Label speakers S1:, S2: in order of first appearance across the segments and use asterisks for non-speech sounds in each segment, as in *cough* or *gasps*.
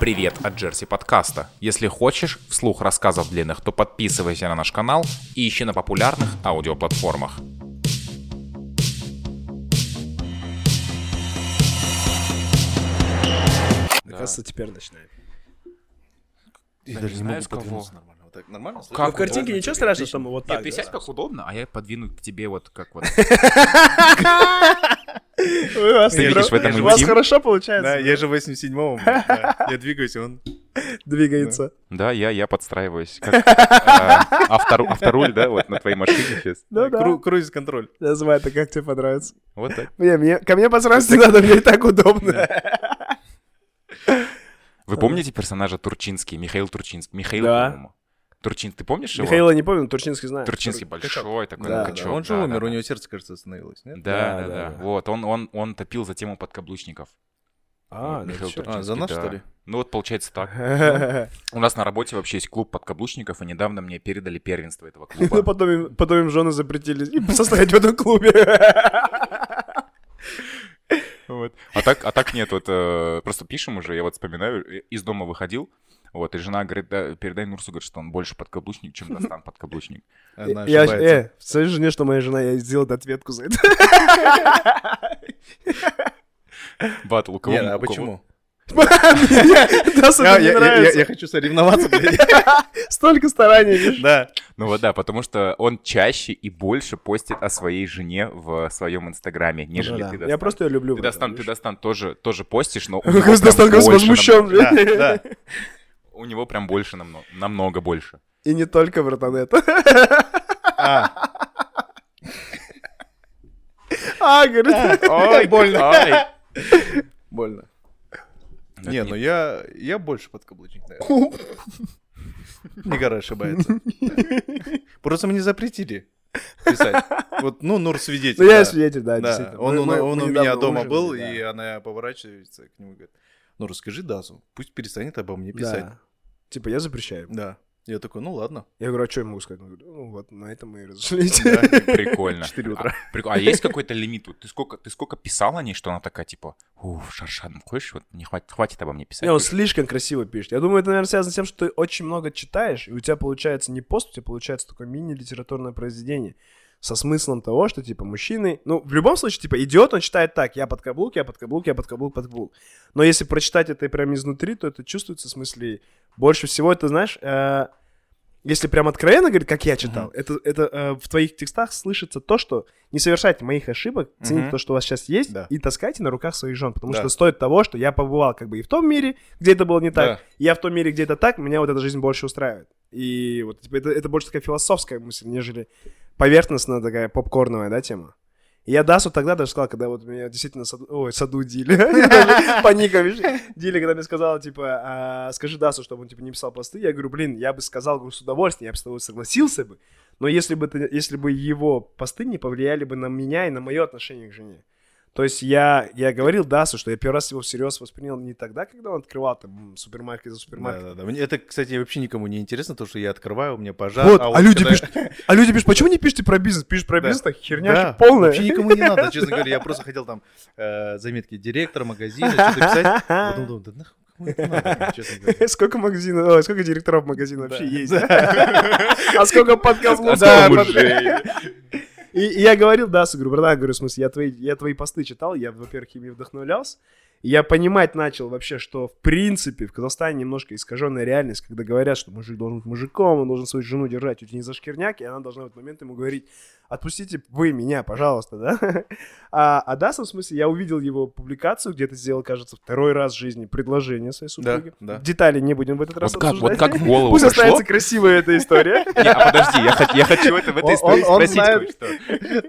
S1: Привет от Джерси подкаста. Если хочешь вслух рассказов длинных, то подписывайся на наш канал и ищи на популярных аудиоплатформах.
S2: Кажется, теперь Ну, начинаем.
S1: Я даже не могу кого.
S3: Нормально. Вот так нормально?
S1: Как?
S2: Ну, в картинке ничего страшного, что мы вот
S1: Нет,
S2: так.
S1: ты
S2: да?
S1: сядь как удобно, а я подвину к тебе вот как вот.
S2: Ой, у вас
S1: Ты
S2: хоро-
S1: видишь, в этом и
S2: У вас
S1: Вадим.
S2: хорошо
S3: Да,
S2: получается.
S3: я же 87-го. *laughs* да. Я двигаюсь, и *laughs* он...
S2: Двигается.
S1: *laughs* Да, я, я подстраиваюсь. Как, э, автору- Авторуль, да, вот на твоей машине сейчас.
S2: Ну да.
S3: Кру- Круиз-контроль.
S2: Называй это как тебе понравится.
S1: Вот так.
S2: Не, мне- ко мне поздравиться не надо, мне и так удобно.
S1: Вы помните персонажа Турчинский, Михаил Турчинский? Михаил,
S2: Да.
S1: по-моему. Турчин, ты помнишь его?
S2: Михаила не помню, но Турчинский знаю.
S1: Турчинский большой такой, ну,
S2: Да, да,
S1: качок.
S3: Он же
S1: да,
S3: умер,
S1: да,
S3: у него сердце, кажется, остановилось, нет?
S1: Да, да,
S2: Да,
S1: да.
S2: да, да.
S1: Вот, он, он, он топил за тему подкаблучников.
S2: А,
S1: Вот
S2: да
S1: Михаил
S2: ты чё? *laughs*
S1: Турчинский,
S3: А, за нас,
S1: да.
S3: что ли?
S1: Ну вот получается так. У нас на работе вообще есть клуб подкаблучников, и недавно мне передали первенство
S3: *laughs*
S1: этого
S2: Ну,
S1: клуба.
S2: потом им- потом им жены запретили и состоять в этом
S1: *laughs*
S2: клубе.
S1: Вот. А так, а так нет, вот э, просто пишем уже, я вот вспоминаю, э, из дома выходил, вот, и жена говорит, да, передай Нурсу, говорит, что он больше подкаблучник, чем Дастан подкаблучник. *laughs*
S3: Она
S2: Я-
S3: ошибается.
S2: Э, скажи жене, что моя жена, я сделал ответку за это. *laughs*
S1: Батл, у кого...
S3: Не, а
S1: у кого-
S3: почему?
S2: Да,
S3: Я-
S2: это мне
S3: я- Я
S2: нравится.
S3: я хочу соревноваться, блядь.
S2: *laughs* Столько стараний, видишь?
S3: *laughs* Да.
S1: Ну вот да, потому что он чаще и больше постит о своей жене в своем инстаграме,
S3: Ну
S1: нежели
S2: Да.
S1: ты,
S2: Я
S1: Дастан.
S2: просто ее люблю.
S1: Ты,
S2: в этом,
S1: Дастан, ты,
S2: видишь?
S1: Дастан, тоже, тоже постишь, но у него прям
S2: Дастан как
S1: больше
S2: возмущен,
S1: намного-
S3: Да, да.
S1: У него прям больше намного, намного больше.
S2: И не только, братан, это.
S3: А,
S2: А, говорит,
S3: Ой, больно.
S1: *laughs* Ай.
S3: Больно.
S1: Это
S3: Не,
S1: не-
S3: ну я я больше подкаблучник, наверное.
S2: Ну,
S3: Игорь *laughs* ошибается. Просто мне запретили писать. Вот, ну, Нур свидетель.
S2: Ну, я
S3: да.
S2: свидетель, да,
S3: Да,
S2: действительно.
S3: он,
S2: Мы-
S3: он-
S2: мы-
S3: он
S2: мы
S3: у меня
S2: недавно
S3: дома
S2: ужинали,
S3: был,
S2: да.
S3: и она поворачивается к нему и говорит, ну расскажи Дазу, пусть перестанет обо мне
S2: Да.
S3: писать.
S2: Типа, я запрещаю.
S3: Да. Я такой, ну
S2: *laughs*
S3: ладно.
S2: Я говорю, а что я могу сказать? Он говорит, ну вот, на этом мы и разошлись. *laughs*
S1: Прикольно.
S3: 4 утра.
S1: А, прик- а есть какой-то лимит? Вот Ты сколько, ты сколько писал о ней, что она такая, типа, уф, Шаршан, хочешь, вот не хватит, хватит обо мне писать.
S2: Не, он
S1: хочешь?»
S2: слишком красиво пишет. Я думаю, это, наверное, связано с тем, что ты очень много читаешь, и у тебя получается не пост, у тебя получается такое мини-литературное произведение со смыслом того, что, типа, мужчины... Ну, в любом случае, типа, идиот, он читает так, я под каблук, я под каблук, я под каблук, под каблук. Но если прочитать это прям изнутри, то это чувствуется, в смысле, больше всего это, знаешь, э, если прям откровенно говорить, как я читал, это, это э, в твоих текстах слышится то, что не совершайте моих ошибок, цените
S3: Мгм.
S2: то, что у вас сейчас есть,
S3: Да.
S2: и таскайте на руках своих жен, потому
S3: Да.
S2: что стоит того, что я побывал как бы и в том мире, где это было не так,
S3: Да.
S2: и я в том мире, где это так, меня вот эта жизнь больше устраивает. И вот типа, это, это больше такая философская мысль, нежели поверхностная такая попкорновая, да, тема. И я Дасу тогда даже сказал, когда вот меня действительно саду... Ой, саду *laughs* Дили. Паника, видишь? Дили, когда мне сказала, типа, «А, скажи Дасу, чтобы он, типа, не писал посты. Я говорю, блин, я бы сказал говорю, с удовольствием, я бы с тобой согласился бы. Но если бы, ты- если бы его посты не повлияли бы на меня и на мое отношение к жене. То есть я, я говорил Дасу, что я первый раз его всерьез воспринял не тогда, когда он открывал там м, супермаркет за супермаркетом.
S3: Да-да-да. Мне Это, кстати, вообще никому не интересно, то, что я открываю, у меня пожар.
S2: Вот, а люди
S3: когда-
S2: пишут, а люди пишут, почему не пишете про бизнес? Пишешь про
S3: Да.
S2: бизнес, так херня
S3: Да,
S2: же полная.
S3: Вообще никому не
S2: *laughs*
S3: надо, честно говоря. Я просто хотел там э, заметки директора магазина, что-то писать. Потом думал, да нахуй кому это надо,
S2: *laughs*
S3: честно говоря.
S2: Сколько магазинов, ой, сколько директоров магазина вообще
S3: Да. *laughs*
S2: есть? *laughs* А сколько подкаблуков?
S1: А
S2: Да,
S1: сколько
S2: под- И и я говорил, да, говорю, братан, говорю, в смысле, я твои, я твои посты читал, я, во-первых, ими вдохновлялся, И я понимать начал вообще, что в принципе в Казахстане немножко искаженная реальность, когда говорят, что мужик должен быть мужиком, он должен свою жену держать, у тебя не за шкирняк, и она должна в этот момент ему говорить, отпустите вы меня, пожалуйста, да? *laughs* А, а Даса, в смысле, я увидел его публикацию, где ты сделал, кажется, второй раз в жизни предложение своей супруге.
S3: да.
S2: Детали не будем в этот раз
S1: Вот как, вот
S2: обсуждать.
S1: как в голову
S2: Пусть
S1: пришло?
S2: останется красивая
S1: *laughs*
S2: эта история.
S1: Не, а подожди, я, хот- я хочу это в этой
S3: Он-
S1: истории
S3: он- он
S1: спросить
S3: знает.
S1: кое-что.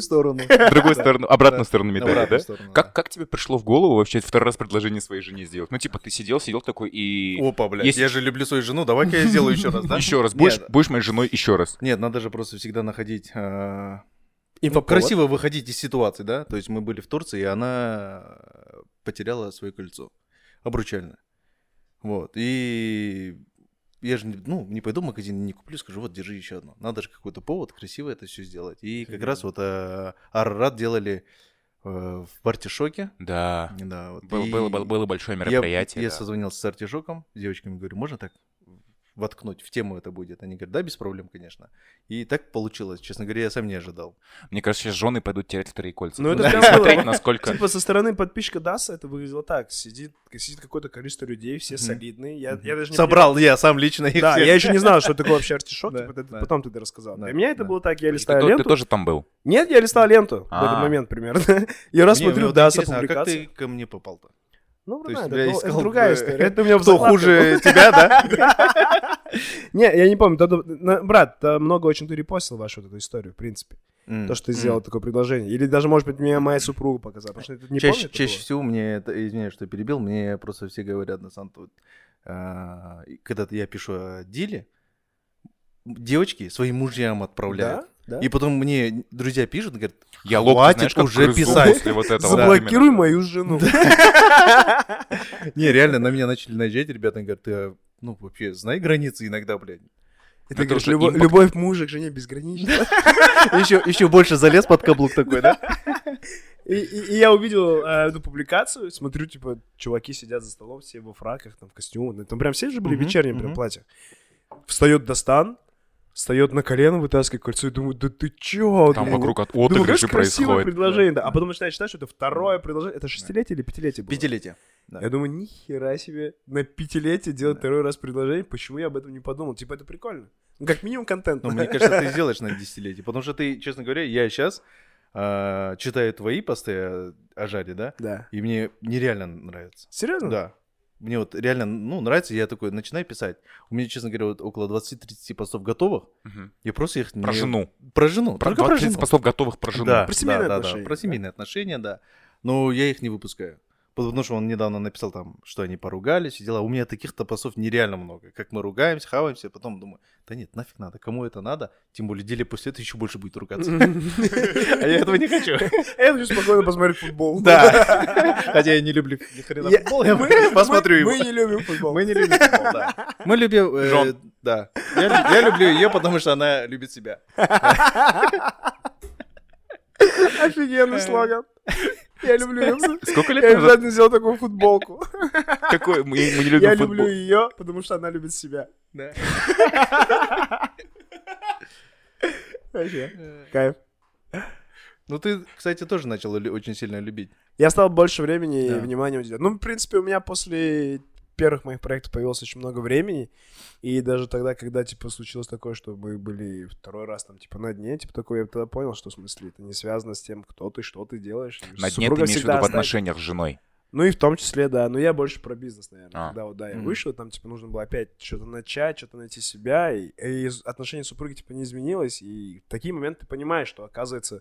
S2: *laughs*
S3: сторону.
S1: Другую сторону, обратную сторону
S3: На
S1: медали, да?
S3: обратную сторону,
S1: Как, как тебе пришло в голову вообще второй раз предложение своей жене сделать? Ну, типа, ты сидел, сидел такой и...
S3: Опа, блядь,
S1: Если-
S3: я же люблю свою жену, давай-ка я сделаю еще раз, да?
S1: Еще раз,
S3: Нет.
S1: будешь, будешь моей женой еще раз.
S3: Нет, надо же просто всегда находить... э, ну, красиво выходить из ситуации, да? То есть мы были в Турции, и она э, потеряла свое кольцо обручальное. Вот, и я же, не- ну, не пойду в магазин, не куплю, скажу, вот, держи еще одно. Надо же какой-то повод красиво это все сделать. И как раз вот э, Арарат а, делали э, в артишоке.
S1: Да.
S3: Да, вот.
S1: Был-
S3: И
S1: Было, было- было большое
S3: я-
S1: мероприятие.
S3: Я
S1: да.
S3: созвонился с артишоком, с девочками, говорю, можно так воткнуть, в тему это будет. Они говорят, да, без проблем, конечно. И так получилось, честно говоря, я сам не ожидал.
S1: Мне кажется, сейчас жены пойдут терять вторые кольца.
S2: Ну, это
S1: Да,
S2: прям
S1: смотреть,
S2: было.
S1: насколько...
S2: Типа со стороны подписчика Даса это выглядело так. Сидит, сидит какое-то количество людей, все
S3: Мгм.
S2: солидные. Я, я даже не
S3: Собрал я сам лично их
S2: понимаю- Да,
S3: всех.
S2: я еще не знал, что такое вообще артишок.
S3: Да,
S2: типа, ты-
S3: да.
S2: Потом ты это рассказал.
S3: Да,
S2: Для меня это
S3: да.
S2: было так, я
S1: Ты,
S2: листаю
S1: то- ты
S2: ленту.
S1: тоже там был?
S2: Нет, я листал ленту в этот
S1: А.
S2: момент примерно. *laughs* Я раз
S3: Не, мне
S2: смотрю
S3: вот
S2: Даса
S3: интересно, а как ты
S2: публикации.
S3: ко мне попал-то?
S2: Ну,
S3: То есть
S2: Рональдо,
S3: тебя
S2: ну, это
S3: искал,
S2: другая
S3: э,
S2: история. Это у меня в
S3: Кто
S2: закладке было.
S3: хуже тебя, да?
S2: *laughs* Не, я не помню. там- на- Брат, там много очень ты репостил вашу вот эту историю, в принципе. То, что ты сделал такое предложение. Или даже, может быть, мне моя супруга показала. Потому что я не
S3: чаще,
S2: помню
S3: чаще
S2: такого.
S3: всего мне, это, извиняюсь, что перебил, мне просто все говорят, на самом деле, вот, а, и когда я пишу о деле, девочки своим мужьям отправляют.
S2: Да, да.
S3: И потом мне друзья пишут, говорят,
S1: Я лоб,
S3: Хватит
S1: знаешь, как
S3: уже
S1: грызу
S3: писать.
S1: после вот этого. вот
S2: Заблокируй
S1: именно.
S2: мою жену.
S3: не, реально, на меня начали наезжать, ребята, они говорят, ты, а, ну, вообще, знай границы иногда, блядь.
S2: И
S1: Это
S2: ты говоришь,
S1: уже
S2: «Любо-
S1: импакт.
S2: любовь мужа к жене безгранична.
S3: Еще, еще больше залез под каблук такой, да?
S2: И, и- и я увидел э, эту публикацию, смотрю, типа, чуваки сидят за столом, все во фраках, там, в костюмах. Там прям все же были в
S3: Мгм,
S2: вечернем прям
S3: мгм.
S2: платье. Встает Достан, встает на колено, вытаскивает кольцо и думает, да ты чё?
S1: Там
S2: блин?»
S1: вокруг от
S2: Думаю,
S1: отыгрыши
S2: конечно, красивое
S1: происходит.
S2: предложение, да. А потом начинаешь читать, что это второе предложение. Это шестилетие или пятилетие было?
S3: Пятилетие. Да.
S2: Я думаю, нихера себе, на пятилетие делать
S3: Да.
S2: второй раз предложение, почему я об этом не подумал? Типа, это прикольно. Ну, как минимум контент.
S3: Ну, мне кажется, ты сделаешь на десятилетие. Потому что ты, честно говоря, я сейчас читаю твои посты о, о жаре, да?
S2: Да.
S3: И мне нереально нравится.
S2: Серьезно? *laughs*
S3: Да. Мне вот реально, ну, нравится, я такой начинаю писать. У меня, честно говоря, вот около 20-30 постов готовых.
S1: Мгм.
S3: Я просто их... не-
S1: Про жену.
S3: Про жену.
S1: Про
S3: Ну, только про
S1: 20
S3: жену.
S1: постов готовых про жену.
S3: Да,
S2: Про семейные
S3: да, да, да,
S2: отношения,
S3: про
S2: да?
S3: семейные отношения, да. Но я их не выпускаю. Потому что он недавно написал там, что они поругались и дела. У меня таких-то постов нереально много. Как мы ругаемся, хаваемся, а потом думаю, да нет, нафиг надо, кому это надо? Тем более, деле после этого еще больше будет ругаться. *laughs* А я этого не хочу.
S2: А Я хочу спокойно посмотреть футбол. *laughs*
S3: *laughs* Да. *laughs* Хотя я не люблю ни хрена
S2: а Я-
S3: футбол, я
S2: Мы-
S3: посмотрю
S2: мы-
S3: его.
S2: Мы не любим футбол.
S3: Мы не любим футбол, да. *laughs* Мы любим... э,
S1: Жен.
S3: Да. Я лю- я люблю ее, потому что она любит себя.
S2: *laughs* Офигенный слоган. Я люблю ее.
S1: Сколько лет
S2: Я
S1: назад?
S2: обязательно сделал такую футболку.
S1: Какой? Мы мы не
S2: Я
S1: любим
S2: люблю
S1: футбол.
S2: ее, потому что она любит себя.
S3: Да.
S2: Вообще. Кайф.
S3: Ну ты, кстати, тоже начал лю- очень сильно любить.
S2: Я стал больше времени и
S3: Да.
S2: внимания уделять. Ну, в принципе, у меня после первых моих проектов появилось очень много времени. И даже тогда, когда, типа, случилось такое, что мы были второй раз там, типа, на дне, типа, такое, я тогда понял, что, в смысле, это не связано с тем, кто ты, что ты делаешь.
S1: На дне ты
S2: Супруга
S1: имеешь в виду
S2: всегда
S1: в
S2: останется.
S1: отношениях с женой.
S2: Ну и в том числе, да. Но я больше про бизнес, наверное.
S1: А.
S2: Когда вот, да, я
S3: Мгм.
S2: вышел, там, типа, нужно было опять что-то начать, что-то найти себя. И, и отношение супруги, типа, не изменилось. И в такие моменты ты понимаешь, что, оказывается,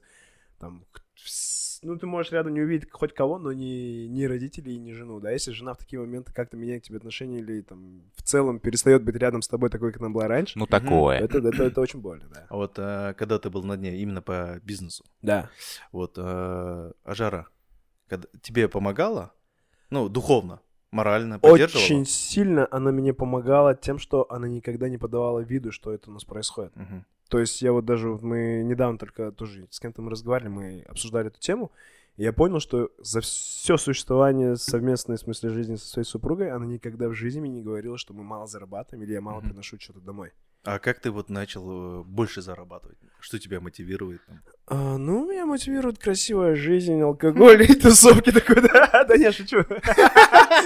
S2: там, к- вс- ну, ты можешь рядом не увидеть хоть кого, но не, не родителей и не жену, да. Если жена в такие моменты как-то меняет к тебе отношения или, там, в целом перестает быть рядом с тобой такой, как она была раньше,
S1: Ну, такое.
S2: это, это, это очень больно, да.
S3: А вот а, когда ты был на дне именно по бизнесу,
S2: Да.
S3: вот а, Ажара, когда- тебе помогала? Ну, духовно, морально поддерживала?
S2: Очень сильно она мне помогала тем, что она никогда не подавала виду, что это у нас происходит.
S3: Мгм.
S2: То есть я вот даже, вот мы недавно только тоже с кем-то мы разговаривали, мы обсуждали эту тему, и я понял, что за все существование совместной, в смысле, жизни со своей супругой, она никогда в жизни мне не говорила, что мы мало зарабатываем или я мало
S3: Мгм.
S2: приношу что-то домой.
S3: А как ты вот начал э, больше зарабатывать? Что тебя мотивирует? там?
S2: А, ну, меня мотивирует красивая жизнь, алкоголь и тусовки такой, да, *laughs* да не, шучу.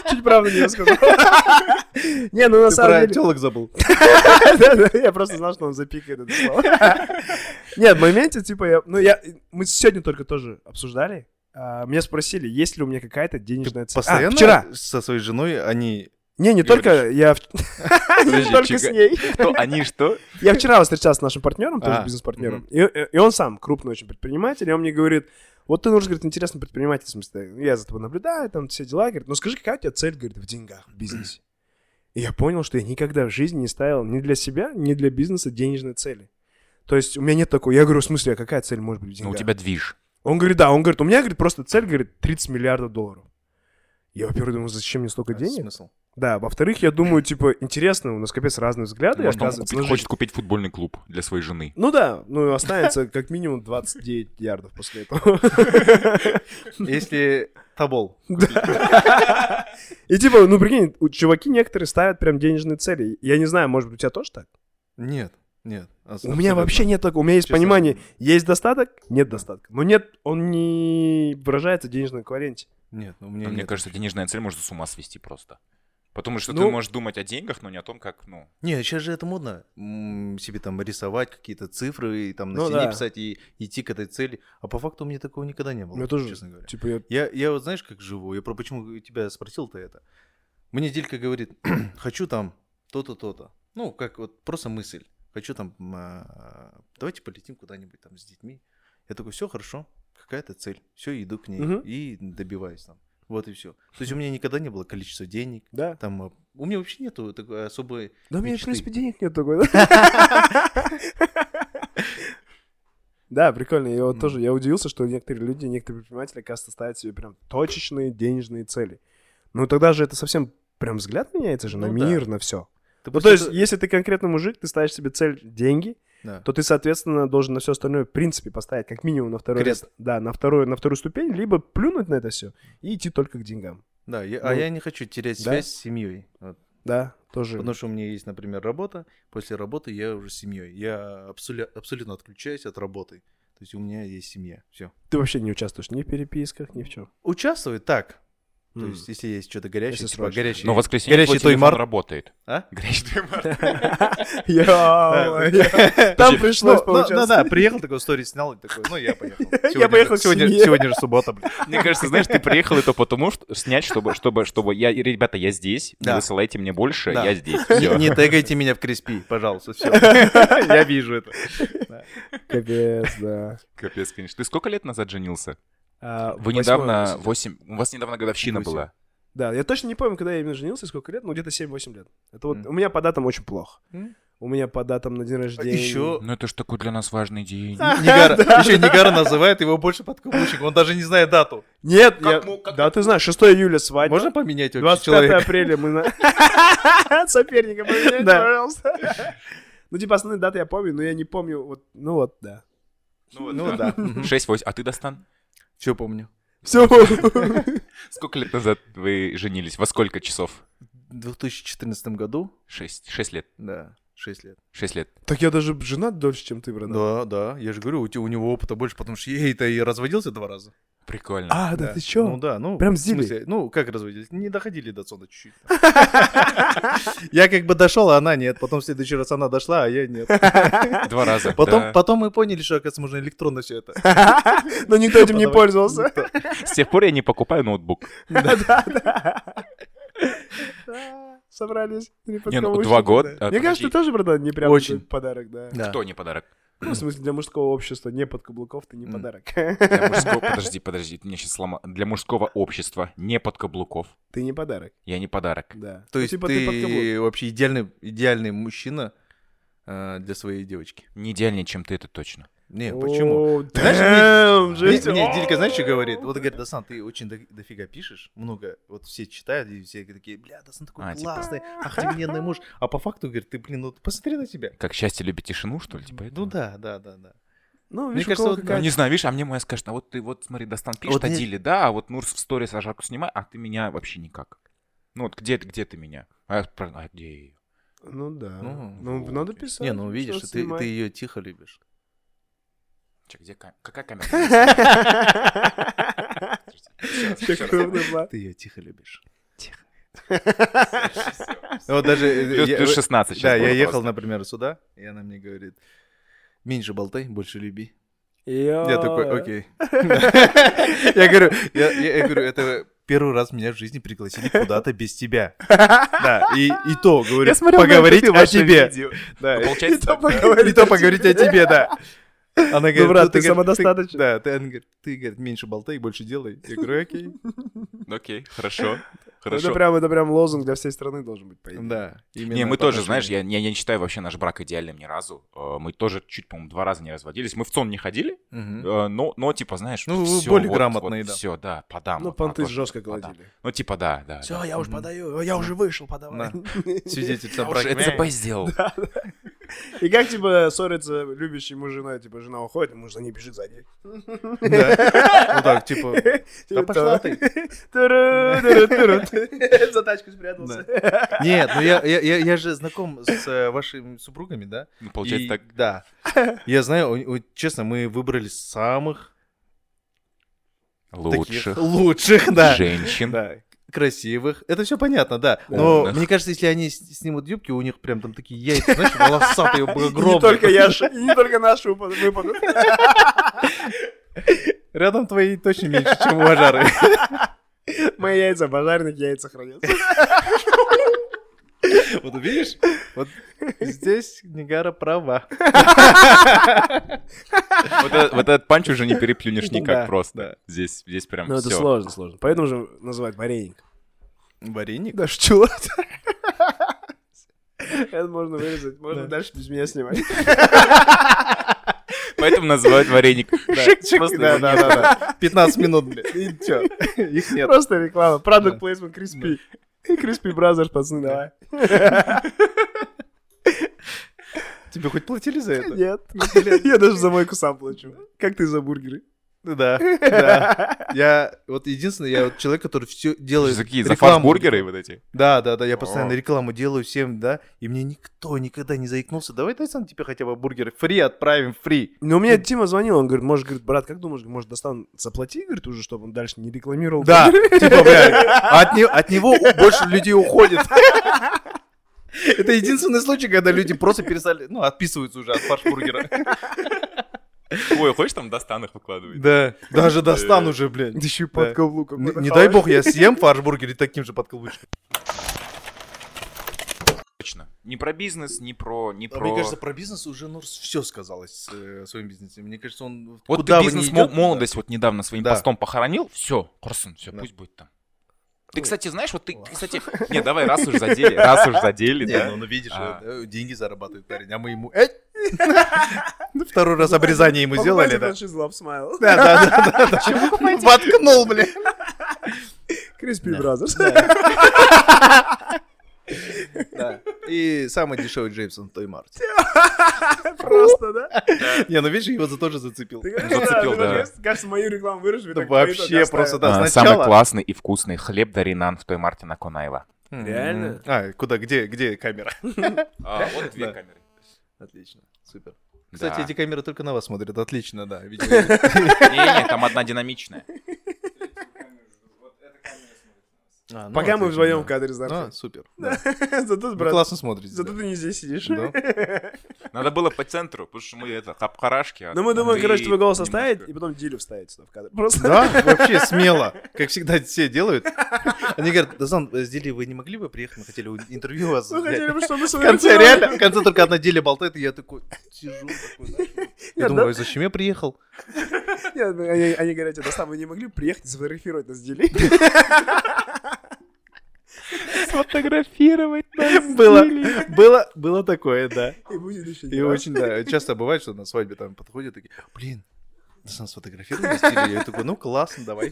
S2: Чуть правду *laughs* не рассказал. Не, ну на
S3: Ты про
S2: самом деле...
S3: телок забыл.
S2: Да, да, я просто знал, что он запикает это слово. Нет, в моменте, типа, я, ну, я, мы сегодня только тоже обсуждали, а, меня спросили, есть ли у меня какая-то денежная цель. А,
S3: Постоянно
S2: вчера.
S3: со своей женой они...
S2: Не, не
S1: Говоришь.
S2: только я... в- *laughs* Не
S1: Подожди,
S2: только
S1: чека-
S2: с ней.
S1: Кто
S3: *laughs*
S1: они, что?
S2: Я вчера вот встречался с нашим партнером, тоже
S3: А,
S2: бизнес-партнером, и, и он сам крупный очень предприниматель, и он мне говорит, вот ты, нужен, говорит, интересный предприниматель, в смысле, я за тобой наблюдаю, там все дела, говорит, ну скажи, какая у тебя цель, говорит, в деньгах, в бизнесе? И я понял, что я никогда в жизни не ставил ни для себя, ни для бизнеса денежной цели. То есть у меня нет такой, я говорю, в смысле, а какая цель может быть в
S1: Ну,
S2: деньгах?
S1: у тебя движ.
S2: Он говорит, да, он говорит,
S1: А,
S2: у меня, говорит, просто цель, говорит, 30 миллиардов долларов. Я, во-первых, думаю, зачем мне столько денег?
S3: Смысл?
S2: Да, во-вторых, я думаю, типа, интересно, у нас капец разные взгляды,
S1: Может, он
S2: оказывается.
S1: купит-
S2: на жизнь.
S1: хочет купить футбольный клуб для своей жены.
S2: Ну да, ну и останется как минимум 29 ярдов после *laughs* этого.
S3: Если Табол.
S2: *laughs* Да. И типа, ну прикинь, у- чуваки некоторые ставят прям денежные цели. Я не знаю, может быть, у тебя тоже так?
S3: Нет, нет. абс-
S2: У меня
S3: абсолютно.
S2: вообще нет такого. У меня есть
S3: Честно.
S2: понимание, есть достаток, нет достатка. Но нет, он не выражается в денежном эквиваленте.
S3: Нет, у меня
S1: Мне
S3: нет.
S1: кажется, денежная цель может с ума свести просто. Потому что ты
S2: Ну-
S1: можешь думать о деньгах, но не о том, как, ну...
S3: Нет, сейчас же это модно. М, Себе там рисовать какие-то цифры и там на
S2: Ну
S3: стене
S2: да.
S3: писать и идти к этой цели. А по факту у меня такого никогда не было,
S2: У меня тоже,
S3: честно говоря.
S2: типа, я-
S3: Я, я вот знаешь, как живу? Я про почему тебя спросил-то это. Мне Делька говорит, *clears throat* хочу там то-то, то-то. Ну, как вот просто мысль. Хочу там, м, а, давайте полетим куда-нибудь там с детьми. Я такой, все хорошо, какая-то цель. Все, иду к ней
S2: Мгм.
S3: и добиваюсь там. Вот и все. То есть у меня никогда не было количества денег.
S2: да.
S3: Там, а, у меня вообще нету такой особой...
S2: Да у меня, в
S3: мечты.
S2: принципе, денег нет такой.
S3: *laughs*
S2: Да, прикольно. Я вот
S3: М.
S2: тоже я удивился, что некоторые люди, некоторые предприниматели, кажется, ставят себе прям точечные денежные цели. Ну тогда же это совсем прям взгляд меняется же на
S3: Ну да.
S2: мир, на все.
S3: Ты
S2: Ну,
S3: просто
S2: то есть,
S3: это-
S2: если ты конкретно мужик, ты ставишь себе цель деньги,
S3: Да.
S2: то ты, соответственно, должен на все остальное, в принципе, поставить как минимум на второй
S3: Крест.
S2: ряд. Да, на вторую, на вторую ступень, либо плюнуть на это все и идти только к деньгам.
S3: Да, я- а
S2: Ну,
S3: я не хочу терять
S2: да. Э.
S3: связь с семьей. Вот.
S2: Да, тоже.
S3: Потому что у меня есть, например, работа. После работы я уже с семьей. Я абсолю- абсолютно отключаюсь от работы. То есть у меня есть семья. Все.
S2: Ты вообще не участвуешь ни в переписках, ни в чем.
S3: Участвую так. То есть, если есть что-то горячее,
S2: Если
S3: типа
S2: срочно.
S3: горячее. *laughs*
S1: Но в воскресенье
S3: горячий
S1: твой
S3: той
S1: телефон
S3: мар-
S1: работает.
S3: А?
S1: Горячий той мар-
S3: *laughs*
S2: Там пришлось
S3: Ну, Да,
S2: получаться.
S3: да, приехал такой сторис снял и такой, ну я поехал.
S2: *laughs* Я поехал к
S3: сегодня.
S2: семье.
S3: Сегодня же суббота, блин.
S1: Мне кажется, знаешь, ты приехал это потому, что снять, чтобы, чтобы, чтобы я, ребята, я здесь, не
S3: Да.
S1: высылайте мне больше,
S3: Да.
S1: я
S3: *laughs*
S1: здесь.
S3: Не
S1: Всё.
S3: не тегайте меня в Криспи,
S2: *laughs*
S3: пожалуйста, все. Я вижу это.
S2: Капец, да.
S1: Капец, конечно. Ты сколько лет назад женился?
S2: А,
S1: Вы
S2: восьмое
S1: недавно,
S2: восемь.
S1: 8, у вас недавно годовщина
S3: Восемь.
S1: была.
S2: Да, я точно не помню, когда я именно женился, и сколько лет, но где-то 7-8 лет. Это вот
S3: М.
S2: у меня по датам очень плохо.
S3: М.
S2: У меня по датам на день рождения.
S3: Еще
S1: Ну это ж такой для нас важный день.
S3: Еще Нигара называет его больше подкаблучник, он даже не знает дату.
S2: Нет,
S1: Как
S2: я-
S1: мо- как-
S2: да, ты знаешь, 6 июля свадьба.
S3: Можно поменять вообще
S2: 25
S3: человека?
S2: апреля мы на... Соперника поменяйте,
S3: Да.
S2: пожалуйста. Ну, типа, основные даты я помню, но я не помню, вот, ну вот, да.
S3: Ну да.
S1: 6-8. А ты, Дастан?
S3: Все помню.
S2: Все.
S1: Сколько лет назад вы женились? Во сколько часов?
S3: В 2014 году,
S1: 6, 6 лет.
S3: да, 6 лет.
S1: 6 лет.
S2: Так я даже женат дольше, чем ты, братан.
S3: Да, да, я же говорю, у те- у него опыта больше, потому что ей-то и разводился два раза.
S1: Прикольно.
S2: А, да ты
S3: Ну
S2: чё?
S3: да, ну...
S2: Прям
S3: в
S2: зили?
S3: смысле, Ну, как разводились? Не доходили до сона
S2: *laughs*
S3: чуть-чуть. Я как бы дошел, а она нет. Потом в следующий раз она дошла, а я нет.
S1: Два раза.
S3: А? Потом,
S1: да.
S3: потом мы поняли, что, оказывается, можно электронно все это.
S2: *laughs* Но никто этим не
S3: Подавай.
S2: пользовался.
S1: С тех пор я не покупаю ноутбук.
S2: Да, Собрались. три
S1: Не, ну,
S2: подкаблучника,
S1: два года,
S2: да.
S1: а, подожди.
S2: Мне кажется, ты тоже, братан, не прям
S3: Очень.
S2: такой подарок, да.
S3: Да.
S1: Кто не подарок?
S2: Ну, в смысле, для мужского общества не под каблуков ты не
S3: М.
S2: подарок. *laughs*
S1: Для мужского... Подожди, подожди, ты меня сейчас слома... Для мужского общества, не под каблуков.
S2: Ты не подарок,
S1: Я не подарок.
S2: да.
S3: То
S2: Ну,
S3: есть
S2: типа, ты под каблук.
S3: ты вообще идеальный, идеальный мужчина э, для своей девочки.
S1: Не идеальнее, чем ты, это точно.
S3: Не,
S2: О,
S3: почему? Знаешь,
S1: Эм,
S2: damn,
S3: Мне,
S2: жесть.
S3: мне Дилька, знаешь, что говорит? Вот говорит, Дасан, ты очень до- дофига пишешь, много, вот все читают, и все такие, бля, Дасан такой
S1: А, типа- *laughs*
S3: классный, ах, ты охрененный муж. А по факту, говорит, ты, блин, ну посмотри на себя.
S1: Как счастье любит тишину, что ли? Типа
S3: Ну да, да, да, да.
S2: Ну,
S3: Мне
S2: видишь, у
S3: кажется,
S2: кого
S3: вот, ну,
S1: Ну,
S2: какая-
S1: не знаю, видишь, а мне моя скажет, а вот ты вот смотри, Дастан пишет
S3: Вот
S1: о
S3: мне-
S1: Диле, да, а вот Нурс в сторис ажарку снимай, а ты меня вообще никак. Ну вот где, где ты меня? А, я спра- а где я её?
S2: Ну да.
S3: Ну,
S2: Ну,
S1: вот.
S2: надо писать.
S3: Не, ну видишь,
S2: что
S3: ты,
S2: снимать.
S3: ее тихо любишь.
S1: Чё, где кам- Какая
S3: *laughs*
S1: камера?
S2: Как крупный план.
S3: Ты ее тихо любишь.
S1: Тихо.
S3: Вот даже... э,
S1: Плюс
S3: я-
S1: плюс 16 сейчас
S3: Да,
S1: было
S3: я ехал,
S1: просто.
S3: например, сюда, и она мне говорит, меньше болтай, больше люби.
S2: Йо.
S3: Я такой, окей. *laughs* Я говорю, я, я- я говорю, это первый раз меня в жизни пригласили куда-то без
S2: *laughs*
S3: тебя. Да, и, и то, говорю,
S2: Я смотрел на
S3: поговорить
S2: YouTube
S3: о
S2: ваше
S3: тебе.
S2: видео.
S3: Да,
S1: Ну,
S3: и-
S1: получается,
S2: И то
S1: так, да.
S2: *laughs* поговорить
S3: и то
S2: о
S3: поговорить
S2: тебе. Ну,
S3: о тебе, да. Она говорит, «Ну,
S2: брат,
S3: ты
S2: ты
S3: говорит,
S2: самодостаточен.
S3: Да, ты, она говорит, ты, говорит, меньше болтай, больше делай. Я говорю, окей.
S1: Ну, Окей, хорошо. Хорошо.
S2: Это прям, это прям лозунг для всей страны должен быть, по идее.
S3: Да.
S1: Не, мы тоже, знаешь, я, я- я не считаю вообще наш брак идеальным ни разу. Э, Мы тоже чуть, по-моему, два раза не разводились. Мы в ЦОН не ходили, э, но, но типа, знаешь,
S3: Ну, вы более грамотные, да.
S1: Все, да, подам.
S2: Ну,
S1: вот так
S2: понты
S1: вот,
S2: жестко
S1: подам.
S2: гладили.
S1: Ну, типа, да, да.
S2: Все, я уже подаю, я уже вышел, подавай.
S3: Свидетельство
S1: да.
S3: брака.
S1: ЭЦП сделал.
S2: *laughs* И как, типа, ссорится любящий муж с женой, типа, жена уходит, а муж за ней бежит *laughs* сзади.
S3: Да. Ну
S2: *laughs*
S3: так, типа,
S2: Типа,
S3: пошла
S2: «Та-
S3: ты».
S2: *laughs* туру, туру, туру. За тачку спрятался. *laughs*
S3: Нет, ну я, я, я, я же знаком с э, вашими супругами, да?
S1: Ну, получается
S3: И-
S1: так.
S3: Да. Я знаю, у- у- честно, мы выбрали самых таких
S1: Лучших
S3: лучших, да.
S1: женщин.
S3: Да, красивых. Это все понятно, да.
S2: Да.
S3: Но
S1: Умных.
S3: мне кажется, если они с- снимут юбки, у них прям там такие яйца,
S2: *laughs*
S3: знаешь, волосатые,
S2: И
S3: огромные.
S2: не только Яша, и *laughs* не только наши выпад- выпадут. *laughs*
S3: Рядом твои точно меньше, чем у Ажары.
S2: Мои яйца в пожарных яйцах хранятся.
S3: Вот видишь? Вот здесь Нигара права.
S1: Вот этот- вот этот панч уже не
S3: *laughs*
S1: переплюнешь
S3: Да,
S1: никак
S3: да.
S1: просто. Здесь здесь прям
S2: Ну, это
S1: все.
S2: сложно, сложно. Поэтому же называют вареник.
S3: Вареник?
S2: Даже чулат. *laughs* Это можно вырезать, можно
S3: Да.
S2: дальше без меня снимать.
S1: Поэтому называют
S3: *laughs*
S1: вареник.
S2: *laughs*
S3: Шик-шик. Да, да, да, *laughs* да. 15 минут, блядь. И
S2: *laughs*
S3: всё. Их нет.
S2: Просто реклама. Product
S3: Да.
S2: placement Crispy. Crispy Brothers, пацаны, давай.
S3: Тебе хоть платили за это?
S2: Нет. Я даже за мойку сам плачу. Как ты за
S3: *laughs*
S2: бургеры?
S3: Ну Да, *laughs* да. Я вот единственное, я вот человек, который все делает
S1: За какие? За
S3: рекламу.
S1: фастбургеры вот эти?
S3: Да, да, да, я
S1: О.
S3: постоянно рекламу делаю всем, да, и мне никто никогда не заикнулся. Давай, дай сам тебе хотя бы бургеры фри отправим, фри.
S2: Ну, у меня Тима звонил, он говорит, может, говорит, брат, как думаешь, может, достану, заплати, говорит, уже, чтобы он дальше не рекламировал.
S3: Да, *laughs* типа, бля, от, не- от него у- больше людей уходит. *laughs* Это единственный случай, когда люди просто перестали, ну, отписываются уже от фаршбургера.
S1: Ой, хочешь там достанок выкладывать?
S3: Да, даже достан уже, блядь.
S2: Да *laughs* еще и
S3: Да.
S2: под каблуком.
S3: Э, Не не дай бог, я съем фаршбургер и таким же подколбучком.
S1: Точно. Не про бизнес, не про... не
S3: А Мне
S1: про.
S3: кажется, про бизнес уже Нурс все сказалось э, о своем бизнесе. Мне кажется, он
S1: Вот
S3: куда
S1: ты
S3: бы ни
S1: бизнес
S3: идёт,
S1: мо- молодость вот недавно своим
S3: Да.
S1: постом похоронил, все, Корсун, все,
S3: Да.
S1: пусть будет там. Ты, кстати, знаешь, вот ты, ты,
S3: *laughs*
S1: кстати... Не, давай, раз уж задели, раз уж задели,
S3: Не,
S1: да.
S3: ну, ну видишь,
S1: А.
S3: э, деньги зарабатывает парень, а мы ему... «Эй!» *laughs* Ну, Второй раз обрезание ему сделали, да?
S2: Смайл.
S3: Да, да, да, да, да. Воткнул, бля.
S2: Crispy
S3: Да.
S2: Brothers.
S3: Да. И самый дешевый Джеймсон в той марте.
S2: *laughs* Просто, да?
S3: Не, ну видишь, его за тоже зацепил.
S2: Ты-
S1: Зацепил,
S2: ты
S1: да.
S2: вот, Кажется, мою рекламу выражу.
S3: Да вообще просто, да,
S1: А, Самый
S3: сначала...
S1: классный и вкусный хлеб Даринан в той Мартина Конаева.
S3: М.
S2: Реально?
S3: А, куда, где, где камера?
S1: А, вот
S3: две Да.
S1: камеры.
S3: Отлично, супер. Кстати, эти камеры только на вас смотрят. Отлично, да. видимо.
S1: Не-не, там одна динамичная.
S3: *laughs* А, ну,
S2: Пока мы
S3: отлично,
S2: вдвоем
S3: да.
S2: в кадре,
S3: Да,
S2: Зархан.
S3: супер. да.
S2: *laughs* Зато,
S3: Вы
S2: брат,
S3: классно смотрите.
S2: зато
S3: да.
S2: ты не здесь сидишь.
S3: Да. *laughs*
S1: Надо было по центру, потому что мы это, хапхарашки. а
S2: Ну, мы думаем,
S1: ты
S2: короче, твой голос
S1: немножко-
S2: оставить, и потом Дилю вставить сюда в кадр. Просто.
S3: Да, вообще смело, как всегда все делают. Они говорят, Дазан, с Дилей вы не могли бы приехать, мы хотели у- интервью у вас.
S2: Мы
S3: взять».
S2: хотели бы, чтобы мы с
S3: *laughs* В
S2: вами
S3: конце
S2: разговаривали.
S3: реально, в конце только одна Диля болтает, и я такой сижу, такой, знаешь,
S2: Я
S3: я думаю, «А зачем я приехал?
S2: Нет, ну, они, они говорят, тебе «Дастан, вы не могли бы приехать и сфотографировать нас с Дилей?
S1: Сфотографировать нас.
S3: *laughs* Было, было, было такое, да.
S2: И будет еще
S3: И очень, да, часто бывает, что на свадьбе там подходят такие, блин, Дазан сфотографируй нас с Дилей». Я такой, ну классно, давай.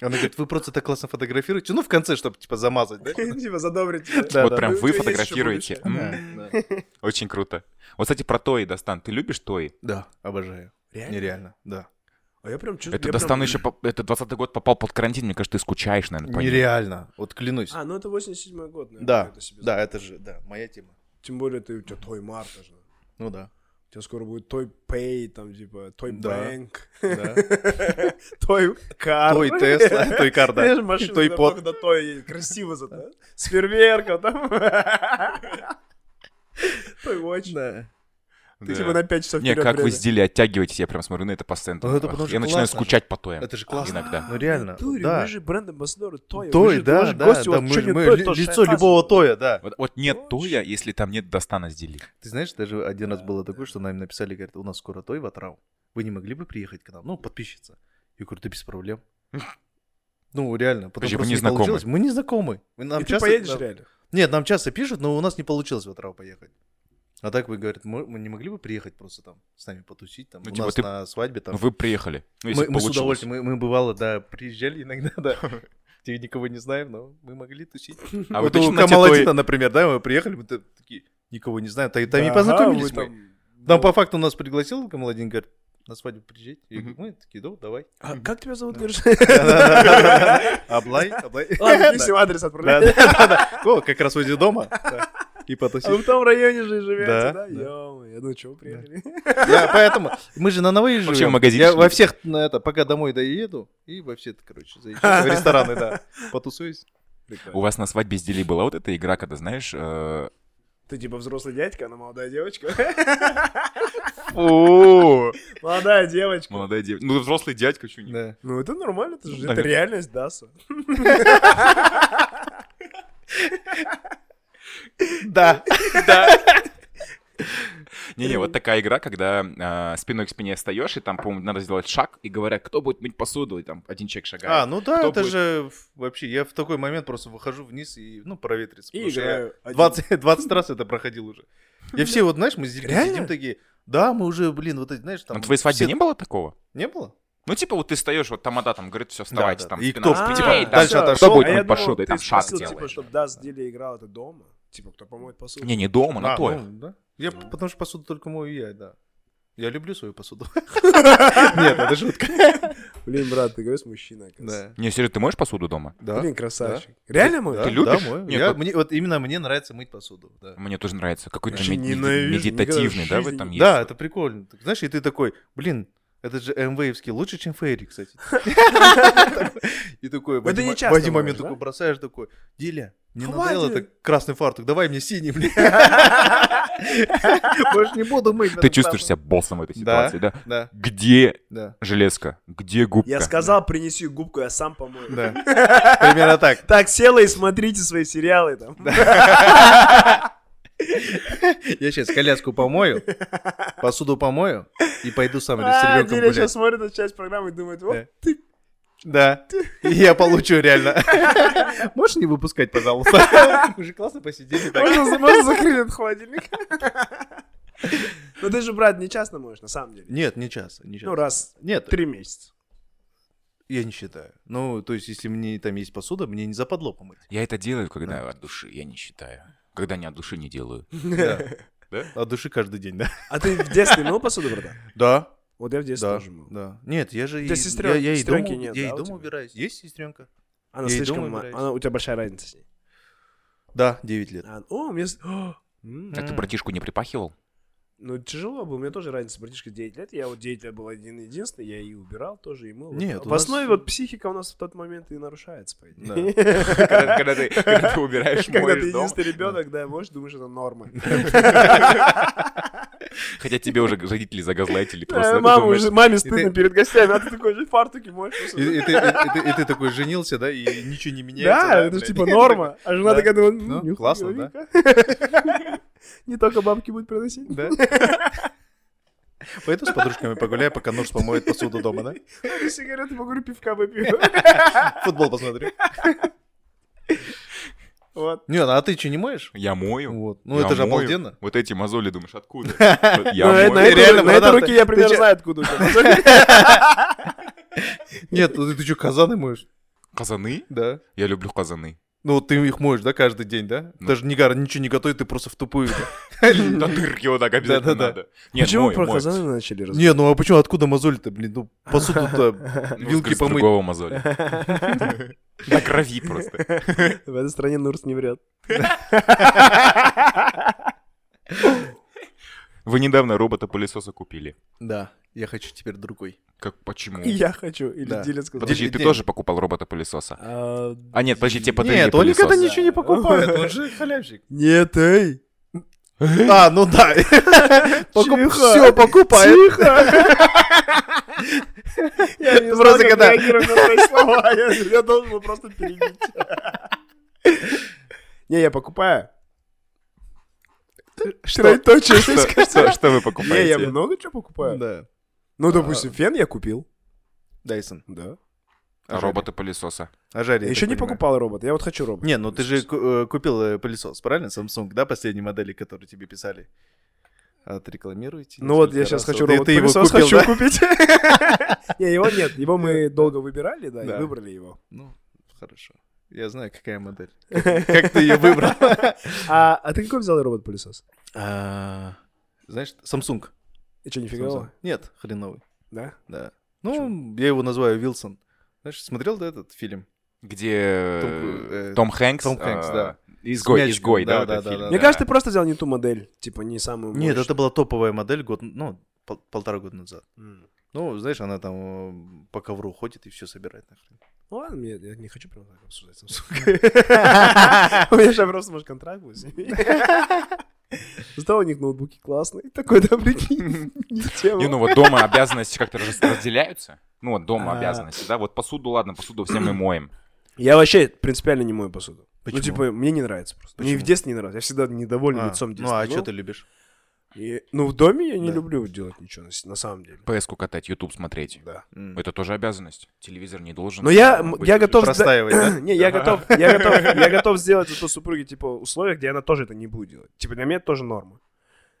S3: Она говорит, вы просто так классно фотографируете. Ну, в конце, чтобы, типа, замазать, да?
S2: Типа задобрить.
S3: Да,
S1: Вот
S3: да.
S1: прям
S2: Ну, у
S1: вы
S2: тебя есть еще
S1: фотографируете.
S2: будущее.
S1: М, Очень круто. Вот, кстати, про Тои, Достан, ты любишь Тои?
S3: Да, обожаю.
S2: Реально?
S3: Нереально, да.
S2: А я прям чувствую...
S1: Это
S2: я
S1: Достан
S2: прям-
S1: еще, по- это 20 год попал под карантин, мне кажется, ты скучаешь, наверное, по ним.
S3: Нереально, вот клянусь.
S2: А, ну это 87-й год, наверное.
S3: Да,
S2: это себе
S3: да, это же, да, моя тема.
S2: Тем более ты, у тебя той марта же.
S3: Ну да.
S2: У тебя скоро будет той пей, там типа той *laughs*
S3: Да.
S2: бэнк,
S3: да.
S2: той кар.
S3: Той Тесла, той кар, да.
S2: Знаешь, машина
S3: Той
S2: там
S3: пот.
S2: только до той едет, красиво зато. С фейерверком
S3: *laughs*
S2: там. Той watch.
S3: Да.
S2: Ты типа на 5 часов
S1: Не,
S2: вперед
S1: как вы
S2: время.
S1: с Дилей оттягиваетесь, я прям смотрю на это постоянно.
S3: Ну, это потому что
S1: Я начинаю
S3: классно.
S1: скучать по Тоям.
S3: Это же классно.
S1: Иногда.
S3: Ну реально,
S2: Тури,
S3: да.
S2: вы же бренд амбассадоры Той.
S3: Той, да, да,
S2: гости, у
S3: да,
S2: вас
S3: мы-
S2: чё не
S3: мы
S2: Той,
S3: ли-
S2: то
S3: лицо
S2: Шайхас.
S3: любого Тоя, да.
S1: Вот, вот нет Тоя, если там нет Достана с Дилей.
S3: Ты знаешь, даже один раз было такое, что нам написали, говорят, у нас скоро Той *laughs* в Атрау. Вы не могли бы приехать к нам? Ну, подписчица. Я говорю, да без проблем. Ну, реально, потому
S1: Подожди,
S3: что
S1: вы
S3: не,
S1: не знакомы?
S3: получилось. Мы не знакомы. Нам
S2: И ты
S3: часто-
S2: поедешь
S3: нам-
S2: реально?
S3: Нет, нам часто пишут, но у нас не получилось в Атырау поехать. А так вы говорят, мы, мы не могли бы приехать просто там с нами потусить, там
S1: Ну,
S3: у
S1: типа,
S3: нас
S1: ты-
S3: на свадьбе там.
S1: Ну, вы приехали. Ну, если
S3: мы,
S1: бы
S3: мы с
S1: получилось.
S3: удовольствием, мы, мы бывало, да, приезжали иногда, да. *laughs* Тебе никого не знаем, но мы могли тусить.
S1: А вы
S3: вот
S1: точно
S3: у
S1: на те
S3: Камаладина,
S1: твои-
S3: например, да, мы приехали, мы та- такие, никого не знаем, та- там и
S2: Ага, вы
S3: познакомились мы.
S2: там-
S1: ну
S2: ну,
S3: Нам по факту нас пригласил Камаладин, говорит, на свадьбу приезжайте. И
S1: Мгм.
S3: мы такие, да,
S1: *laughs*
S3: давай.
S2: А Как тебя зовут,
S3: *laughs*
S2: А, говоришь?
S3: Облай, облай.
S2: Ладно, писем адрес
S3: *laughs* Да,
S2: отправляй.
S3: да, да, да. О, как раз возле дома. Да. И
S2: А вы
S3: потусить.
S2: в том районе же и живете,
S3: Да,
S2: да?
S3: да.
S2: Ё-моё, ну чего
S3: *laughs*
S2: приехали?
S3: Я поэтому... Мы же на новые живем.
S1: Вообще в магазине
S3: Я
S1: сидим.
S3: во всех, на это, пока домой доеду, и во все, это, короче, заезжаю. В рестораны, да. Потусуюсь.
S1: У вас на свадьбе с Дели была вот эта игра, когда, знаешь, э,
S2: Ты типа взрослый дядька, она молодая девочка. *laughs*
S1: Фу!
S2: Молодая девочка.
S1: молодая девушка. Ну, взрослый дядька, что не...
S3: Да.
S2: Ну это нормально, это же это
S1: Наверное.
S2: реальность Даса.
S3: Да.
S1: Не-не, вот такая игра, когда э, спиной к спине встаешь, и там, по-моему, надо сделать шаг, и говорят, кто будет мыть посуду, и там один человек
S3: А,
S1: шагает.
S3: ну да,
S1: Кто
S3: это
S1: будет?
S3: же в- вообще, я в такой момент просто выхожу вниз и, ну, проветриться.
S2: И
S3: потому что я
S2: играю. один.
S3: *laughs* 20, 20 раз это проходил уже. Я все, вот, знаешь, мы здесь
S2: Реально?
S3: сидим такие, да, мы уже, блин, вот эти, знаешь, там...
S1: На твоей свадьбе
S3: все-
S1: не было такого?
S3: Не было?
S1: Ну, типа, вот ты встаешь, вот тамада там говорит, все, вставайте,
S3: да.
S1: там,
S3: И
S1: спина к
S3: кто в
S1: спине,
S3: пяти-
S1: там,
S3: дальше
S2: А, всё.
S3: отошел.
S1: Кто будет
S2: А я
S1: мыть
S2: думал,
S1: посуду, и
S2: ты
S1: там шаг
S2: спросил, Типа,
S1: делаешь.
S2: чтобы Дас Дили играл это дома. Типа, кто помоет посуду.
S1: Не, не дома, на
S3: А,
S1: твоих.
S3: ну, да. Я, п- потому что посуду только мою я, да. Я люблю свою
S1: *laughs*
S3: посуду. Нет, это шутка.
S2: Блин, брат, ты говоришь, мужчина, оказывается.
S1: Не, серьезно, ты моешь посуду дома?
S3: Да.
S2: Блин, красавчик. Реально мой?
S3: А? Да,
S1: Ты любишь?
S3: да, мою.
S1: Нет,
S3: Я-
S1: вот-
S3: мне- Вот именно мне нравится мыть посуду. да.
S1: Мне тоже нравится. Какой-то
S2: Вообще
S1: мед- мед-
S2: ненавижу,
S1: медитативный,
S2: никогда
S1: да,
S2: в
S1: в
S2: жизни
S1: этом
S2: не-
S1: есть?
S3: Да, это прикольно. Так, Знаешь, и ты такой, блин, это же МВЭевский лучше, чем Фейри, кстати.
S2: *laughs*
S3: И такой, в
S2: Это
S3: один
S2: не
S3: мо- в
S2: часто
S3: один момент
S2: бывает,
S3: такой
S2: да?
S3: бросаешь, такой, Диля, мне
S2: Хватит!»
S3: надоело так красный фартук, давай мне синий,
S2: *laughs*
S3: блин. Больше не буду мыть.
S1: Ты чувствуешь себя боссом в этой
S3: Да.
S1: ситуации, да?
S3: Да,
S1: Где
S3: да,
S1: железка? Где губка?
S2: Я сказал, принеси губку, я сам помою. *laughs*
S3: да. Примерно так.
S2: Так, села и смотрите свои сериалы там.
S3: Я сейчас коляску помою, посуду помою и пойду сам с
S2: А,
S3: ребенком
S2: Диля сейчас
S3: гулять.
S2: смотрит эту часть программы и думает, вот,
S3: Да. Да, и я получу
S2: *laughs*
S3: реально. Можешь не выпускать, пожалуйста? Мы же классно посидели так.
S2: можно можно
S3: *laughs*
S2: закрыть этот холодильник. Ну ты же, брат, не часто можешь, на самом деле.
S3: Нет, не часто, не
S2: Ну,
S3: часто.
S2: раз в
S3: Нет,
S2: три месяца.
S3: я не считаю. Ну, то есть, если мне там есть посуда, мне не западло помыть.
S2: *laughs*
S1: Я это делаю, когда от души, я не считаю. Когда не от души, не делаю.
S3: Да.
S1: Да?
S3: От души каждый день, да?
S2: А ты в детстве мыл посуду, братан?
S3: Да,
S2: Вот я в детстве
S3: да,
S2: тоже мыл.
S3: да. Нет, я же... и-
S2: Да
S3: я-
S2: сестрен-
S3: Я и
S2: сестренки
S3: дома
S2: нет,
S3: я и
S2: да, у
S3: дома
S2: тебя?
S3: убираюсь. Есть сестренка?
S2: Она
S3: Я и
S2: слишком...
S3: дома
S2: ма-
S3: убираюсь.
S2: она- У тебя большая разница с ней.
S3: Да, 9 лет.
S2: А, О, мне... с- *gasps* О, м.
S1: А ты братишку не припахивал?
S2: Ну, тяжело было, у меня тоже разница, братишка, 9 лет. Я вот 9 лет был один единственный, я и убирал тоже, и мыл.
S3: Нет,
S2: Вот.
S3: у
S2: В
S3: нас-
S2: основе вот психика у нас в тот момент и нарушается, по идее. *laughs*
S1: Когда когда ты *laughs* когда ты убираешь,
S2: Когда ты
S1: моешь дом.
S2: единственный ребенок, да, можешь думаешь, это норма.
S1: Хотя тебе уже родители загазлайтили просто.
S2: Э,
S1: ты
S2: маму
S1: думаешь,
S2: уже- Маме
S3: ты-
S2: стыдно перед гостями, а ты такой же фартуки моешь.
S3: И, и ты, и- и ты- и ты такой женился, да, и ничего не меняется.
S2: Да, это же
S3: блядь?
S2: типа норма. А жена
S3: Да.
S2: такая думает, «М,
S3: Ну,
S2: нюх,
S3: классно,
S2: нюх, нюх». *laughs* Не только бабки будут приносить.
S3: Да. Пойду с подружками погуляю, пока нож помоет посуду дома, да?
S2: Я сигареты покурю, пивка выпью.
S3: *laughs* Футбол посмотрю.
S2: *laughs* Вот.
S3: Не, ну а ты что, не моешь?
S1: Я мою.
S3: Вот. Ну,
S1: я
S3: это же
S1: мою».
S3: обалденно.
S1: Вот эти мозоли, думаешь, откуда?
S2: Ну,
S1: Я
S2: На
S1: мою.
S2: этой-
S3: Реально,
S2: на этой
S3: братан,
S2: руке
S3: ты-
S2: я
S3: ты
S2: примерно
S3: чё-
S2: знаю, откуда у тебя.
S3: Нет, ну ты что, казаны моешь?
S1: Казаны?
S3: Да.
S1: Я люблю казаны.
S3: Ну, вот ты их моешь, да, каждый день, да?
S1: Ну.
S3: Даже не гар, ничего не готовит, ты просто
S2: *laughs*
S3: в тупую.
S1: Да дырки вот так обязательно
S3: Да-да-да.
S1: надо. Нет, мой, мой.
S2: начали
S3: Не, ну а почему, откуда мозоль-то, блин? Ну, посуду-то,
S1: Ну,
S3: вилки
S1: с
S3: помыть.
S1: другого мозоля.
S2: *laughs*
S1: На крови просто.
S2: В этой стране Нурс не врет.
S1: Вы недавно робота-пылесоса купили.
S3: *laughs* Да, я хочу теперь другой.
S1: Как, почему?
S2: И Я хочу. Или
S3: Да.
S2: Диля сказал.
S1: Подожди, ты
S3: Подожди.
S1: тоже покупал робота-пылесоса?
S2: А,
S1: А нет, подожди, тебе подарили
S3: Нет, Олег
S1: пылесос.
S3: это ничего не покупает, он же *laughs* халявщик.
S2: Нет, эй!
S3: А, ну да.
S2: Чиха.
S3: Все покупает.
S2: *laughs* Я не знал,
S3: Просто
S2: как
S3: когда-
S2: реагировать на твои слова.
S3: *laughs*
S2: Я- Я должен был просто перебить. *laughs* Не, я покупаю.
S3: Что?
S2: Троеточие.
S1: *laughs* Что- Что что вы покупаете?
S2: *laughs* Не, я много чего покупаю.
S3: *laughs* Да.
S2: Ну, допустим, фен я купил.
S3: Дайсон.
S2: Да.
S3: А
S1: Роботы-пылесосы.
S3: А жаре, я
S2: Еще
S3: так
S2: не
S3: понимаю.
S2: покупал робот, я вот хочу робот.
S3: Не, ну ты же ку- э, купил э, пылесос, правильно? Samsung, да, последней модели, которые тебе писали? Отрекламируйте.
S2: Ну вот я
S3: несколько
S2: сейчас
S3: раз.
S2: хочу
S3: Вот и
S2: робот
S3: ты его
S2: пылесос
S3: купил,
S2: хочу
S3: да? *laughs*
S2: купить. Не, его нет, его мы долго выбирали, да,
S3: Да.
S2: и выбрали его.
S3: Ну, хорошо. Я знаю, какая *laughs* модель. Как как ты ее выбрал?
S2: А а ты какой взял робот-пылесос?
S3: *laughs* А, Знаешь, Samsung.
S2: И что,
S3: Samsung.
S2: нифига?
S3: Нет, хреновый.
S2: Да?
S3: Да. Ну, я его называю Вилсон. Знаешь, смотрел ты этот фильм?
S1: Где
S3: э,
S1: Том Хэнкс.
S3: Том Хэнкс,
S1: э,
S3: да.
S1: Изгой,
S3: мячиком,
S1: изгой, да,
S3: да,
S1: вот этот
S3: да,
S1: фильм.
S3: да,
S2: Мне кажется, ты просто взял не ту модель, типа не самую
S3: Нет, это
S2: мощную.
S3: была топовая модель год, ну, пол- полтора года назад.
S2: М.
S3: Ну, знаешь, она там э, по ковру ходит и все собирает нахрен.
S2: Ну ладно, мне- я не хочу прям так обсуждать Samsung. *laughs* У меня же просто, может, контракт будет с
S3: *laughs*
S2: ними. Зато у них ноутбуки классные. Такой, да, прикинь, *laughs* не в тему.
S1: Не, ну вот дома обязанности как-то раз- разделяются. Ну вот дома
S2: А.
S1: обязанности, да. Вот посуду, ладно, посуду все мы моем.
S2: Я вообще принципиально не мою посуду.
S3: Почему?
S2: Ну, типа, мне не нравится просто. Мне и в
S3: Почему?
S2: детстве не нравится. Я всегда недоволен
S3: А,
S2: лицом
S3: ну,
S2: детства.
S3: а что ты любишь?
S2: и- ну, в доме я не
S3: Да.
S2: люблю делать ничего, на, с- на самом деле.
S1: ПС-ку катать, Ютуб смотреть.
S2: Да.
S3: М.
S1: Это тоже обязанность. Телевизор не должен.
S2: Но Ну, я,
S1: э,
S2: м-
S1: быть
S2: я
S1: выключен.
S2: готов... сда-
S3: Простаивать,
S2: *laughs*
S3: да?
S2: Не, я готов,
S3: *laughs*
S2: я готов, я готов сделать зато супруге, типа, условия, где она тоже это не будет делать. Типа, для меня это тоже норма.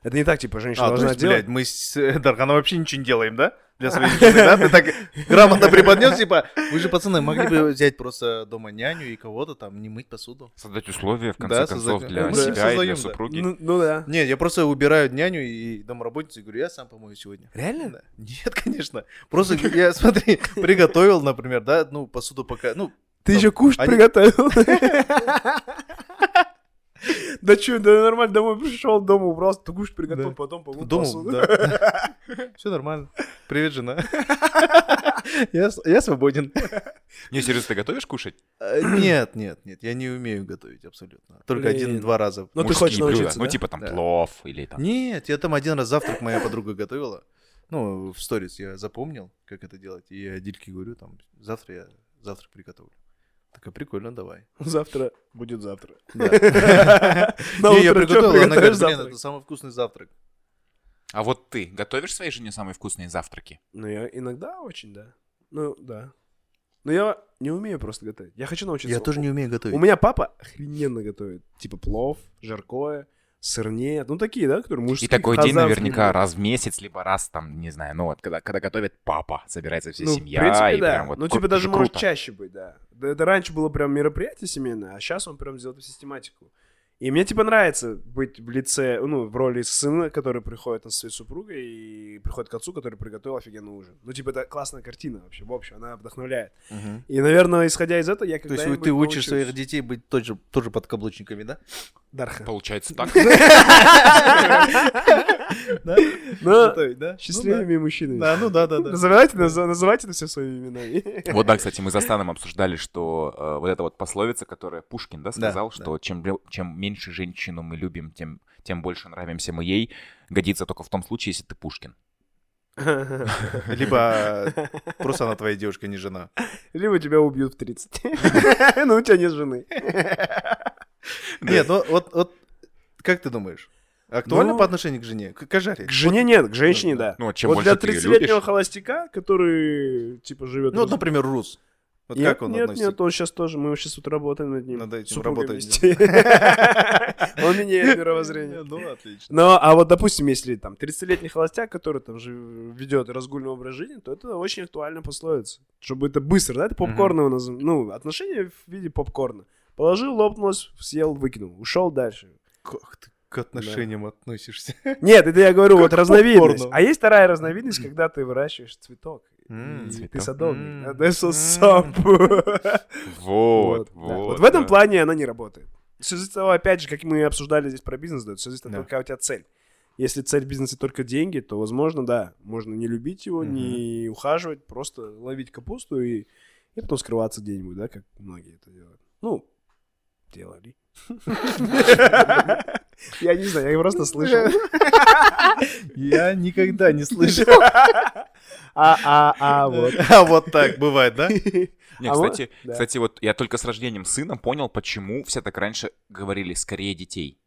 S2: Это не так, типа, женщина
S3: А, то
S2: должна
S3: есть,
S2: делать.
S3: блядь, мы с э, Дарганом вообще ничего не делаем, да? Для *laughs* своей жены, да? Ты так грамотно преподнес, типа, вы же, пацаны, могли бы взять просто дома няню и кого-то там, не мыть посуду.
S1: Создать условия, в конце
S3: Да,
S1: концов,
S3: создать-
S1: для
S2: Ну, да.
S1: себя и
S3: создаем,
S1: для
S3: да.
S1: супруги.
S2: Ну, ну да.
S3: Не, я просто убираю няню и домработницу и говорю, я сам помою сегодня.
S2: Реально?
S3: Да. Нет, конечно. Просто я, смотри, *laughs* приготовил, например, да, ну, посуду пока, ну,
S2: Ты
S3: Там
S2: еще кушать
S3: они- *laughs*
S2: приготовил? Да че, да нормально, домой пришел, дома убрался, ты кушать приготовил,
S3: Да.
S2: потом помыл
S3: дома,
S2: посуду.
S3: да. *laughs* Все нормально. Привет, жена. *laughs* Я с- я свободен.
S1: Не, серьезно, ты готовишь кушать?
S3: Э, Нет, нет, нет, я не умею готовить абсолютно. Только
S2: Блин.
S3: один-два раза.
S2: *laughs* Ну, ты
S1: Мужские
S2: хочешь
S1: блюда.
S2: научиться,
S1: Ну,
S2: да?
S1: типа там
S3: Да.
S1: плов или там...
S3: Нет, я там один раз завтрак моя подруга готовила. Ну, в сторис я запомнил, как это делать. И я Дильке говорю, там, завтра я завтрак приготовлю. Такая, прикольно,
S2: *laughs*
S3: давай.
S2: Завтра будет завтра. *laughs*
S3: Да.
S2: На
S3: Не, я
S2: утро чё
S3: приготовил, она
S2: приготовишь
S3: говорит, блин,
S2: завтра?
S3: это самый вкусный завтрак.
S1: А вот ты готовишь своей жене самые вкусные завтраки?
S2: Ну, я иногда очень, да. Ну, да. Но я не умею просто готовить. Я хочу научиться.
S3: Я тоже не умею
S2: У
S3: готовить.
S2: меня папа охрененно готовит. Типа плов, жаркое, сырнее. Ну, такие, да, которые мужские.
S1: И такой день
S2: казахские
S1: наверняка
S2: блюда.
S1: раз в месяц, либо раз там, не знаю, ну вот, когда, когда готовит папа, собирается вся
S2: Ну, в
S1: семья.
S2: принципе,
S1: и
S2: да.
S1: прям вот
S2: ну,
S1: кру-
S2: типа, даже
S1: это же
S2: может
S1: круто.
S2: чаще быть, да. Да Это раньше было прям мероприятие семейное, а сейчас он прям сделал эту систематику. И мне, типа, нравится быть в лице, ну, в роли сына, который приходит на своей супругой и приходит к отцу, который приготовил офигенный ужин. Ну, типа, это классная картина вообще, в общем, она вдохновляет.
S3: Мгм.
S2: И, наверное, исходя из этого, я
S3: То
S2: когда
S3: есть ты учишь своих детей быть тоже, тоже
S2: *laughs*
S3: подкаблучниками, да?
S2: Дарха. *laughs*
S1: Получается так.
S3: *laughs* Да?
S2: Ну,
S3: Готовить, да? Ну
S2: счастливыми мужчинами.
S3: Да, Да, ну да, да, да.
S2: Называйте, наз- называйте это все своими именами. *laughs*
S1: Вот да, кстати, мы за Станом обсуждали, что э, вот эта вот пословица, которая Пушкин, да, сказал,
S3: да.
S1: что Чем, бля- чем меньше женщину мы любим, тем, тем больше нравимся мы ей, годится только в том случае, если ты Пушкин.
S2: *laughs*
S3: Либо а, просто она твоя девушка, не жена.
S2: Либо тебя убьют в 30. *laughs* Ну, у тебя нет жены.
S3: Нет, ну вот, вот как ты думаешь? Актуально
S2: Ну,
S3: по отношению к жене? К, к жаре?
S2: К жене нет, к женщине,
S3: Ну,
S2: да.
S3: да.
S1: Ну, вот чем
S2: Вот для
S1: больше ты её любишь,
S2: 30-летнего холостяка, который, типа, живет...
S3: Ну, вот, например, Рус. Вот
S2: нет,
S3: как он
S2: нет,
S3: относится?
S2: нет, он сейчас тоже, мы сейчас тут работаем над ним.
S3: Над этим
S2: Супругой
S3: работаем.
S2: вместе. *laughs* Он меняет мировоззрение.
S3: Ну, отлично.
S2: Ну, а вот, допустим, если там 30-летний холостяк, который там же ведет разгульный образ жизни, то это очень актуально пословица. Чтобы это быстро, да, это попкорн его назов- Ну, отношения в виде попкорна. Положил, лопнулось, съел, выкинул. Ушел дальше.
S3: Как ты к отношениям относишься?
S2: Нет, это я говорю, вот
S3: Как
S2: разновидность.
S3: попкорну.
S2: А есть вторая разновидность, когда ты выращиваешь цветок.
S3: М,
S2: И Ты
S1: цветок.
S2: садовник.
S3: М.
S2: А ты со-
S3: М.
S2: сам.
S1: Вот,
S2: да.
S1: вот.
S2: Вот в этом
S1: да.
S2: плане она не работает. Все зависит от того, опять же, как мы обсуждали здесь про бизнес, да, все зависит от
S3: Да.
S2: того, какая у тебя цель. Если цель бизнеса только деньги, то, возможно, да, можно не любить его, не ухаживать, просто ловить капусту и, и потом скрываться где-нибудь, да, как многие это делают. Ну, делали. Я не знаю, я просто слышал.
S3: Я никогда не слышал.
S2: А, а, а, вот.
S3: *laughs* А вот так бывает, да?
S1: Не,
S2: А вот,
S1: кстати,
S2: да.
S1: кстати, вот я только с рождением сына понял, почему все так раньше говорили «скорее детей».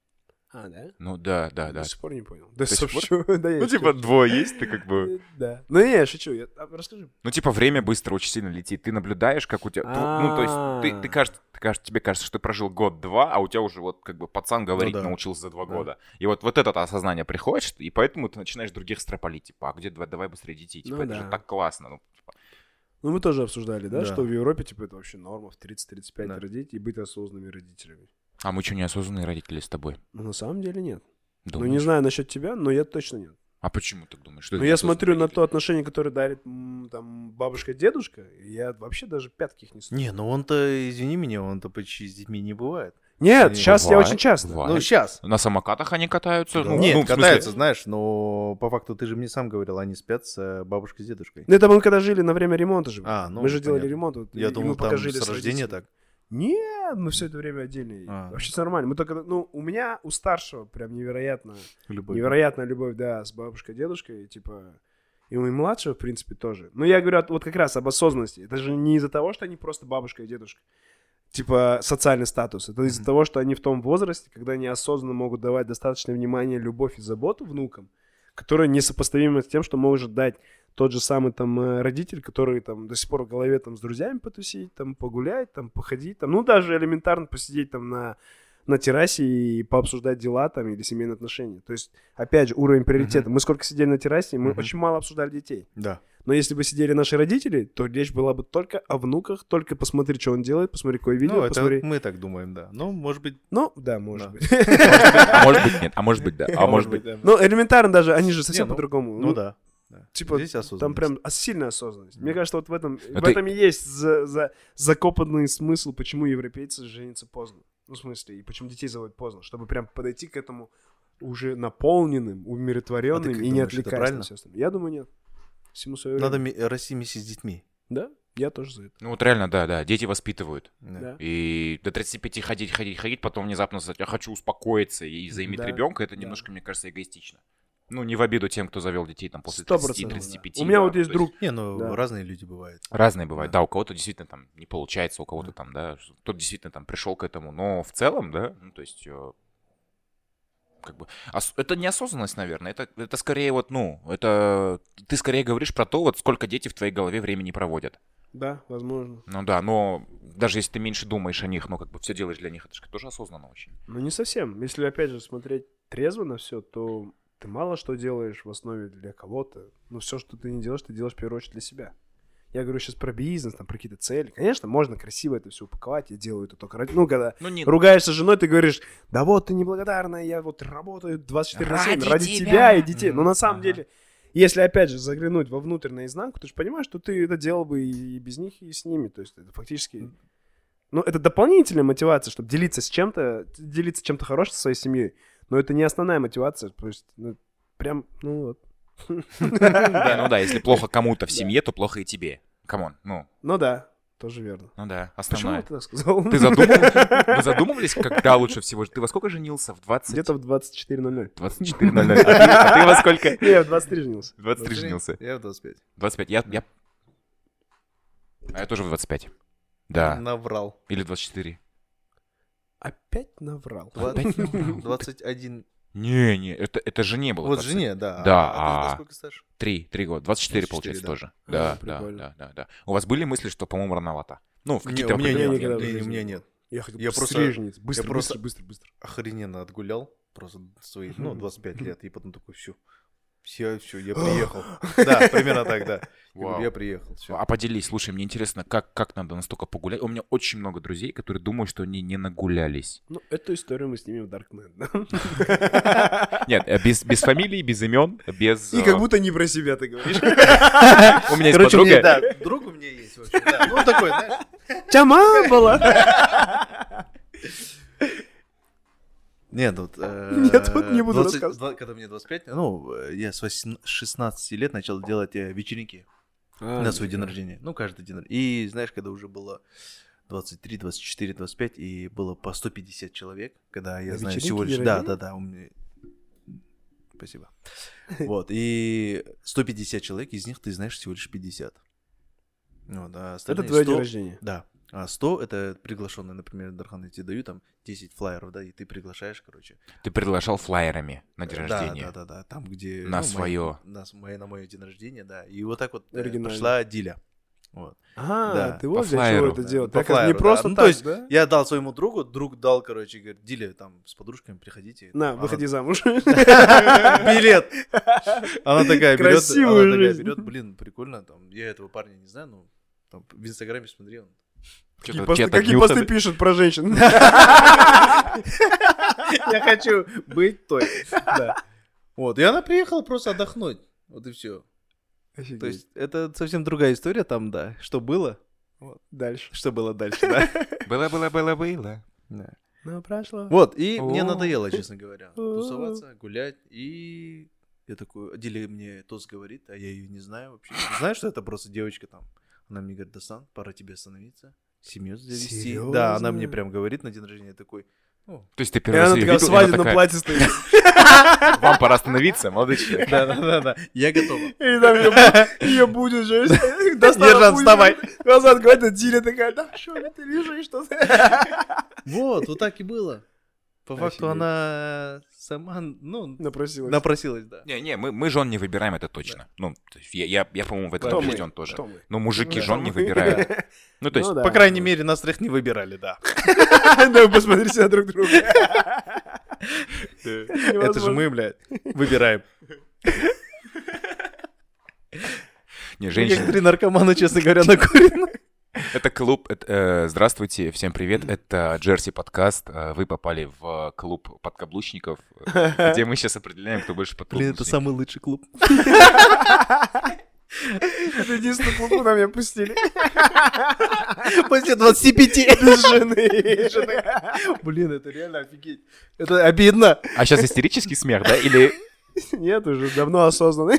S2: А, да?
S1: Ну да, да, да.
S2: До сих пор не понял. До
S1: сих
S2: сих
S1: пор?
S2: пор? *laughs* Да, я
S1: Ну,
S2: шучу.
S1: типа, двое есть, ты как бы...
S2: Да. Ну, не, я шучу. я- а, Расскажи.
S1: Ну, типа, время быстро очень сильно летит. Ты наблюдаешь, как у тебя... Ну, то есть, ты- ты
S2: А.
S1: кажется, ты кажется- тебе кажется, что ты прожил год-два, а у тебя уже вот как бы пацан говорить
S3: да.
S1: научился за два
S2: Ну Да.
S1: года. И вот вот это осознание приходит, что- и поэтому ты начинаешь других строполить. Типа, а где два- давай быстрее детей? Типа,
S2: Ну
S1: это же
S2: да.
S1: так классно. Ну, типа,
S2: Ну, мы тоже обсуждали, да,
S3: Да.
S2: что в Европе, типа, это вообще норма в 30-35
S3: Да.
S2: родить и быть осознанными родителями.
S1: А мы что, неосознанные родители с тобой?
S2: Ну, на самом деле нет. Ну, не
S1: Думаешь?
S2: знаю насчет тебя, но я точно нет.
S1: А почему ты думаешь? Что
S2: Ну,
S1: это
S2: я смотрю
S1: неосознанные
S2: на то отношение, которое дарит м, там бабушка-дедушка, и я вообще даже пятки их не слышу.
S3: Не, ну он-то, извини меня, он-то почти с детьми не бывает.
S2: Нет,
S3: Не,
S2: сейчас я
S1: бывает,
S2: очень часто.
S1: бывает.
S3: Ну, сейчас.
S1: родители? На самокатах они катаются? А Ну,
S3: Нет,
S1: ну, в смысле-
S3: катаются, знаешь, но по факту ты же мне сам говорил, они спят с э, бабушкой с дедушкой.
S2: Ну, это мы когда жили на время ремонта же.
S3: А, ну,
S2: мы же делали
S3: понятно.
S2: ремонт. вот,
S3: Я
S2: и
S3: думал,
S2: мы
S3: там
S2: пока жили
S3: с рождения
S2: родителями.
S3: так.
S2: Нет, мы все это время отдельно.
S3: А.
S2: Вообще всё нормально. Мы только, ну, у меня, у старшего прям невероятно.
S3: Любой.
S2: Невероятная любовь, да, с бабушкой, дедушкой, и, типа... И у моего младшего, в принципе, тоже. Но я говорю от- вот как раз об осознанности. Это же не из-за того, что они просто бабушка и дедушка. Типа социальный статус. Это из-за
S3: Мгм.
S2: того, что они в том возрасте, когда они осознанно могут давать достаточное внимание, любовь и заботу внукам, которая несопоставима с тем, что может дать тот же самый там э, родитель, который там до сих пор в голове там с друзьями потусить, там погулять, там походить, там, ну даже элементарно посидеть там на, на террасе и пообсуждать дела там или семейные отношения. То есть, опять же, уровень приоритета. Мы сколько сидели на террасе, мы
S3: Мгм.
S2: очень мало обсуждали детей.
S3: Да.
S2: Но если бы сидели наши родители, то речь была бы только о внуках, только посмотри, что он делает, посмотри, какое видео,
S3: ну, это
S2: посмотри.
S3: мы так думаем, да. Ну, может быть...
S2: Ну, да, может
S3: Да.
S2: быть.
S1: А может быть, нет. А может быть, да. А может быть...
S3: да.
S2: Ну, элементарно даже, они же совсем
S3: ну,
S2: по-другому.
S3: Ну, да. да.
S2: Типа,
S3: Здесь
S2: Там
S3: осознанность.
S2: прям ос- сильная осознанность.
S3: Да. А
S2: Мне кажется, вот в этом, в
S1: ты-
S2: этом и есть за, за- закопанный смысл, почему европейцы женятся поздно. Ну, в смысле, и почему детей заводят поздно, чтобы прям подойти к этому уже наполненным, умиротворенным
S3: А ты как
S2: и не
S3: думаешь, это
S2: отвлекаясь на
S3: правильно?
S2: все остальное. Я думаю, нет. Всему свое
S3: Надо ми- расти вместе с детьми.
S2: Да, я тоже за это.
S1: Ну вот реально, да, да. Дети воспитывают.
S3: Да.
S2: Да.
S1: И до 35 ходить, ходить, ходить, потом внезапно сказать, я хочу успокоиться и заиметь
S2: Да,
S1: ребенка, это
S2: да.
S1: немножко, мне кажется, эгоистично. Ну, не в обиду тем, кто завел детей там после
S2: 100%, да.
S1: 30-35.
S2: У меня
S1: да,
S2: вот есть
S1: то
S2: друг,
S3: Не, ну,
S2: Да.
S3: разные люди бывают.
S1: Разные бывают, да.
S3: Да.
S1: у кого-то действительно там не получается, у кого-то там, да, что- кто-то действительно там пришел к этому, но в целом, да, ну, то есть, э, как бы, ос- это неосознанность, наверное, это, это скорее вот, ну, это, ты скорее говоришь про то, вот сколько дети в твоей голове времени проводят.
S2: да, возможно.
S1: Ну да, но даже если ты меньше думаешь о них, ну, как бы все делаешь для них, это же тоже осознанно очень.
S2: Но не совсем. Если, опять же, смотреть трезво на все, то ты мало что делаешь в основе для кого-то. Но все, что ты не делаешь, ты делаешь в первую очередь для себя. Я говорю сейчас про бизнес, там, про какие-то цели. Конечно, можно красиво это все упаковать. Я делаю это только ради... Ну, когда
S1: Ну, не...
S2: ругаешься с женой, ты говоришь, да вот ты неблагодарная, я вот работаю 24 на 7
S1: Ради
S2: ради
S1: тебя».
S2: тебя, и детей. Но на самом
S3: Ага.
S2: деле, если опять же заглянуть вовнутрь наизнанку, ты же понимаешь, что ты это делал бы и без них, и с ними. То есть это фактически... Ну, это дополнительная мотивация, чтобы делиться с чем-то, делиться чем-то хорошим со своей семьей. Но это не основная мотивация. То есть, ну, прям, ну вот.
S1: Да, ну да, если *laughs* плохо кому-то в семье, то плохо и тебе. Камон, ну,
S2: Ну да, тоже верно.
S1: ну да,
S2: Почему
S1: основная.
S2: ты так сказал?
S1: Ты
S2: *laughs*
S1: задумывал- вы задумывались, когда лучше всего? Ты во сколько женился? В 20?
S2: Где-то в
S1: 24.00.
S2: 24.00.
S1: А ты- А ты во сколько?
S2: Не, я в 23 женился.
S1: 23 женился.
S3: Я в 25.
S1: 25. Я, я... А я тоже в 25. Да.
S3: Наврал.
S1: Или 24.
S2: Опять наврал.
S3: Два-
S1: Опять
S3: *laughs*
S1: наврал.
S3: 21.
S1: Не, не, это, это жене было.
S3: Вот жене, да.
S1: Да,
S3: А ты
S1: а-
S3: на сколько старше?
S1: 3, 3 года. 24,
S3: 24,
S1: получается
S3: да.
S1: тоже.
S2: А,
S1: Да, да,
S2: прикольно.
S1: да, да, да. У вас были мысли, что, по-моему, рановато? Ну, в
S3: Не,
S1: какие-то
S3: у меня
S1: определенные-
S3: нет,
S2: никогда в
S3: не,
S2: жизни
S3: у меня
S2: не
S3: нет.
S2: Я хотел
S3: Я просто-
S2: быстрее жениться. Быстро,
S3: я просто-
S2: быстро, быстро, быстро.
S3: Охрененно отгулял. Просто свои, *laughs* ну, 25 лет. И потом такой, все. Все,
S1: *gasps*
S3: все, я приехал. Да, примерно так, да. Я говорю,
S1: Вау.
S3: Я приехал. всё.
S1: А поделись, слушай, мне интересно, как, как надо настолько погулять. У меня очень много друзей, которые думают, что они не нагулялись.
S2: Ну, эту историю мы снимем в Darknet, да?
S1: Нет, э, без, без фамилий, без имен, без...
S2: И
S1: э,
S2: как будто не про себя ты
S3: *laughs*
S2: говоришь.
S1: У меня есть
S3: Короче, у меня,
S1: подруга,
S3: да, друг у меня есть вообще, да. Ну, он такой, знаешь,
S2: Тяма была.
S3: *laughs* Нет, вот...
S2: *laughs*
S3: э,
S2: Нет, вот не буду
S3: 20
S2: рассказывать.
S3: два- Когда мне 25, ну, э, я с 18 16 лет начал делать э, вечеринки
S2: А,
S3: на свой день рождения. Ну, каждый день. рождения. И, знаешь, когда уже было 23, 24, 25, и было по 150 человек, когда я
S2: На
S3: знаю
S2: вечеринке
S3: всего лишь...
S2: день
S3: Да,
S2: рождения?
S3: да, да, у меня... Спасибо. Вот, и 150 человек, из них ты знаешь всего лишь 50. Вот,
S2: Это
S3: а остальные
S2: твое день
S3: 100
S2: рождения.
S3: Да. А 100 — это приглашенные, например, Дархан, я тебе даю там 10 флайеров, да, и ты приглашаешь, короче.
S1: Ты приглашал флайерами на день
S3: да,
S1: рождения.
S3: Да, да, да, там, где... ну,
S1: На
S3: мои-
S1: своё.
S3: на, с- мои- на мое день рождения, да. И вот так вот э,
S2: Оригинально.
S3: пошла Диля. Вот.
S2: А,
S3: Да,
S2: ты
S1: по
S2: вот для
S1: флайеру,
S2: чего это
S3: да,
S2: делать.
S3: по
S2: Так, это не
S3: флайеру, да.
S2: просто
S3: Ну, то
S2: так,
S3: есть *laughs*
S2: да?
S3: Я дал своему другу, друг дал, короче, говорит, Диля, там, с подружками приходите.
S2: На,
S3: Она- «А,
S2: выходи замуж. *laughs*
S3: Билет. Она такая берет,
S2: Красивую
S3: она такая
S2: жизнь.
S3: берет, блин, прикольно, там, я этого парня не знаю, но там в Инстаграме смотрел.
S2: Какие
S1: Чё-то-
S2: посты-
S1: чё-то а
S2: Какие
S1: днюхали.
S2: посты пишут про
S3: *laughs*
S2: женщин?
S3: Я хочу быть той. Да. Вот, и она приехала просто отдохнуть. Вот и все.
S2: Офигеть.
S3: То есть это совсем другая история там, да. Что было,
S2: Дальше.
S3: что было дальше, да.
S1: Было, было, было, было.
S3: да.
S2: Ну, прошло.
S3: Вот, и мне
S1: О.
S3: надоело, честно
S2: *laughs*
S3: говоря,
S2: О.
S3: тусоваться, гулять, и я такой, Дили мне тос говорит, а я ее не знаю вообще. Не знаю, что это просто девочка там. Она мне говорит, Дасан, пора тебе остановиться, семью завести. Да, она мне
S2: Серьёзно?
S3: прям говорит на день рождения я такой,
S1: То есть ты
S2: И
S1: первый раз
S2: она
S1: её
S2: такая в
S1: видел, и она
S2: свадебном
S1: такая,
S2: платье стоит.
S1: *laughs*
S3: *laughs*
S1: Вам пора остановиться, молодой человек.
S3: да-да-да, я готова.
S2: И там ее, бу- ее будет же. *laughs* Достала
S3: Ержан,
S2: пулю,
S3: вставай.
S2: Глаза открывает, а Диля такая, да что ли ты лежишь? Что ты?»
S3: *laughs* Вот, вот так и было. По факту
S2: Офигеть.
S3: она сама, ну,
S2: Напросилась.
S3: напросилась, да.
S1: Не, не, мы, мы жен не выбираем, это точно. Ну, то есть я, я, я, по-моему, в этом
S2: Кто мы?
S1: убежден тоже.
S2: Кто мы?
S1: Но Ну, мужики
S2: Да.
S1: жен не
S2: *laughs*
S1: выбирают. Ну, то есть,
S2: Ну да.
S3: По крайней мере, нас трех не выбирали, *laughs* да.
S2: Да, вы посмотрите на друг друга.
S3: Это же
S2: *laughs* Невозможно.
S3: мы, блядь, выбираем.
S1: не, женщины,
S3: Некоторые наркоманы, честно говоря, накурены.
S1: это клуб, это, э, здравствуйте, всем привет, это Джерси подкаст, Э, вы попали в э, клуб подкаблучников, э, где мы сейчас определяем, кто больше
S3: Блин, это
S1: подкаблучник.
S3: самый лучший клуб.
S2: Это единственный клуб, куда меня пустили.
S3: После 25.
S2: Без *laughs* *laughs* жены.
S3: *laughs* Блин, это реально офигеть. Это обидно.
S1: А сейчас истерический смех, да? Или
S2: Нет, уже давно *laughs* осознанный.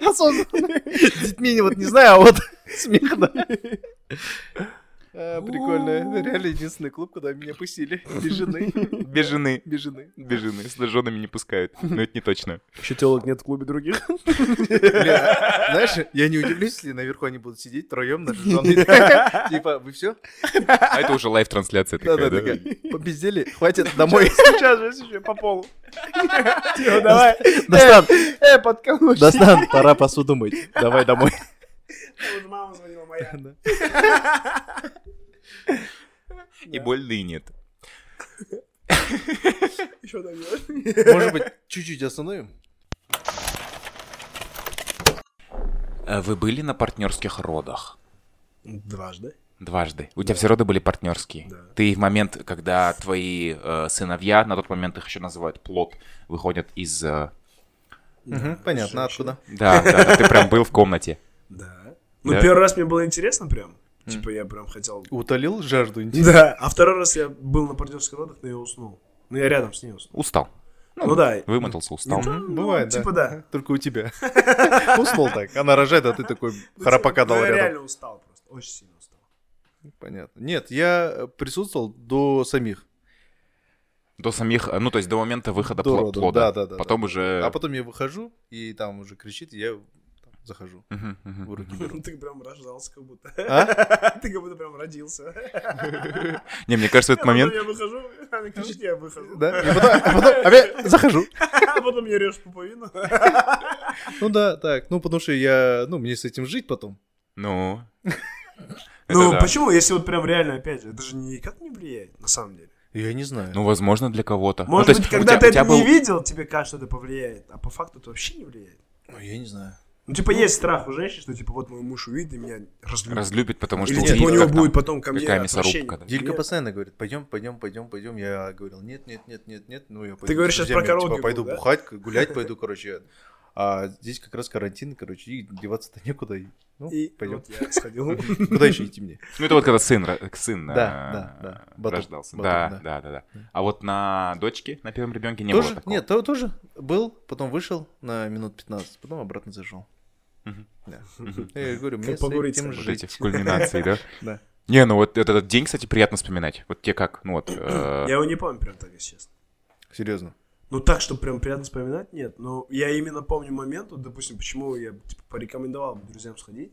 S3: Осознанно. С детьми вот не знаю, а вот смехно. А,
S2: *laughs*
S3: Прикольно. Это реально единственный клуб, куда меня пустили. Без жены.
S1: без жены?
S3: Без жены.
S1: Без жены, с женами не пускают, но это не точно.
S2: Еще телок нет в клубе других.
S3: Бля, а, Знаешь, я не удивлюсь, если наверху они будут сидеть втроем на *laughs* Типа, вы все?
S1: А это уже лайв-трансляция такая, да?
S3: Побездели, хватит домой.
S2: *laughs* Сейчас же сейчас по *laughs* полу. Тихо, давай.
S3: Достан,
S2: Э, подколочник.
S3: Достан, пора посуду мыть. Давай домой.
S2: Вот Мама звонила моя.
S1: И больно и нет.
S2: Еще
S3: Может быть, чуть-чуть остановим?
S1: А Вы были на партнерских родах?
S2: Дважды.
S1: Дважды. У тебя все роды были партнерские.
S2: Да.
S1: Ты в момент, когда твои э, сыновья, на тот момент их еще называют плод, выходят из... э,
S3: Понятно, откуда?
S1: Да, да, да, ты прям был в комнате.
S2: Да. Ну,
S1: Да.
S2: первый раз мне было интересно прям. Типа, я прям хотел...
S3: Утолил жажду
S1: Типа.
S2: Да. А второй раз я был на партнерских родах, но я уснул. Ну, я рядом с ней уснул.
S1: Устал.
S2: Ну да.
S1: Вымотался, устал.
S2: Ничего. Ну,
S3: Бывает, да.
S2: типа да.
S3: Только у тебя. *laughs* Уснул так. Она рожает, а ты такой харапака
S2: Ну,
S3: дал
S2: Я
S3: рядом.
S2: реально устал просто. Очень сильно устал.
S3: Понятно. Нет, я э, присутствовал до самих.
S1: До самих, э, ну то есть до момента выхода
S3: До
S1: пло-
S3: родов,
S1: плода.
S3: да, да, да,
S1: Потом э, уже...
S3: А потом я выхожу, и там уже кричит, и я там захожу.
S1: Мгм, мгм.
S3: В руки
S2: *laughs*
S3: беру.
S2: Ну, Ты прям рождался как будто.
S3: А?
S2: *laughs* Ты как будто прям родился. А
S1: Не, мне кажется, этот момент...
S2: ну, Я выхожу, а она кричит, я выхожу.
S3: Да? И потом, а потом опять захожу.
S2: *laughs* А потом я режу пуповину. *laughs*
S3: Ну да, так. Ну, потому что я... Ну, мне с этим жить потом.
S1: Ну... Это
S2: Ну,
S1: да.
S2: почему, если вот прям реально, опять же, это же никак не влияет, на самом деле.
S3: Я не знаю.
S1: Ну, возможно, для кого-то. Ну,
S2: Может
S1: то есть
S2: быть,
S1: у
S2: когда
S1: тебя-
S2: ты
S1: у тебя
S2: это не
S1: был-
S2: видел, тебе кажется, это повлияет, а по факту это вообще не влияет.
S3: Ну, я не знаю.
S2: Ну, типа, есть страх у женщин, что, типа, вот мой муж увидит и меня разлюбит.
S1: Разлюбит, потому что
S2: Или,
S1: у
S2: типа,
S1: тебя
S2: у него
S1: как там-
S2: будет потом ко мне
S1: какая
S2: отвращение.
S1: мясорубка, да.
S3: Дилька
S2: Нет.
S3: постоянно говорит, пойдем, пойдем, пойдем, пойдем. Я говорил, нет, нет, нет, нет, нет. Ну, я пойду. с
S2: говоришь сейчас
S3: друзьями,
S2: про
S3: типа,
S2: караоке
S3: пойду
S2: был, да?
S3: бухать, к-
S2: *laughs*
S3: гулять пойду, короче. А здесь как раз карантин, короче, и деваться-то некуда. и, Ну,
S2: И
S3: пойдем.
S2: вот я сходил.
S3: Куда еще идти мне?
S1: Ну, это вот когда сын, ро- сын
S3: Да,
S1: э,
S3: да, да. Батут,
S1: рождался.
S3: батут,
S1: да,
S3: да.
S1: да, да, да. А вот на дочке, на первом ребенке не было
S3: Тоже?
S1: такого.
S3: Нет, то- тоже был, потом вышел на минут 15, потом обратно зашел.
S1: Мгм.
S3: Да. Я говорю, мне
S2: Как
S3: с
S2: погурить
S3: этим
S2: с
S1: Вот
S3: жить.
S1: эти в кульминации, да?
S3: *laughs* Да.
S1: Не, ну вот этот день, кстати, приятно вспоминать. Вот те как, ну вот. э,
S2: Я его не помню прям так, если честно.
S3: Серьезно.
S2: Ну, так, что прям приятно вспоминать, нет. Но я именно помню момент, вот, допустим, почему я, типа, порекомендовал бы друзьям сходить.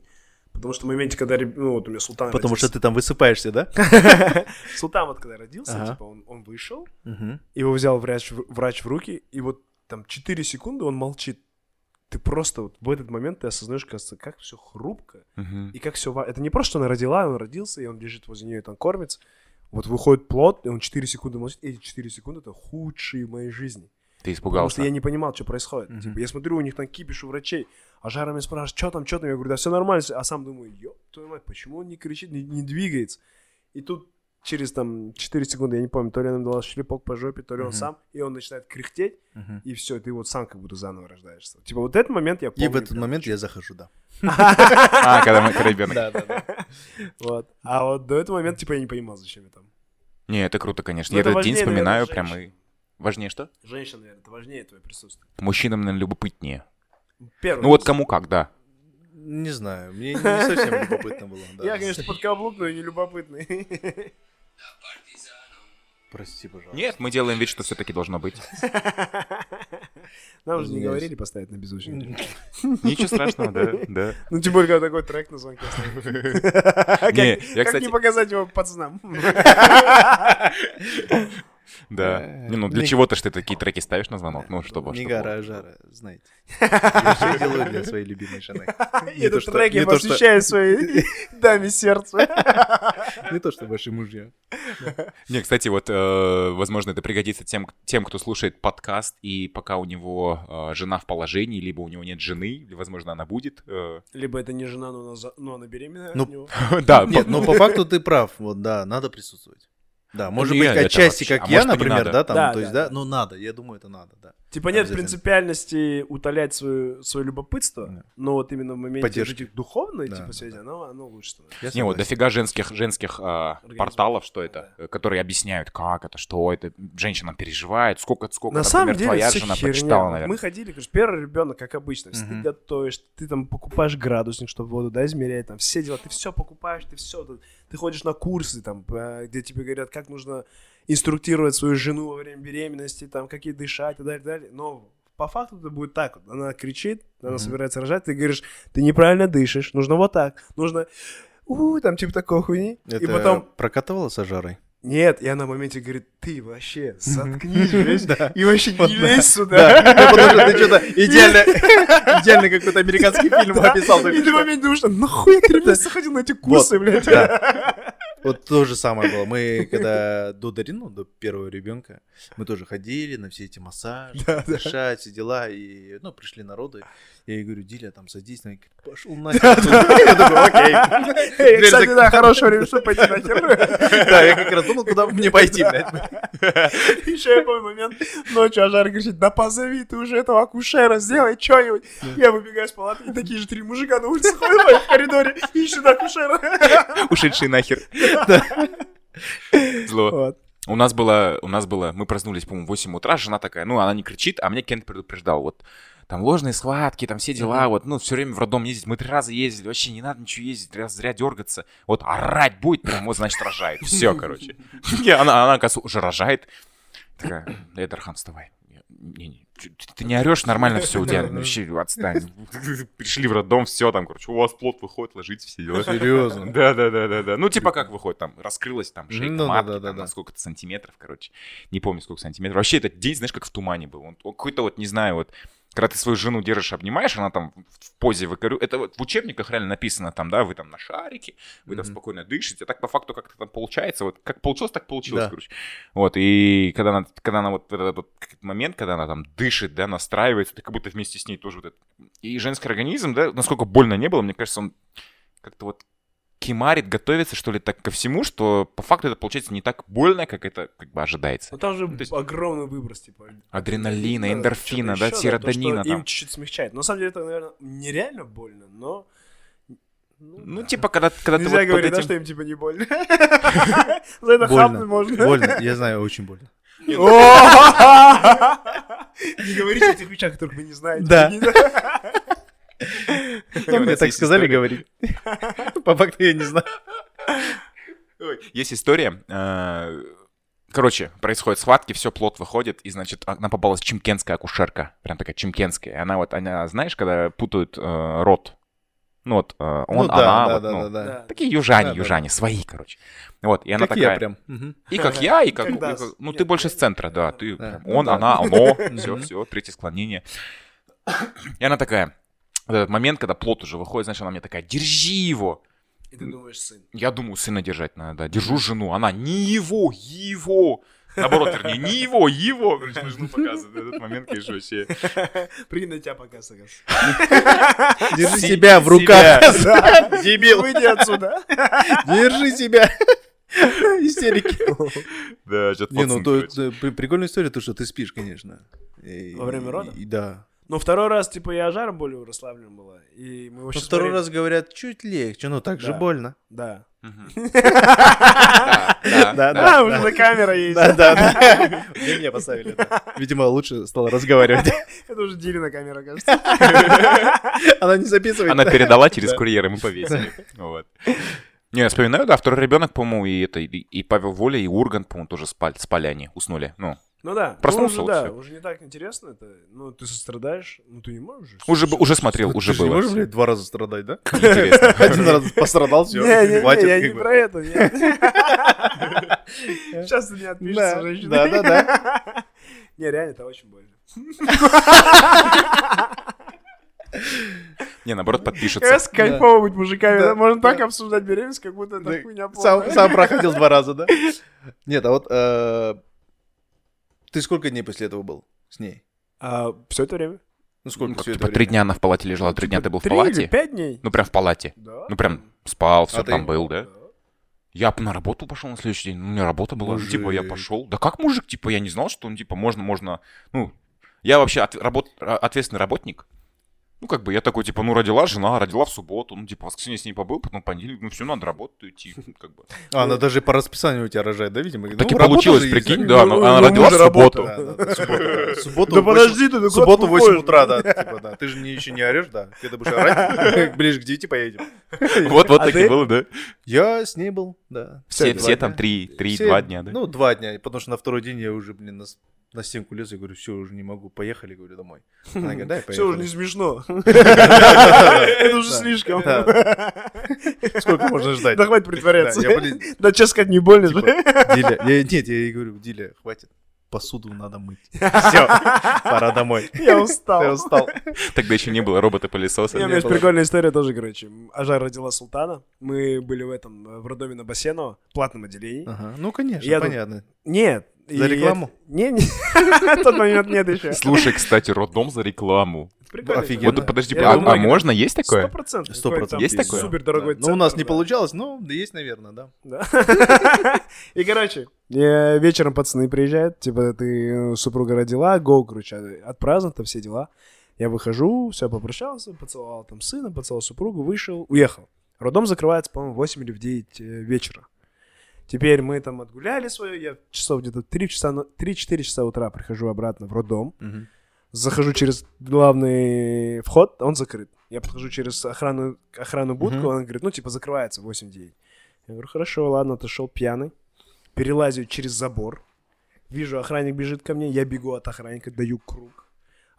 S2: Потому что в моменте, когда... реб- Ну, вот у меня Султан
S3: Потому что
S2: родился.
S3: ты там высыпаешься, да?
S2: Султан вот когда родился,
S3: Ага.
S2: типа, он- он вышел,
S3: Мгм.
S2: Его взял врач, в- врач в руки, и вот там 4 секунды он молчит. Ты просто вот в этот момент ты осознаешь, кажется, как все хрупко,
S1: Мгм.
S2: и как все... Это не просто, что она родила, он родился, и он лежит возле нее, и там кормится. Вот выходит плод, и он 4 секунды молчит. Эти 4 секунды — это худшие в моей жизни.
S1: Ты
S2: Потому что
S1: испугался.
S2: я не понимал, что происходит.
S3: Мгм.
S2: Типа, я смотрю, у них там кипиш у врачей, а Жара меня спрашивает, что там, что там? Я говорю, да все нормально. всё». А сам думаю, ёб твою мать, почему он не кричит, не, не двигается? И тут через там 4 секунды, я не помню, то ли она ему дала шлепок по жопе, то ли он
S3: Мгм.
S2: сам, и он начинает кряхтеть,
S3: Мгм.
S2: и все, ты вот сам как будто заново рождаешься. Типа вот этот момент я помню.
S3: И в этот
S2: прям.
S3: момент я захожу, да.
S1: А, когда мы когда ребенок.
S3: *laughs* да, да.
S2: Вот. А вот до этого момента, типа, я не понимал, зачем я там.
S1: Не, это круто, конечно.
S2: Ну,
S1: Я
S2: это
S1: этот день
S2: важнее, наверное,
S1: вспоминаю прям и... Важнее что?
S2: Женщина, наверное, это важнее твое присутствие.
S1: Мужчинам, наверное, любопытнее.
S2: Первое.
S1: Ну вот кому как, да.
S3: Не знаю, мне не совсем любопытно было. да.
S2: Я, конечно, подкаблук, но и не
S3: *laughs*
S2: любопытный.
S3: Прости, пожалуйста.
S1: Нет, мы делаем вид, что все-таки должно быть.
S2: Нам же не
S3: Извиняюсь.
S2: говорили поставить на беззвучный. режим.
S1: Ничего страшного, да, да.
S2: Ну, тем более, когда такой трек на звонке стоит.
S3: *laughs*
S2: Как
S1: Не, я,
S2: как не
S1: кстати,
S2: показать его пацанам? *laughs*
S1: да.
S3: Э,
S1: Не, ну для
S3: не-
S1: чего-то ж ты такие треки ставишь на звонок? Ну, чтобы...
S3: Не
S1: чтобы-
S3: гора, а жара, знаете. Я *laughs* все делаю для своей
S2: *laughs*
S3: любимой жены.
S2: И
S3: Не то,
S2: Этот
S3: что-
S2: трек я
S3: не то, что-
S2: посвящаю
S3: *laughs*
S2: своей даме сердца.
S3: Не то, что ваши мужья.
S1: Не, кстати, вот, э, возможно, это пригодится тем, тем, кто слушает подкаст, и пока у него э, жена в положении, либо у него нет жены, или, возможно, она будет.
S2: *laughs*
S1: э,
S2: Либо это не жена, но она за- но она беременна от
S3: Ну, *laughs*
S2: него.
S1: Да,
S3: Нет,
S1: по-
S3: ну по факту ты прав, вот да, надо присутствовать. Да, может
S1: Не,
S3: быть,
S1: это
S3: отчасти,
S1: вообще- а
S3: как я,
S1: может и не
S3: например,
S1: надо.
S3: да, там,
S2: Да,
S3: то есть,
S2: да,
S3: да, ну надо, я думаю, это надо, да.
S2: Типа нет
S3: Обязательно.
S2: принципиальности утолять свое, свое любопытство,
S3: Да.
S2: но вот именно в моменте
S3: Поддержки.
S2: вот этих духовной
S3: Да,
S2: типа
S3: да,
S2: связи,
S3: да.
S2: оно, оно лучше становится.
S3: Я
S1: Не, вот
S3: согласен.
S1: дофига женских, женских а,
S2: Организмов.
S1: порталов, что это, э, которые объясняют, как это, что это, женщина переживает, сколько, сколько,
S2: На
S1: например,
S2: самом деле,
S1: твоя
S2: вся
S1: жена
S2: херня.
S1: прочитала,
S2: Вот
S1: наверное. *laughs*
S2: Мы ходили, короче, первый ребенок, как обычно, если ты
S3: Мгм.
S2: готовишь, ты там покупаешь градусник, чтобы воду, да, измерять, там все дела, ты все покупаешь, ты все, ты ходишь на курсы, там, э, где тебе говорят, как нужно инструктировать свою жену во время беременности, там, как ей дышать и так далее, далее. Но по факту это будет так вот. Она кричит, она
S3: Мгм.
S2: собирается рожать, ты говоришь, ты неправильно дышишь, нужно вот так, нужно... У, там типа такого хуйни.
S3: Это
S2: И потом,
S3: прокатывала с жарой?
S2: нет, и она в моменте говорит, ты вообще
S3: *laughs*
S2: заткнись, жесть,
S3: Да.
S2: и вообще не
S3: Вот да.
S2: лезь сюда.
S3: *laughs* Да, потому что
S2: *laughs*
S3: ты что-то идеально, идеально какой-то американский фильм
S2: Да.
S3: описал. только
S2: И ты в
S3: что.
S2: момент думаешь, «А нахуй я три месяца ходил на эти курсы, блядь.
S3: *laughs* Да. Вот то же самое было. Мы когда до Дарину, до первого ребенка, мы тоже ходили на все эти массажи,
S2: Да, да.
S3: дышать, все дела, и, ну, пришли народы. Я ей говорю, Диля, там, садись, она говорит, *laughs* пошел нахер. отсюда». Я такой, окей.
S2: *laughs* Эй,
S3: Дверь
S2: кстати, да,
S3: закрыта.
S2: хорошее время, чтобы пойти нахер. *laughs*
S3: Да, я как раз думал, куда мне пойти, блядь.
S2: Еще я помню момент, ночью Ажар кричит, да позови ты уже этого акушера, сделай что-нибудь. Я выбегаю из палаты, и такие же три мужика на улице ходят блядь, в коридоре, ищут акушера.
S1: Ушедшие
S2: *laughs*
S1: нахер. Зло.
S2: Вот.
S1: У нас было, у нас было, мы проснулись, по-моему, в 8 утра, жена такая, ну, она не кричит, а мне Кент предупреждал, вот, там ложные схватки, там все дела, вот, ну, все время в роддом ездить, мы три раза ездили, вообще не надо ничего ездить, раз зря дергаться, вот, орать будет, прям, вот, значит, рожает, все, короче. И она, она, оказывается, уже рожает, такая, Эдархан, вставай. Я, «Не-не, чё, ты, ты не орешь, нормально все у тебя, ну, вообще отстань. *laughs* Пришли в роддом, все там, короче, у вас плод выходит, ложитесь, все дела. *laughs*
S3: Серьезно.
S1: Да, да, да, да, да. Ну, типа как выходит, там раскрылась там шейка
S3: Ну, да,
S1: матки,
S3: да,
S1: там,
S3: да,
S1: на
S3: да.
S1: сколько-то сантиметров, короче. Не помню, сколько сантиметров. Вообще этот день, знаешь, как в тумане был. Он, он какой-то вот, не знаю, вот, когда ты свою жену держишь, обнимаешь, она там в позе выкорю. Это вот в учебниках реально написано там, да, вы там на шарике, вы там
S3: Мгм.
S1: спокойно дышите. А так по факту как-то там получается. Вот как получилось, так получилось,
S3: Да.
S1: короче. Вот, и когда она, когда она вот этот вот как этот момент, когда она там дышит, да, настраивается, ты как будто вместе с ней тоже вот это. И женский организм, да, насколько больно не было, мне кажется, он как-то вот кимарит, готовится, что ли, так ко всему, что по факту это получается не так больно, как это как бы ожидается.
S2: Ну, там же
S1: То есть-
S2: огромный выброс, типа,
S1: Адреналина,
S2: Да,
S1: эндорфина,
S2: что-то
S1: да,
S2: ещё, то, что
S1: серотонина
S2: Им
S1: там.
S2: чуть-чуть смягчает. На самом деле это, наверное, нереально больно, но...
S1: Ну,
S2: да.
S1: типа, когда, когда ты
S2: Нельзя
S1: вот под
S2: говорить, да,
S1: этим-
S2: что им типа не
S1: *laughs*
S2: больно. За это
S3: Больно.
S2: хапнуть можно. *laughs*
S3: Больно, я знаю, очень больно.
S2: Не говорите о тех вещах, которых вы не знаете.
S3: Да.
S1: Ну,
S3: Мне
S1: это
S3: так
S1: есть
S3: сказали
S1: история.
S3: говорить. *laughs* По факту я не знаю.
S1: Ой, Есть история. э, Короче, происходят схватки, все, плод выходит, и, значит, она попалась чемкенская акушерка. Прям такая чемкенская. И Она вот, она, знаешь, когда путают э, рот, Ну вот, э, он,
S3: Ну
S1: она,
S3: да,
S1: вот,
S3: да,
S1: ну,
S3: да, да, да.
S2: Да.
S1: Такие южане,
S3: Да, да,
S1: южане, свои, короче. Вот, и она
S3: Как
S1: такая...
S3: я прям. Мгм.
S1: И как я, и как...
S2: Как
S1: ну, и
S2: нас.
S1: как- ну,
S2: Я
S1: ты больше с
S2: такая,
S1: центра, да.
S2: да,
S1: Ты
S3: да.
S1: прям
S3: Ну
S1: он,
S3: да.
S1: она, оно. Все,
S3: *laughs* Мгм.
S1: все, третье склонение. И она такая... вот этот момент, когда плод уже выходит, знаешь, она мне такая, держи его.
S2: И ты думаешь, сын. *laughs*
S1: Я думаю, сына держать надо, да. Держу жену. Она не его, его. Наоборот, вернее, не его, его. Короче, на жену показывает. Этот момент, конечно, вообще...
S2: Прыгни на тебя пока, Сагас.
S3: Держи
S1: Си-
S3: себя в руках. *laughs*
S2: Дебил. Выйди отсюда.
S3: Держи себя. *laughs* Истерики.
S1: Да, сейчас
S3: Не, ну
S1: пацан,
S3: то
S1: короче.
S3: это при- прикольная история, то, что ты спишь, конечно. И-
S2: Во время рода?
S3: и- Да.
S2: Ну, второй раз, типа, я жара более расслаблен была. И
S1: Ну,
S2: мы его
S3: Но
S2: щас
S3: второй
S2: смотрели.
S3: раз говорят, чуть легче, но так же
S2: Да.
S3: больно.
S2: Да.
S1: Мгм. *laughs*
S3: Да,
S1: Да, да, да.
S2: Да, уже на камера есть.
S3: да, да.
S2: *laughs*
S3: Для меня поставили. да. Видимо, лучше стала разговаривать. *laughs*
S2: Это уже Дилина камера, кажется.
S3: Она не записывает.
S1: *laughs* Она передала через
S3: Да.
S1: курьера, мы
S3: *laughs*
S1: повесили. *laughs* Вот. Не, я вспоминаю, да, второй ребенок, по-моему, и это, и, и Павел Воля, и Ургант, по-моему, тоже спали, спали они, уснули. Ну,
S2: Ну да.
S1: Проснулся,
S2: Ну,
S1: вот
S2: уже, да,
S1: всё.
S2: уже не так интересно это. Ну, ты сострадаешь, ну ты не можешь. же.
S1: уже, бы- уже смотрел, уже
S3: Ты же не
S1: было.
S3: можешь, блядь, два раза страдать, да?
S1: Интересно.
S3: *laughs* Один раз пострадал, все,
S2: Не, не,
S3: хватит.
S2: не, я
S3: как
S2: не
S3: бы.
S2: про это.
S3: *laughs*
S2: я- Сейчас ты не отпишешься,
S3: Да,
S2: женщина.
S3: да, да,
S2: да. *laughs* Не, реально, это очень больно.
S1: Не, наоборот, подпишется.
S2: Раз кайфово быть мужиками,
S3: Да,
S2: да, можно так
S3: да.
S2: обсуждать беременность, как будто это
S3: Да,
S2: хуйня
S3: Сам,
S2: полная.
S3: сам проходил два
S2: *laughs*
S3: раза, да? Нет, а вот э, ты сколько дней после этого был с ней?
S2: Все А это время?
S3: Ну
S1: Ну,
S3: сколько
S1: как,
S3: все
S1: Типа
S3: это
S1: три
S3: время?
S1: дня она в палате лежала, три дня ты был в
S2: Три или
S1: палате?
S2: пять дней?
S1: Ну, прям в палате.
S2: Да. Ну,
S1: Ну, прям спал, все
S3: А ты?
S1: там был, да? Я б на работу пошел на следующий день. Ну, у меня работа была. ну, Типа, я
S3: Мужик.
S1: пошел. Да как мужик? Типа, я не знал, что он, типа, можно, можно... Ну, я вообще от- работ- а, ответственный работник. Ну, как бы я такой, типа, ну, родила жена, родила в субботу. Ну, типа, воскресенье с ней побыл, потом понедельник. Ну, все, надо работать
S2: *laughs*
S1: идти. ну, Как бы.
S3: А, она даже по расписанию у тебя рожает, да, видимо?
S1: Так и
S3: Ну, работа
S1: получилось,
S3: же есть,
S1: прикинь,
S3: да?
S1: да. она-
S2: Ну,
S1: Она
S2: ну,
S1: родила в
S2: мужа работа.
S1: субботу.
S3: Да, да, да, суббота, да.
S2: *laughs*
S3: Субботу
S2: Да
S3: в восемь-
S2: подожди ты,
S3: В
S2: да куда
S3: субботу в
S2: ты
S3: 8
S2: выходишь?
S3: утра, да, типа, да. Ты же не- еще не орешь, да? Когда
S2: *laughs*
S3: будешь орать, ближе к 9 поедем.
S1: *laughs* Вот, вот
S2: А
S1: так и
S2: ты?
S1: было, да?
S3: Я с ней был, да.
S1: Все,
S3: два
S1: все
S3: дня.
S1: там три, три,
S3: Все-
S1: два дня, да?
S3: Ну, два дня, потому что на второй день я уже, блин, на, с- на стенку лез, я говорю, все, уже не могу, поехали, говорю, домой. Она
S2: *laughs*
S3: говорит, да,
S2: Все уже не
S3: *laughs* поехали.
S2: смешно.
S3: Да-да-да.
S2: Это уже
S3: Да.
S2: слишком.
S3: Да.
S2: *laughs*
S3: Сколько можно ждать?
S2: Да хватит притворяться.
S3: Да, я, блин,
S2: Да, честно сказать, не больно.
S3: Типа,
S2: да?
S3: Диля, я- нет, я ей говорю, Диля, хватит, посуду надо мыть. Все, пора домой.
S2: Я устал.
S3: Я устал.
S1: Тогда еще не было робота-пылесоса.
S2: *laughs* Не, ну, у меня
S1: Не
S2: есть
S1: было.
S2: прикольная история тоже, короче. Ажар родила Султана. Мы были в этом, э, в роддоме на Басенова, платном отделении.
S3: Ага, Ну, конечно,
S2: Я тут-
S3: понятно.
S2: Нет.
S3: За
S2: и
S3: рекламу?
S2: я- Не, *laughs* не. В тот момент нет еще.
S1: Слушай, кстати, роддом за рекламу.
S2: Прикольно.
S3: Офигенно.
S1: Вот подожди,
S2: Я
S1: а-
S2: думаю,
S1: а можно есть такое?
S2: Сто процентов.
S3: Сто
S2: Какой-то
S3: процентов
S2: там
S1: есть такое?
S2: Супер дорогой
S3: Да. Ну, у нас не получалось, но да есть, наверное, да.
S2: *laughs* И, короче, э, вечером пацаны приезжают, типа, ты э, супруга родила, гоу, короче, а, от праздника, все дела. Я выхожу, все, попрощался, поцеловал там сына, поцеловал супругу, вышел, уехал. Роддом закрывается, по-моему, в 8 или в 9 э, вечера. Теперь мы там отгуляли свое, я часов где-то 3 часа, на- 3-4 часа утра прихожу обратно в роддом, захожу через главный вход, он закрыт. Я подхожу через охрану, охрану будку,
S3: Мгм.
S2: она говорит, ну, типа, закрывается в 8-9. Я говорю, хорошо, ладно, отошел пьяный. Перелазю через забор. Вижу, охранник бежит ко мне, я бегу от охранника, даю круг.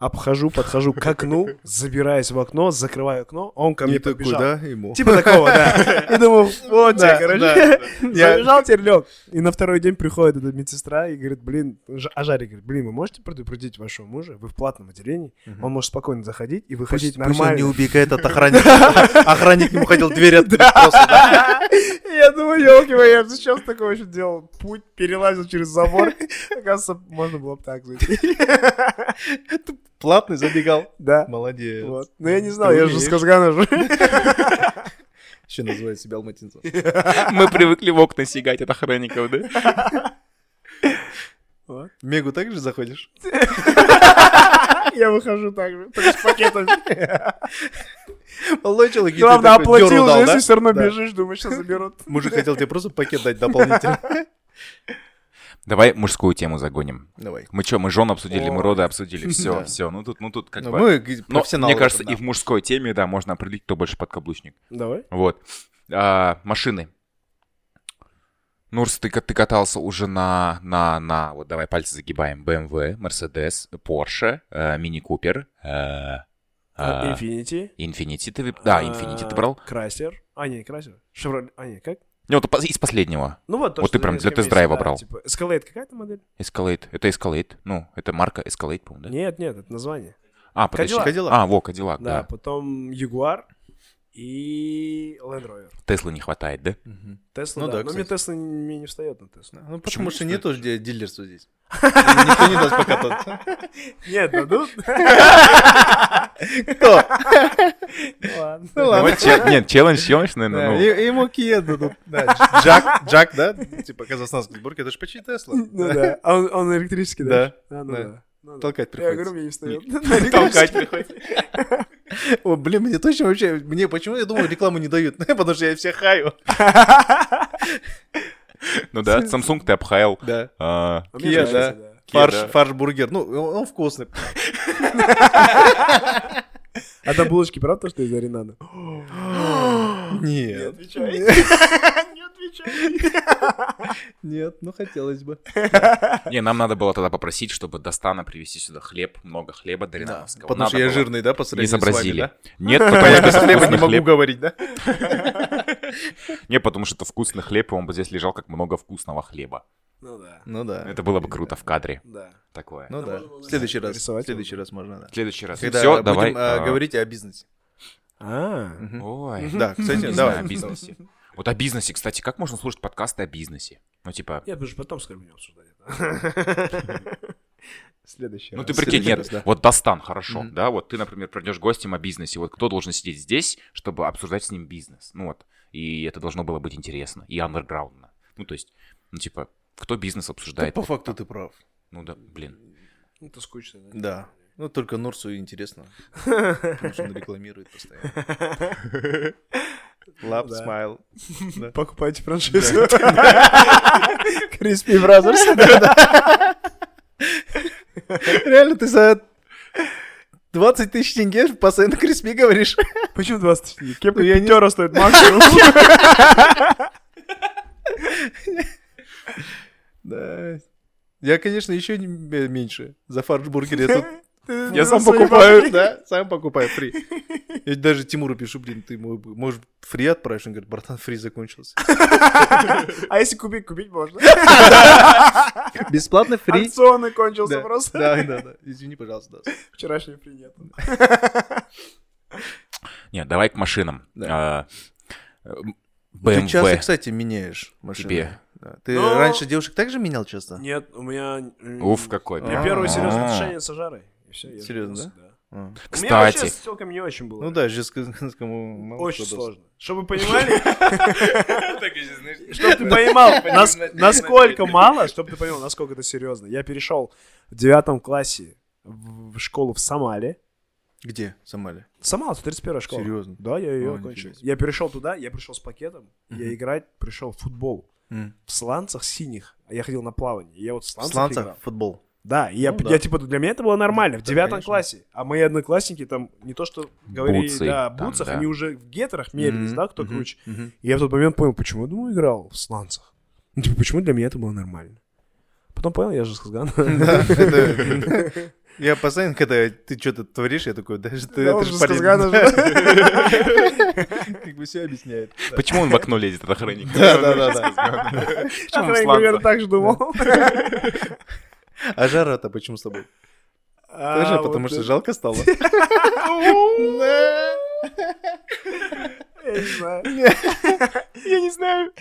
S2: Обхожу, подхожу к окну, забираюсь в окно, закрываю окно, он ко мне
S3: И такой,
S2: подбежал.
S3: да, ему.
S2: Типа *laughs* такого, да. И думаю, вот
S3: Да,
S2: тебе, короче.
S3: да, Я-
S2: Забежал, теперь лег. И на второй день приходит эта медсестра и говорит, блин, Ж- Ажари говорит, блин, вы можете предупредить вашего мужа? Вы в платном отделении,
S3: Мгм.
S2: он может спокойно заходить и
S3: Пусть-
S2: выходить
S3: пусть он не
S2: нормально.
S3: убегает *laughs* от охранника. Охранник ему хотел дверь открыть просто, да.
S2: *laughs* Я думаю, елки мои, я сейчас такое еще делал. Путь перелазил через
S3: *laughs*
S2: забор. Оказывается, можно было бы так зайти.
S3: Платный забегал.
S2: Да.
S3: Молодец.
S2: Вот. Но я не знал, я же с
S3: умеешь.
S2: Казгана же.
S3: *laughs* Еще называет себя *laughs* алматинцем.
S1: *laughs* Мы привыкли в окна сигать от охранников,
S2: *laughs*
S1: да?
S2: Вот.
S3: Мегу также заходишь?
S2: Я выхожу так же, только
S3: *laughs*
S2: с пакетами.
S3: Получил и
S2: Главное,
S3: такой дёру
S2: оплатил
S3: дал,
S2: же,
S3: да?
S2: если все равно
S3: Да.
S2: бежишь, думаешь, сейчас заберут.
S3: Мужик хотел тебе просто пакет дать дополнительно.
S1: Давай мужскую тему загоним.
S3: *laughs* Давай.
S1: Мы что, мы жен обсудили, мы
S2: Ой.
S1: роды
S3: *laughs*
S1: обсудили, все,
S3: Да.
S1: все. Ну тут, ну тут как
S3: Ну,
S1: бы...
S3: мы г-
S1: Но,
S3: профессионалы.
S1: мне кажется,
S3: в этом,
S1: и в мужской теме, да, можно определить, кто больше подкаблучник.
S2: Давай.
S1: Вот. А, машины. Нурс, ты, ка- ты катался уже на, на, на, вот давай пальцы загибаем, BMW, Mercedes, Porsche, э, Mini Cooper, э, А,
S2: Infinity.
S1: Infinity ты... выб- Да,
S3: э.
S1: Infinity ты брал.
S2: Крайслер. А, не, Крайслер. Шевроле. А, не, как?
S1: Не, вот из последнего.
S2: Ну вот, то,
S1: Вот
S2: что
S1: ты прям
S2: несколько
S1: для тест-драйва
S2: месяцев, да,
S1: брал.
S2: Типа, Escalade какая-то модель?
S1: Escalade. Это Escalade. Ну, это марка Escalade, по-моему, да?
S2: Нет, нет, это название.
S1: А, подожди.
S2: Cadillac.
S3: Cadillac.
S1: А, во, Кадиллак,
S2: Да,
S1: да.
S2: потом Jaguar и Land Rover.
S1: Теслы не хватает, да?
S2: Тесла,
S3: Ну
S2: да.
S3: да,
S2: Но мне
S3: кстати.
S2: Тесла мне не встает на Теслу.
S3: Ну, потому что нету ж ди- дилерства *laughs* здесь. Никто не даст покататься.
S2: Нет, ну,
S3: *laughs*
S2: дадут?
S3: Кто?
S2: Ну ладно.
S1: Вот че- Нет, челлендж съемочный,
S3: *laughs*
S1: наверное, ну,
S3: И- Ему Кия дадут. *laughs* Да, Дж- Джак, Джак, да? Типа казахстанской сборки, это же почти Тесла.
S2: Ну да. А он- он электрический, да? А, ну
S3: да.
S2: да. Ну да.
S3: Толкать
S2: Я
S3: приходится.
S2: говорю, мне не встает. *laughs*
S3: *laughs* Толкать приходится. О, блин, мне точно вообще... Мне почему, я думаю, рекламу не дают? *laughs* Потому что я все хаю.
S1: ну да, Samsung ты обхаял.
S3: Да.
S1: А,
S2: А мне
S3: Kia,
S2: нравится,
S3: да.
S2: да.
S1: Kia,
S3: Фарш,
S1: да.
S3: фарш-бургер. Ну, он он вкусный.
S2: А там булочки, правда, то, что из Аринана?
S3: Нет. *laughs*
S2: отвечай. Не отвечай.
S3: Нет, ну хотелось бы.
S1: Не, нам надо было тогда попросить, чтобы Достана привезти сюда хлеб, много хлеба Дариновского.
S3: Потому что я
S1: жирный.
S3: жирный, да, по
S1: Не
S3: сравнению с вами,
S1: сообразили. *laughs*
S3: да? *laughs*
S1: Нет, потому
S3: Я без
S1: что
S3: хлеба не
S1: вкусный
S3: могу
S1: хлеб.
S3: говорить, да?
S1: Не, потому что это вкусный хлеб, и он бы здесь лежал как много вкусного хлеба.
S2: Ну да,
S3: Ну да.
S1: Это было бы круто в кадре.
S2: да.
S1: Такое.
S3: Ну
S2: Да,
S3: да.
S2: можно было
S3: В следующий раз. В
S2: нарисовать
S3: следующий
S2: его.
S3: раз можно, да.
S1: В следующий раз.
S3: Когда
S1: Все,
S3: будем,
S1: давай.
S3: а,
S1: а,
S3: говорить о бизнесе.
S2: А,
S3: Мгм.
S1: Ой.
S3: Да, кстати,
S1: Не
S3: давай.
S1: знаю, о бизнесе. Вот о бизнесе, кстати, как можно слушать подкасты о бизнесе? Ну, типа,
S2: я же потом скажу, будем обсуждать это. Следующий
S1: ну
S2: раз.
S1: ты прикинь,
S3: *laughs* следующий раз,
S1: нет,
S3: да.
S1: вот Достан, хорошо,
S3: Мгм.
S1: да, вот ты, например, придешь гостем о бизнесе, вот кто должен сидеть здесь, чтобы обсуждать с ним бизнес? Ну вот, и это должно было быть интересно и андерграундно. Ну, то есть, ну, типа, кто бизнес
S3: Да,
S1: обсуждает?
S3: по факту ты прав.
S1: Ну да, блин.
S2: Ну, Это скучно, да?
S3: Да. Ну, только Норсу интересно. Потому что он рекламирует *laughs* постоянно. Лап,
S2: Ну да.
S3: смайл.
S2: *laughs* Покупайте франшизу. Криспи Бразерс.
S3: *laughs* Реально, ты за 20 тысяч тенге постоянно Криспи говоришь. *laughs*
S2: Почему 20 тысяч?
S3: Ну,
S2: Кепка пятера стоит максимум.
S3: Да. Я, конечно, еще меньше. За фаршбургер я тут
S2: Я
S3: Я сам покупаю, да, сам покупаю *laughs* фри. Я даже Тимуру пишу, блин, ты мой, может фри отправишь? Он говорит, братан, фри закончился.
S2: А если купить, купить можно.
S3: Бесплатно фри.
S2: Акционы кончился
S3: Да,
S2: просто.
S3: да, да, да. Извини, пожалуйста. да.
S2: Вчерашний привет.
S1: Нет, давай к машинам. А, э,
S3: Ты часто,
S1: BMW.
S3: кстати, меняешь машину.
S1: Тебе.
S3: Ты
S2: Но-
S3: раньше девушек также менял часто?
S2: Нет, у меня... э, м,
S1: Уф, какой.
S2: У меня первое
S3: А.
S2: серьезное отношение с Ажарой. И все, я
S3: Серьезно,
S2: женился,
S3: А.
S2: У меня вообще
S1: Кстати,
S2: с телками не очень было.
S3: Ну да, ну, Жесткому мало
S2: Очень
S3: кто даст.
S2: сложно. Чтобы вы понимали, чтобы ты
S3: *laughs*
S2: понимал, нас- насколько мало, чтобы ты понимал, насколько это серьезно. Я перешел в девятом классе в в школу в Самале.
S3: Где? Сомали.
S2: Самала, 131 школа.
S3: Серьезно?
S2: Да, я ее
S3: А,
S2: окончил.
S3: нифига себе.
S2: Я перешел туда, я пришел с пакетом, я
S3: Мгм.
S2: играть пришел в футбол.
S3: М.
S2: В сланцах синих. А Я ходил на плавание. и Я вот в
S3: В
S2: сланцах, играл.
S3: сланцах футбол.
S2: Да, и я,
S3: Ну да.
S2: я типа, для меня это было нормально, в
S3: Да,
S2: девятом
S3: конечно.
S2: классе. А мои одноклассники там не то, что говорили,
S1: Бутсы
S2: да, о
S1: там,
S2: бутсах,
S1: да.
S2: они уже в гетерах мерились,
S3: Мгм,
S2: да, кто
S3: мгм,
S2: круче.
S3: мгм. *laughs*
S2: И я в тот момент понял, почему я, думаю, играл в сланцах. Ну, типа, почему для меня это было нормально. Потом понял, я же с Хазгана.
S3: *laughs* Да, это- Я постоянно, когда ты что-то творишь, я такой, даже ты
S2: Да, он
S3: это
S2: же
S3: же
S2: с
S3: полезно». *laughs*
S2: Казгана
S3: Как бы все объясняет.
S1: почему он в окно лезет, этот охранник?
S3: *laughs* Да, да, да, да.
S1: Почему в
S2: Я примерно
S1: сланцах?
S2: так же
S3: *laughs*
S2: думал.
S3: А жара-то почему с тобой?
S2: А,
S3: Тоже
S2: вот
S3: потому что
S2: это- *laughs*
S3: жалко стало.
S2: Я не
S3: *laughs*
S2: знаю. *laughs*
S3: Я не знаю.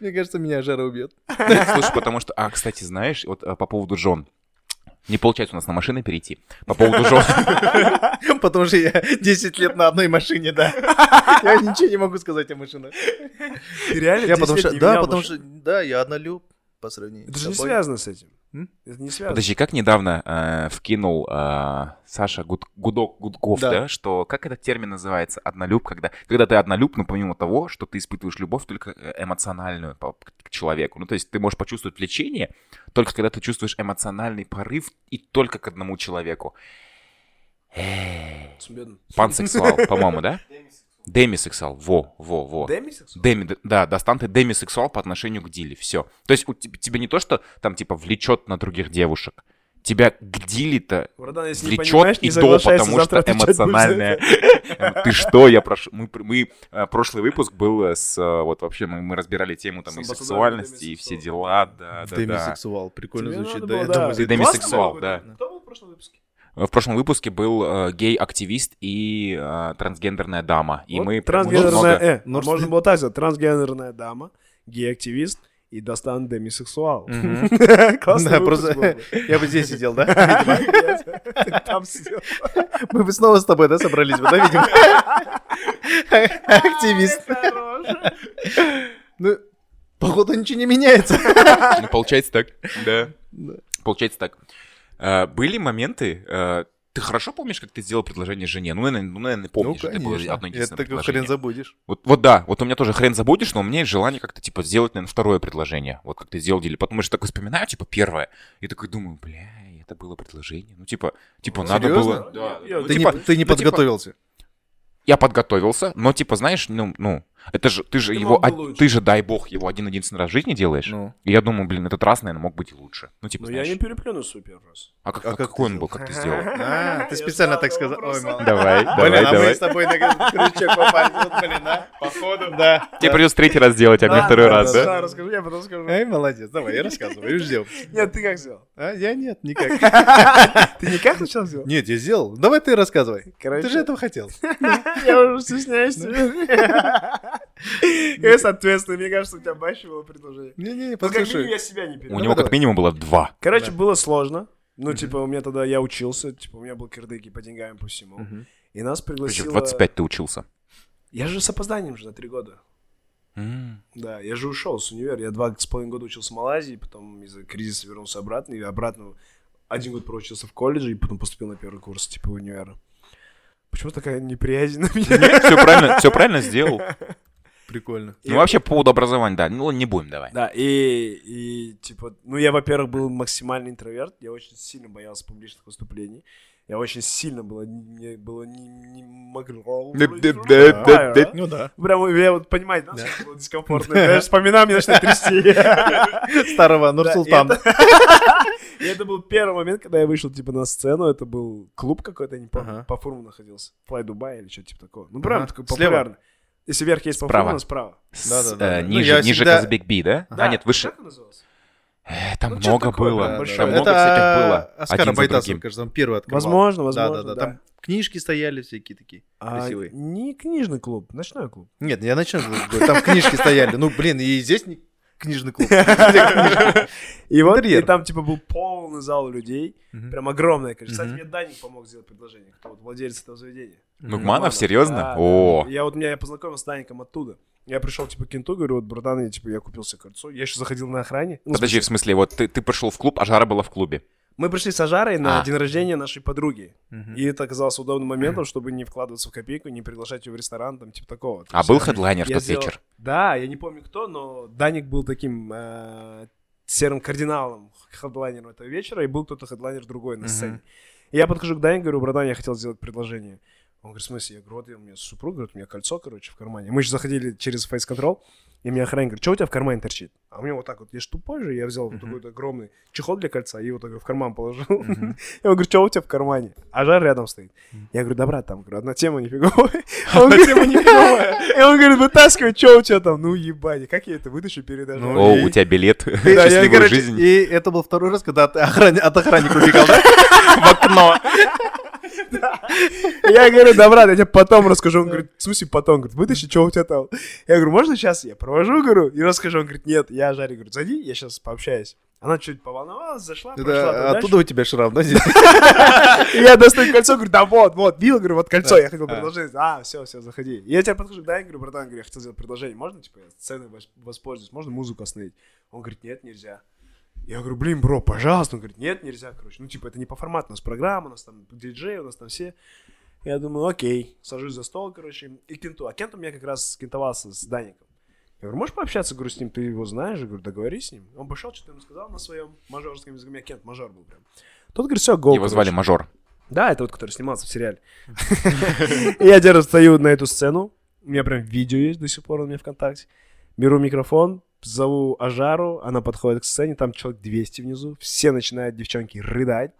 S3: Мне кажется, меня
S2: *laughs*
S3: жара убьет.
S1: *laughs* Слушай, потому что... А, кстати, знаешь, вот а, по поводу Джон. Не получается у нас на машины перейти. По поводу Джон.
S3: Потому что я 10 лет на одной
S2: *laughs*
S3: машине, да. Я ничего не могу сказать о машинах.
S2: Ты реально
S3: Я
S2: 10
S3: потому
S2: лет
S3: что,
S2: не
S3: да,
S2: менял
S3: потому
S2: машину?
S3: что, да, я однолюб по сравнению.
S2: Это
S3: с
S2: же не
S3: тобой.
S2: связано с этим.
S3: М?
S2: Это не связано.
S1: Подожди, как недавно э, вкинул э, Саша Гуд- Гудок Гудков, да.
S3: Да.
S1: что как этот термин называется однолюб, когда когда ты однолюб, но помимо того, что ты испытываешь любовь только э, эмоциональную по- к человеку, ну то есть ты можешь почувствовать влечение только когда ты чувствуешь эмоциональный порыв и только к одному человеку. Эй,
S2: Бедно.
S1: *laughs* Пансексуал, по-моему, да? Демисексуал, во, во, во.
S2: Демисекс?
S1: Деми, д- да, достан ты демисексуал по отношению к Диле, все. То есть у тебя, тебя не то, что там типа влечет на других девушек, тебя гдили-то
S2: Братан, если не
S1: влечет
S2: понимаешь,
S1: и
S2: не
S1: до,
S2: соглашайся,
S1: потому что
S2: завтра *laughs* отвечать будешь за
S1: эмоциональная.
S2: это.
S1: Ты что, я прошу... Мы, пр- мы, э, прошлый выпуск был э, с... э, Вот вообще мы, мы разбирали тему там
S2: С
S1: и
S2: амбассадором
S1: сексуальности, и все дела,
S2: демисексуала.
S1: да, да, да.
S3: Демисексуал, прикольно
S2: Тебе
S3: звучит.
S2: надо
S3: Да,
S2: было,
S3: я
S2: да.
S3: думаю,
S1: Ты
S3: да.
S1: демисексуал,
S2: Классно было,
S1: да.
S2: Кто был в прошлом выпуске?
S1: В прошлом выпуске был э, гей-активист и э, трансгендерная дама. И
S2: Вот
S1: мы прям очень
S2: трансгендерная...
S1: много-
S2: Э, а
S3: Норс-
S2: можно было так сказать. Трансгендерная дама, гей-активист и достан демисексуал. *laughs*
S1: Мгм.
S2: Классный
S3: Да,
S2: выпуск
S3: просто-
S2: был бы.
S3: *laughs*
S2: *laughs*
S3: Я бы здесь сидел, да?
S2: Ты *laughs* там сидел.
S3: Мы бы снова с тобой, да, собрались бы, да, видимо? Активист. Ну, походу ничего не меняется.
S1: Ну, получается так.
S2: *laughs*
S1: Да.
S3: Да.
S1: Получается так. Э, Были моменты... э, Ты хорошо помнишь, как ты сделал предложение жене? Ну, наверное, ну, наверное, помнишь. Это было одно
S3: Это
S1: единственное
S3: такой
S1: предложение.
S3: хрен забудешь.
S1: Вот, вот да, вот у меня тоже хрен забудешь, но у меня есть желание как-то, типа, сделать, наверное, второе предложение. Вот как ты сделал деле. Потом я же такой вспоминаю, типа, первое. И такой думаю, бля, это было предложение. Ну, типа, типа, надо
S3: Серьезно?
S1: было... Да,
S2: Я-
S1: ну,
S3: Ты
S1: типа,
S3: не- ты
S1: ну,
S3: не
S1: типа, *laughs*
S3: подготовился.
S1: я подготовился, но, типа, знаешь, ну, ну, это же, ты же
S2: Ты
S1: его,
S2: мог бы
S1: од-
S2: лучше.
S1: ты же, дай бог, его один-единственный раз в жизни делаешь.
S3: Ну.
S1: И я думаю, блин, этот раз, наверное, мог быть и лучше. Ну, типа,
S2: Ну я
S1: знаешь.
S2: не переплюну свой первый раз.
S1: А, как,
S3: А
S1: а
S3: как
S1: какой
S3: ты
S1: он был, как ты сделал?
S3: *laughs*
S1: *laughs*
S3: А, ты
S2: Я
S3: специально
S2: ждал этого
S3: так сказал. Ой,
S2: вопроса.
S3: мало.
S1: Давай, давай,
S3: Блин, а мы
S1: давай.
S3: с тобой на крючок попали, вот, блин, а? Походу, да.
S1: Тебе придется третий раз делать, а мне второй
S3: да,
S1: раз, да?
S3: да,
S2: Да, расскажу, я потом скажу.
S3: Эй, молодец, давай, я рассказываю, я ждем.
S2: Нет, ты как сделал?
S3: А, я нет, никак.
S2: Ты никак начал сделал?
S3: Нет, я сделал. Давай ты рассказывай.
S2: Короче.
S3: Ты же этого хотел.
S2: Я уже стесняюсь *laughs* тебя. Я, соответственно, мне кажется, у тебя баще было предложение.
S3: Не-не,
S2: Ну, как минимум,
S3: послушай.
S2: я себя не
S1: У
S2: переплюнул.
S1: него как минимум было два.
S2: Короче,
S3: Да.
S2: было сложно. Ну, типа, у меня тогда, я учился, типа, у меня был кирдыки по деньгам и по всему.
S3: Мгм.
S2: И нас
S1: Причем в
S2: пригласила...
S1: 25 ты учился.
S2: Я же с опозданием же на три года.
S1: М.
S2: Да, я же ушел с универа. Я два с половиной года учился в Малайзии, потом из-за кризиса вернулся обратно, и обратно один год проучился в колледже, и потом поступил на первый курс, типа, универа. Почему такая неприязнь на меня?
S1: Нет, все правильно, все правильно сделал.
S3: Прикольно.
S1: Ну, вообще, по поводу образования, да. Ну, ладно, не будем, давай.
S2: Да, и, и, типа, ну, я, во-первых, был максимальный интроверт, я очень сильно боялся публичных выступлений, я очень сильно было, не, было не, не могу... Прям,
S3: Ну да.
S2: я вот, понимаете, да, насколько было дискомфортно, я даже вспоминаю, меня начинает трясти.
S3: Старого Нурсултана.
S2: Да, И это был первый момент, когда я вышел, типа, на сцену. Это был клуб какой-то, я не помню,
S3: Ага.
S2: по фурму находился. Fly Dubai или что-то типа такого. Ну, прям
S3: Ага.
S2: такой
S3: Слева?
S2: популярный. Если вверх есть по
S1: Справа.
S2: фурману, справа.
S1: С,
S3: да,
S1: э,
S3: да. Ну,
S1: Ниже,
S3: я
S1: ниже
S3: всегда-
S1: Казбек Би, да? А, нет, выше.
S2: Как он назывался?
S1: Э, Там
S2: Ну, чё
S1: много
S2: такое,
S1: было.
S2: да,
S1: Там
S2: да, да.
S1: много
S2: Это,
S1: всяких было.
S3: Оскара
S1: Один за
S3: Байтасов,
S1: другим.
S3: кажется, он первый открывал.
S2: Возможно,
S3: Да,
S2: возможно,
S3: да,
S2: да.
S3: да. Там книжки стояли всякие такие
S2: А,
S3: красивые.
S2: не книжный клуб, ночной клуб.
S3: Нет, я начну. говорю, Там книжки стояли. Ну, блин, и здесь не- книжный клуб. Где
S2: И вот, и
S3: Интерьер.
S2: там, типа, был полный зал людей.
S3: книжки?
S2: Прям огромное количество.
S3: Мгм.
S2: Кстати, мне Даник помог сделать предложение, кто вот владелец этого заведения.
S1: Нугманов,
S2: Да,
S1: серьезно?
S2: да.
S1: О,
S2: Я вот меня я познакомился с Даником оттуда. Я пришел типа к кенту, говорю, вот, братан, я типа я купил себе кольцо. Я еще заходил на охране. Ну, в
S1: подожди, в смысле, вот ты, ты пошел в клуб, а жара была в клубе.
S2: Мы пришли с Ажарой на
S1: А.
S2: день рождения нашей подруги.
S3: Мгм.
S2: И это оказалось удобным моментом, чтобы не вкладываться в копейку, не приглашать ее в ресторан, там, типа такого. То
S1: А
S2: есть
S1: был
S2: я-
S1: хедлайнер в
S2: я
S1: тот
S2: сделал-
S1: вечер?
S2: Да, я не помню кто, но Даник был таким э, серым кардиналом, хедлайнером этого вечера, и был кто-то хедлайнер другой на
S3: Мгм.
S2: сцене. И я подхожу к Данику, говорю, братан, я хотел сделать предложение. Он говорит, в смысле? Я говорю, вот я- у меня супруга, говорит, у меня кольцо, короче, в кармане. Мы еще заходили через фейс-контрол, и мне охранник говорит, что у тебя в кармане торчит? А у меня вот так вот, я же тупой же, я взял вот
S3: Мгм.
S2: такой вот огромный чехол для кольца и его такой в карман положил. *laughs*
S3: Мгм.
S2: И он говорит, что у тебя в кармане? А жар рядом стоит. Я говорю, да, брат, там, говорю, одна тема
S3: *laughs*
S2: нифиговая. Он говорит, *laughs* И он говорит, вытаскивай, что у тебя там? Ну, ебать, как я это вытащу перед
S3: Ну,
S2: Ажарой?
S1: О,
S3: и-
S1: у тебя билет *laughs*
S3: Да, я,
S1: счастливой
S3: короче,
S1: жизни
S3: И это был второй раз, когда от, охрани- от охранника убегал, да? В окно.
S2: Я говорю, да, брат, я тебе потом расскажу. Он говорит, в смысле потом? Он говорит, вытащи, что у тебя там? Я говорю, можно сейчас я провожу, говорю, и расскажу? Он говорит, нет, я Жаре, говорю, зайди, я сейчас пообщаюсь. Она чуть поволновалась, зашла, прошла
S3: Это
S2: туда
S3: оттуда у тебя шрам, да, здесь?
S2: И я достаю кольцо, говорю, да вот, вот, бил, говорю, вот кольцо,
S3: Да.
S2: я хотел
S3: А.
S2: предложить. А, все, все, заходи. И я тебя подхожу, да, я говорю, братан, говорю, я хотел сделать предложение, можно, типа, я сценой вос- воспользуюсь, можно музыку остановить? Он говорит, нет, нельзя. Я говорю, блин, бро, пожалуйста. Он говорит, нет, нельзя, короче. Ну, типа, это не по формату, у нас программа, у нас там диджей, у нас там все. Я думаю, окей, сажусь за стол, короче, и кенту. А кент у меня как раз кентовался с Даником. Я говорю, можешь пообщаться, говорю, с ним, ты его знаешь? Я говорю, договорись с ним. Он пошел, что-то ему сказал на своем мажорском языке. У меня кент мажор был прям. Тот говорит, все, гоу.
S1: Его звали Мажор.
S2: Да, это вот, который снимался в сериале. Я теперь стою на эту сцену. У меня прям видео есть до сих пор у меня ВКонтакте. Беру микрофон, зову Ажару, она подходит к сцене, там человек 200 внизу, все начинают, девчонки, рыдать,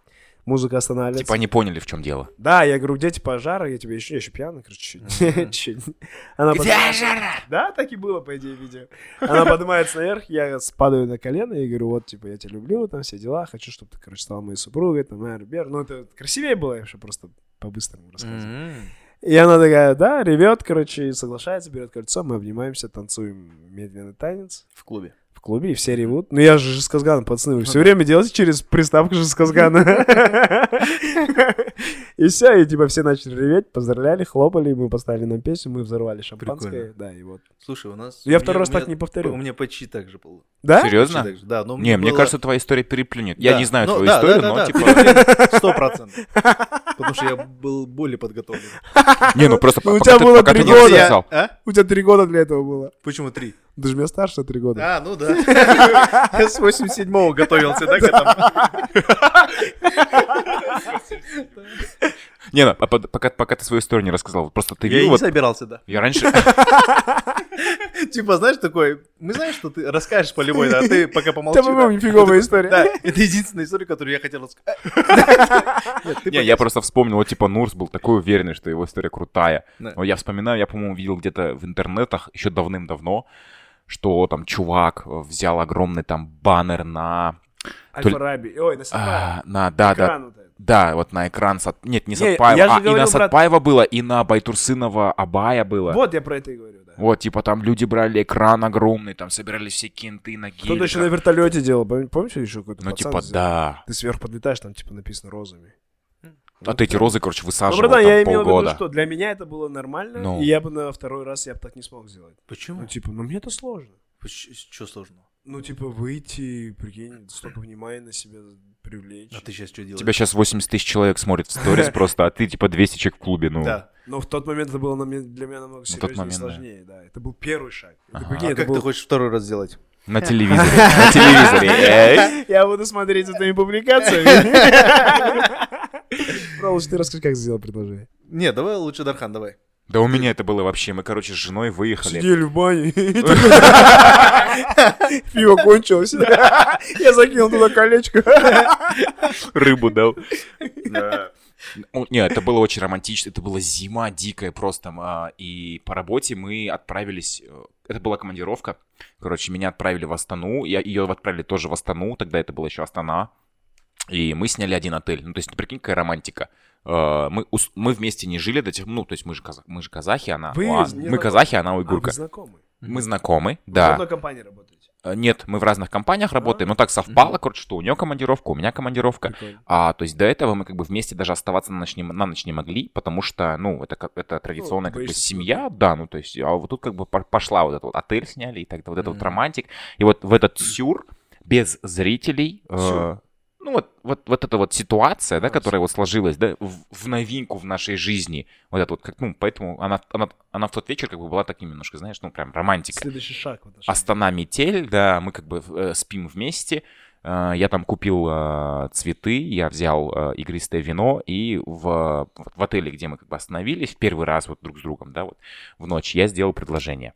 S2: музыка останавливается.
S1: Типа они поняли, в чем дело.
S2: Да, я говорю, где типа Ажара, я тебе еще, я еще пьяный, короче, *laughs* чуть-чуть. чуть-чуть. Она
S1: Где
S2: поднимается-
S1: жара?
S2: Да, так и было, по идее, видео. Она поднимается наверх, я спадаю на колено и говорю, вот, типа, я тебя люблю, там все дела, хочу, чтобы ты, короче, стала моей супругой, там, моя Рубер. Ну, это красивее было, я вообще просто по-быстрому рассказываю. И она такая, да, ревет, короче, и соглашается, берет кольцо, мы обнимаемся, танцуем медленный танец
S3: В клубе.
S2: в клубе, и все ревут. Ну, я же Жесказган, пацаны, вы все время делаете через приставку Жесказгана. И все, и типа все начали реветь, поздравляли, хлопали, и мы поставили нам песню, мы взорвали шампанское,
S3: Прикольно.
S2: да, и вот.
S3: Слушай, у нас...
S2: Я
S3: у
S2: второй
S3: меня-
S2: раз
S3: у
S2: так
S3: меня-
S2: не повторю.
S3: У меня почти так же было.
S2: Да?
S1: Серьезно?
S3: Почти так же, Да, но
S1: Не, мне
S3: было-
S1: кажется, твоя история переплюнет. Я
S3: Да.
S1: не знаю
S3: Ну,
S1: твою
S3: да,
S1: историю,
S3: да,
S1: но
S3: да,
S1: типа... *laughs*
S3: да. Сто процентов. Потому что я был более подготовлен.
S1: Не, ну просто
S2: Ну, у
S1: пока
S2: тебя
S1: ты-
S2: было
S1: пока ты
S2: три
S1: не
S2: года.
S1: рассказал.
S3: А?
S2: У тебя три года для этого было.
S3: Почему три?
S2: Ты же меня старше на три года.
S3: А, ну да. *laughs* Я с 87-го готовился, да, к этому?
S1: Не, ну, а под- пока, пока ты свою историю не рассказал, вот просто ты
S3: Я и
S1: видел...
S3: не
S1: вот-
S3: собирался, да.
S1: Я раньше...
S2: *laughs*
S3: Типа, знаешь, такой, мы знаем, что ты расскажешь полевой, да, а ты пока
S2: Да,
S3: помолчишь.
S2: по-моему, фиговая
S3: Да,
S2: история.
S3: это единственная история, которую я
S1: *laughs*
S3: хотел рассказать. Нет, ты
S1: Не, я просто вспомнил, вот, типа, Нурс был такой уверенный, что его история крутая.
S3: Да.
S1: Но я вспоминаю, я, по-моему, видел где-то в интернетах еще давным-давно, что там чувак э, взял огромный там баннер на...
S2: Альфа-Раби. Ой, на Сатпаева.
S1: а, на да, да,
S2: Экран вот этот.
S1: да, вот на экран... Сат- Нет, не
S2: Не, я
S1: Сатпаева,
S2: же
S1: а и
S2: говорю,
S1: на
S2: брат-
S1: Сатпаева было, и на Байтурсынова Абая было.
S2: Вот я про это и говорю, да.
S1: Вот, типа, там люди брали экран огромный, там собирались все кенты на
S2: Кто-то еще на
S1: геликах.
S2: вертолете делал, пом- помнишь, еще какой-то
S1: Ну,
S2: пацан
S1: типа,
S2: сделал?
S1: да.
S2: Ты сверху подлетаешь, там типа написано розами.
S1: А ты эти розы, короче,
S2: Ну,
S1: высаживал
S2: братан, я
S1: там
S2: имел в виду,
S1: полгода.
S2: что для меня это было нормально,
S1: Ну.
S2: и я бы на второй раз я бы так не смог сделать. Ну,
S3: Почему? Типа,
S2: типа, ну мне это сложно.
S3: Что сложного?
S2: Ну, типа, выйти, прикинь, столько внимания на себя привлечь.
S3: А ты сейчас что делаешь?
S1: Тебя сейчас 80 тысяч человек смотрит в сторис
S2: *laughs*
S1: просто, а ты типа 200 человек в клубе, ну.
S3: Да.
S2: Но в тот момент это было на мне- для меня намного
S1: тот
S2: серьезнее и
S1: момент, да.
S2: сложнее, да. Это был первый шаг. Это,
S1: Ага.
S2: прикинь,
S3: А
S2: это
S3: как
S2: был-
S3: ты хочешь второй раз сделать?
S1: На телевизоре. На телевизоре. Эй.
S2: *laughs* Я буду смотреть за твоими *laughs* публикациями. Бро, лучше ты расскажи, как сделал предложение.
S3: Не, давай лучше Дархан, давай.
S1: Да у меня это было вообще. Мы, короче, с женой выехали.
S2: Сидели
S1: *laughs*
S2: в бане. Пиво кончилось. *laughs* Я закинул туда колечко.
S1: Рыбу дал. Ну, Не, это было очень романтично. Это была зима дикая просто. а, И по работе мы отправились... э, Это была командировка. Короче, меня отправили в Астану. Я, ее отправили тоже в Астану. Тогда это была еще Астана. И мы сняли один отель. Ну, то есть, ну, прикинь, какая романтика. Э, Мы, ус- мы вместе не жили до тех... Ну, то есть, мы же, каза- мы же казахи, она...
S2: Вы
S1: а,
S2: не
S1: мы
S2: знакомы?
S1: казахи, она
S2: А, вы
S1: уйгурка.
S2: знакомы?
S1: Мы знакомы,
S2: Вы
S1: да.
S2: В одной А, компании работаете?
S1: Э, Нет, мы в разных компаниях работаем, но так совпало, короче, что у нее командировка, у меня командировка.
S2: Прикольно.
S1: А, то есть до этого мы как бы вместе даже оставаться на ночь не, м- на ночь не могли, потому что, ну, это как это традиционная как бы
S2: боишься
S1: семья, да, ну, то есть, а вот тут как бы пор- пошла вот этот вот отель сняли, и так вот этот вот
S3: Мгм.
S1: романтик, и вот в этот сюр без зрителей, э,
S2: Сюр.
S1: ну, вот, вот, вот эта вот ситуация, да,
S2: А,
S1: которая вот сложилась, да, в, в новинку в нашей жизни, вот это вот, как, ну, поэтому она, она, она в тот вечер как бы была таким немножко, знаешь, ну, прям романтика.
S2: Следующий шаг. вот наш.
S1: Астана метель, да, мы как бы э, спим вместе. Э, Я там купил э, цветы, я взял э, игристое вино, и в, вот в отеле, где мы как бы остановились, в первый раз вот друг с другом, да, вот в ночь, я сделал предложение.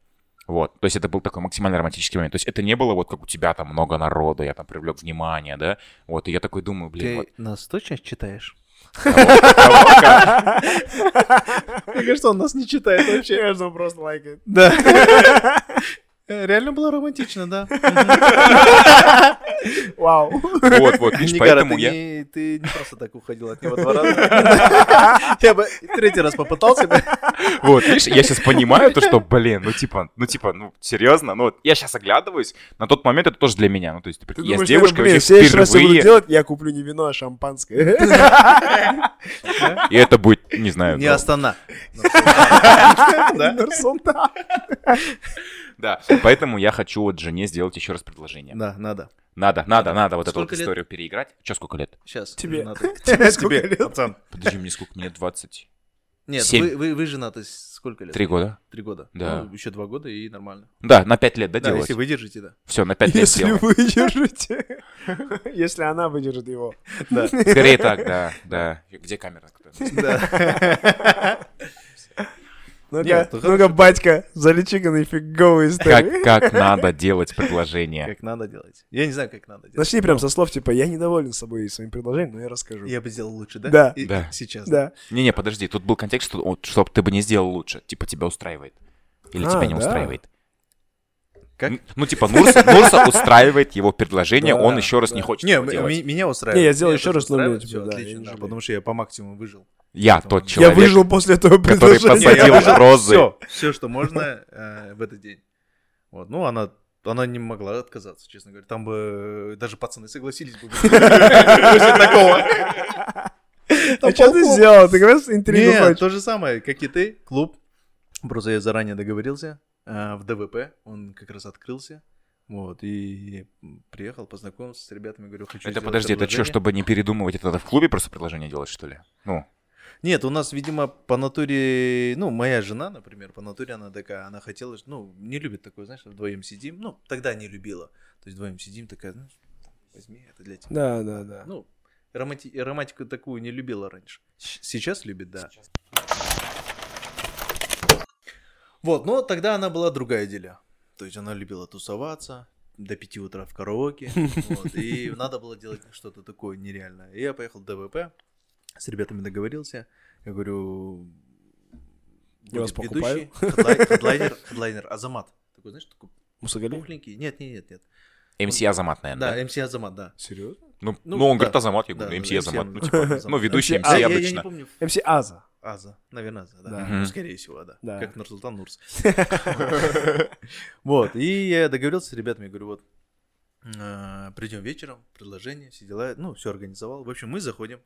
S1: Вот, то есть это был такой максимально романтический момент. То есть это не было вот как у тебя там много народа, я там привлек внимание, да, вот, и я такой думаю, блин, вот
S3: нас точно читаешь?
S1: кого-
S3: Мне кажется, он нас не читает вообще.
S2: Я же просто лайкает.
S3: Да. Э, Реально было романтично, да. *laughs*
S2: Вау.
S1: кого- вот, вот, видишь,
S3: Никара,
S1: поэтому
S3: ты
S1: я...
S3: не- ты не просто так уходил от него два раза. *laughs* Я бы третий раз попытался бы.
S1: Э, Вот, видишь, я сейчас понимаю то, что, блин, ну типа, ну типа, ну серьезно, ну вот я сейчас оглядываюсь, на тот момент это тоже для меня, ну то есть,
S2: Ты
S1: я
S2: думаешь,
S1: с девушкой
S2: блин,
S1: вообще
S2: в следующий раз я буду
S1: впервые,
S2: делать, я куплю не вино, а шампанское.
S3: *laughs*
S1: и это будет, не знаю,
S3: Не
S1: ну,
S3: Астана.
S2: Нурсултан.
S1: да, поэтому я хочу вот жене сделать еще раз предложение.
S3: Да, надо.
S1: Надо, надо, надо вот эту вот
S3: Сколько лет?
S1: историю переиграть. Че, сколько лет?
S2: *laughs*
S3: Сейчас.
S2: Тебе. *laughs* Сколько
S3: Тебе,
S2: лет?
S3: пацан.
S1: Подожди, мне сколько? Мне 23
S3: Нет,
S1: Семь.
S3: вы- вы вы женаты с- сколько лет?
S1: года.
S3: Три года.
S1: Да.
S3: еще два года и нормально.
S1: Да, на 5 лет, да,
S3: Да,
S1: делать?
S3: если выдержите,
S2: *laughs*
S3: да.
S1: Все, на 5 лет
S2: Если
S1: сделаем.
S2: выдержите. *laughs* Если она выдержит его.
S1: Скорее так, да, да. Где камера?
S3: Да.
S2: Ну-ка,
S3: Нет, ну
S2: ну-ка, батька, залечи-ка на фиговые истории.
S1: Как, как надо делать предложение?
S3: Как надо делать. Я не знаю, как надо делать.
S2: Начни прям со слов, типа, я недоволен собой и своим предложением, но я расскажу.
S3: Я бы сделал лучше, да?
S2: Да.
S3: И-
S1: Да.
S3: Сейчас.
S2: Да.
S1: Не-не, подожди, тут был контекст, что, вот, чтоб ты бы не сделал лучше. Типа тебя устраивает. Или
S2: А,
S1: тебя не
S2: да.
S1: устраивает.
S3: Как?
S1: Н- Ну, типа, Нурса, Нурса устраивает его предложение,
S2: Да,
S1: он еще раз
S2: да.
S1: не хочет
S3: Не,
S1: его
S3: м-
S1: делать.
S3: м- меня устраивает.
S2: Не, я сделал
S3: Меня
S2: еще
S3: тоже
S2: раз, но мне,
S3: устраивает,
S2: типа,
S3: всё,
S2: да, я
S3: отлично,
S2: не
S3: да,
S2: жалею.
S3: потому что я по максимуму выжил.
S1: Я тот
S2: Я
S3: Я
S1: человек,
S2: выжил после этого
S1: который
S2: предложения.
S1: посадил
S3: Я выжил
S1: розы.
S3: Все, все, что можно э, в этот день. Вот, ну, она, она не могла отказаться, честно говоря. Там бы э, даже пацаны согласились бы. После такого.
S2: А что ты сделал? Ты как раз интригу
S3: Нет,
S2: хочешь.
S3: то же самое, как и ты, клуб. Просто я заранее договорился а, в ДВП, он как раз открылся. Вот, и приехал, познакомился с ребятами, говорю, хочу
S1: Это
S3: сделать
S1: подожди, это что,
S3: предложение.
S1: чтобы не передумывать, это надо в клубе просто предложение делать, что ли? Ну,
S3: Нет, у нас, видимо, по натуре, ну, моя жена, например, по натуре она такая, она хотела, ну, не любит такое, знаешь, вдвоем сидим, ну, тогда не любила, то есть вдвоем сидим, такая, ну, возьми это для тебя.
S2: Да, да, да.
S3: Ну, романти- романтику такую не любила раньше. Щ- Сейчас любит, да. Вот, но тогда она была другая деля. То есть она любила тусоваться до 5 утра в караоке. вот, и надо было делать что-то такое нереальное. И я поехал в ДВП, с ребятами договорился. Я говорю,
S2: Я вас
S3: будет
S2: покупаю.
S3: ведущий, *laughs* хедлай- хедлайнер, хедлайнер Азамат. Такой, знаешь, такой
S2: Мусагали?
S3: пухленький. Нет, нет, нет, нет.
S1: МС Азамат, наверное,
S3: Да,
S1: да?
S3: МС Азамат, да.
S2: Серьезно?
S1: Ну,
S3: ну,
S1: ну, он
S3: да.
S1: говорит Азамат, я
S3: Да,
S1: говорю, МС
S3: да,
S1: Азамат.
S3: MC,
S1: Ну, типа,
S3: Азамат.
S1: ну, ведущий МС
S3: А, я- Я не
S1: обычно.
S3: помню,
S2: МС Эм Аза.
S3: Аза, наверное, Аза, да.
S2: Да.
S1: Мгм.
S3: Ну, скорее всего, да.
S2: Да.
S3: Как
S2: *laughs*
S3: Нурсултан Нурс. *laughs* Вот, и я договорился с ребятами, говорю, вот, а, придем вечером, предложение, все дела, ну, все организовал. В общем, мы заходим.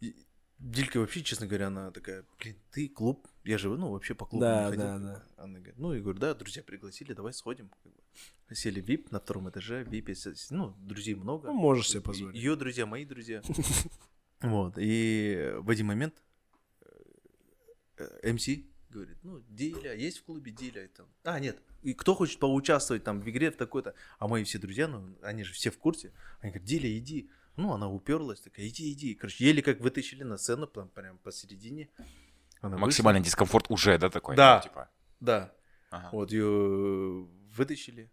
S3: И Дилька вообще, честно говоря, она такая, блин, ты клуб, я живу, ну, вообще по клубу
S2: Да,
S3: не ходил.
S2: да,
S3: как бы.
S2: да.
S3: Она говорит, ну, я говорю, да, друзья пригласили, давай сходим. как бы. Сели в VIP на втором этаже, в VIP, с- ну, друзей много.
S2: Ну, можешь себе позволить.
S3: Ее друзья,
S2: *laughs*
S3: мои друзья. Вот. И в один момент МС говорит, ну, Диля, есть в клубе Диля? И там, А, нет, и кто хочет поучаствовать там в игре в такой-то? А мои все друзья, ну, они же все в курсе. Они говорят, Диля, иди. Ну, она уперлась, такая, иди, иди. Короче, еле как вытащили на сцену, там, прям посередине. Она вышла.
S1: Максимальный дискомфорт уже, да, такой?
S3: Да.
S1: ну, типа.
S3: Да.
S1: Ага.
S3: Вот ее вытащили.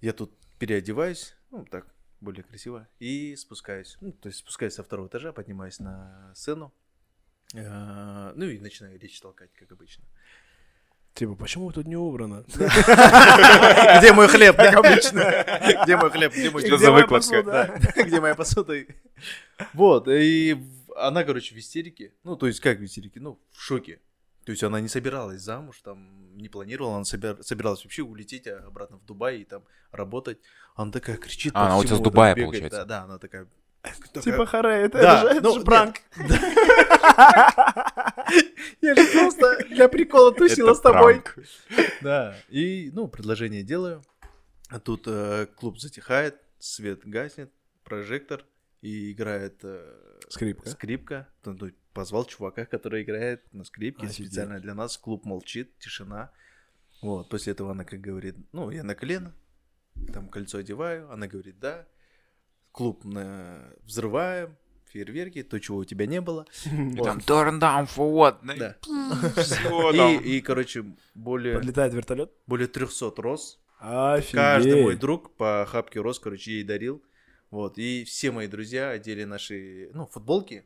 S3: Я тут переодеваюсь, ну так, более красиво, и спускаюсь. Ну, то есть спускаюсь со второго этажа, поднимаюсь на сцену. Э, Ну и начинаю речь толкать, как обычно.
S2: Типа, почему тут не убрано?
S3: Где мой хлеб, как обычно? Где мой хлеб? Где мой
S1: Что
S3: чай?
S1: за
S2: моя
S1: выкладка?
S2: посуда?
S3: Где моя посуда? Вот, и в- она, короче, в истерике. Ну, то есть как в истерике? Ну, в шоке. То есть она не собиралась замуж, там, не планировала, она собир- собиралась вообще улететь а, обратно в Дубай и там работать. Она такая кричит.
S1: А,
S3: по
S1: она у
S3: всему,
S1: тебя с
S3: там
S1: Дубая,
S3: бегает.
S1: получается.
S3: Да, да, она такая...
S2: *laughs* Типа, харе, это
S3: Да,
S2: это же- это
S3: ну,
S2: же
S3: нет. *laughs*
S2: пранк.
S3: Я же просто для прикола
S1: Это пранк.
S3: Да, и, ну, предложение делаю. А тут э, клуб затихает, свет гаснет, прожектор, и играет э,
S2: Скрипка.
S3: скрипка. Ну, ну, Позвал чувака, который играет на скрипке
S2: Офигеть.
S3: специально для нас. Клуб молчит, тишина. Вот, после этого она как говорит, ну, я на колено, там кольцо одеваю, она говорит, да. Клуб на... взрываем, фейерверки, то, чего у тебя не было.
S1: И там, turn down for what? Да.
S3: Да.
S1: Всё там.
S3: *laughs* И, и, короче, более,
S2: Подлетает вертолет.
S3: более 300 роз Каждый мой
S2: Офигеть.
S3: друг по хапке Рос, короче, ей дарил. Вот, и все мои друзья одели наши, ну, футболки.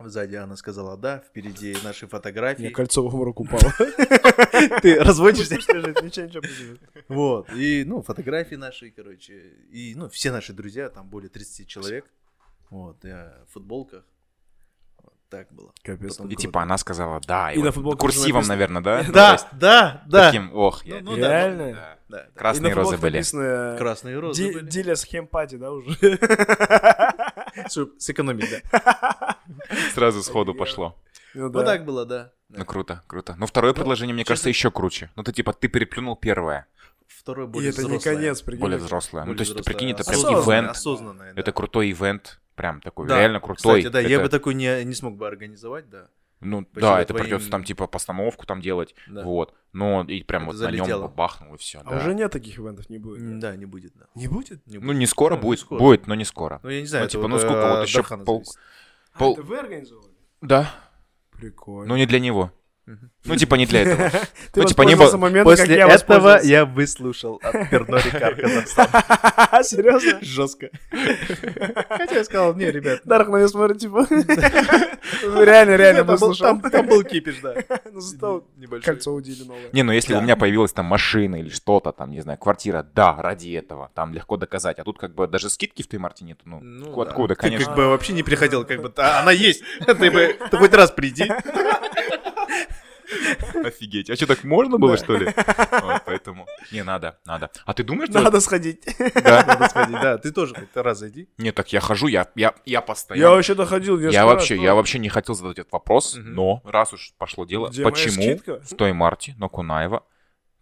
S3: Сзади она сказала «да», впереди наши
S2: Мне
S3: фотографии.
S2: *laughs* кольцо в
S3: *laughs*
S2: обморок упало.
S3: Ты разводишься?
S2: ничего, ничего не
S3: Вот, и, ну, фотографии наши, короче, и, ну, все наши друзья, там более 30 человек, вот, я в футболках. Вот так
S2: *laughs*
S3: было.
S2: Капец.
S3: Потом
S1: И
S3: круто.
S1: типа она сказала, да.
S2: И
S1: вот
S2: на футболке
S1: Курсивом,
S2: уже
S1: наверное,
S3: *laughs*
S1: да? Ну, то есть
S3: Да, да, да,
S1: Таким, ох, я-
S3: Ну, ну да,
S1: да.
S2: Реально?
S3: да, да.
S1: Красные розы были.
S3: Красные розы
S2: э, Ди-
S3: были.
S2: Диля с хемпати, да, уже?
S3: *laughs* Чтоб Сэкономить, да.
S1: Сразу сходу пошло.
S2: Ну
S3: *laughs*
S2: да.
S3: Вот так было, да. Ну,
S1: Ну круто, круто. Но второе предложение, мне кажется, еще круче. Ну ты типа, ты переплюнул первое,
S3: Второй
S2: И
S3: более
S2: это не
S3: взрослое.
S2: конец, прикинь.
S1: более взрослое. Ну
S3: Более
S1: то есть, ты
S3: взрослая.
S1: прикинь, это прям
S3: Осознанная,
S1: ивент.
S3: осознанная, да.
S1: Это крутой ивент, прям такой,
S3: Да,
S1: типа, реально крутой.
S3: Кстати, да, я
S1: Это-
S3: бы такой не, не смог бы организовать, да.
S1: Ну
S3: Спасибо
S1: да, это
S3: твоим-
S1: придется там типа постановку там делать,
S3: Да.
S1: вот. Но и прям
S3: Это
S1: вот на нем
S3: залетело.
S1: бахнул и все,
S2: А уже нет таких ивентов, не будет.
S3: М, Да, не будет, да.
S2: Не будет?
S3: Не
S1: Ну
S3: будет.
S1: не скоро
S3: Ну, не
S1: будет,
S3: скоро.
S1: будет, но не скоро.
S3: Ну, а я не знаю,
S1: ну,
S3: это
S1: типа, ну,
S3: вот,
S1: сколько?
S3: э,
S1: Вот
S3: от
S1: ещё
S3: Дархана
S1: пол-
S3: зависит.
S1: Пол-
S2: вы А, организовали?
S1: Да,
S2: Прикольно.
S1: но не для него. Ну, типа не для этого.
S3: *laughs*
S2: Ты
S1: Ну, типа, не
S2: воспользовался
S1: было-
S2: моментом, как
S3: После
S2: я *laughs*
S3: этого
S2: воспользовался.
S3: я выслушал от Перно Рикар
S2: *laughs*
S3: Казахстан.
S2: А, Серьезно?
S3: Жестко. Хотя я сказал, не, ребят,
S2: Дарк на меня смотрит, *laughs* типа... Реально, реально,
S3: ну, там был-
S2: выслушал.
S3: Там там был кипиш, да.
S2: *laughs* Ну, зато
S3: Небольшой.
S2: кольцо удили новое.
S1: Не, ну если
S3: Да.
S1: у меня появилась там машина или что-то, там, не знаю, квартира, да, ради этого, там легко доказать. А тут как бы даже скидки в той марте нету, ну,
S3: Ну
S1: ку-
S3: да.
S1: откуда,
S3: Ты
S1: конечно.
S3: как бы вообще не приходил, как бы, «А, она есть, ты бы ты хоть раз приди.
S1: Офигеть, а что, так можно было, что
S3: *laughs*
S1: ли? Вот, Поэтому, не, надо, надо. А ты думаешь, что...
S2: *laughs* Надо
S1: *laughs*
S2: сходить.
S1: Да.
S3: Надо сходить, да, ты тоже хоть раз зайди.
S1: Не, так я хожу, я, я, я
S2: Я
S1: постоянно...
S2: вообще доходил.
S1: Я вообще, я вообще не хотел задать этот вопрос,
S3: ну, Мгм.
S1: но раз уж пошло дело,
S2: Где моя
S1: почему
S2: скидка?
S1: в той марте на Кунаева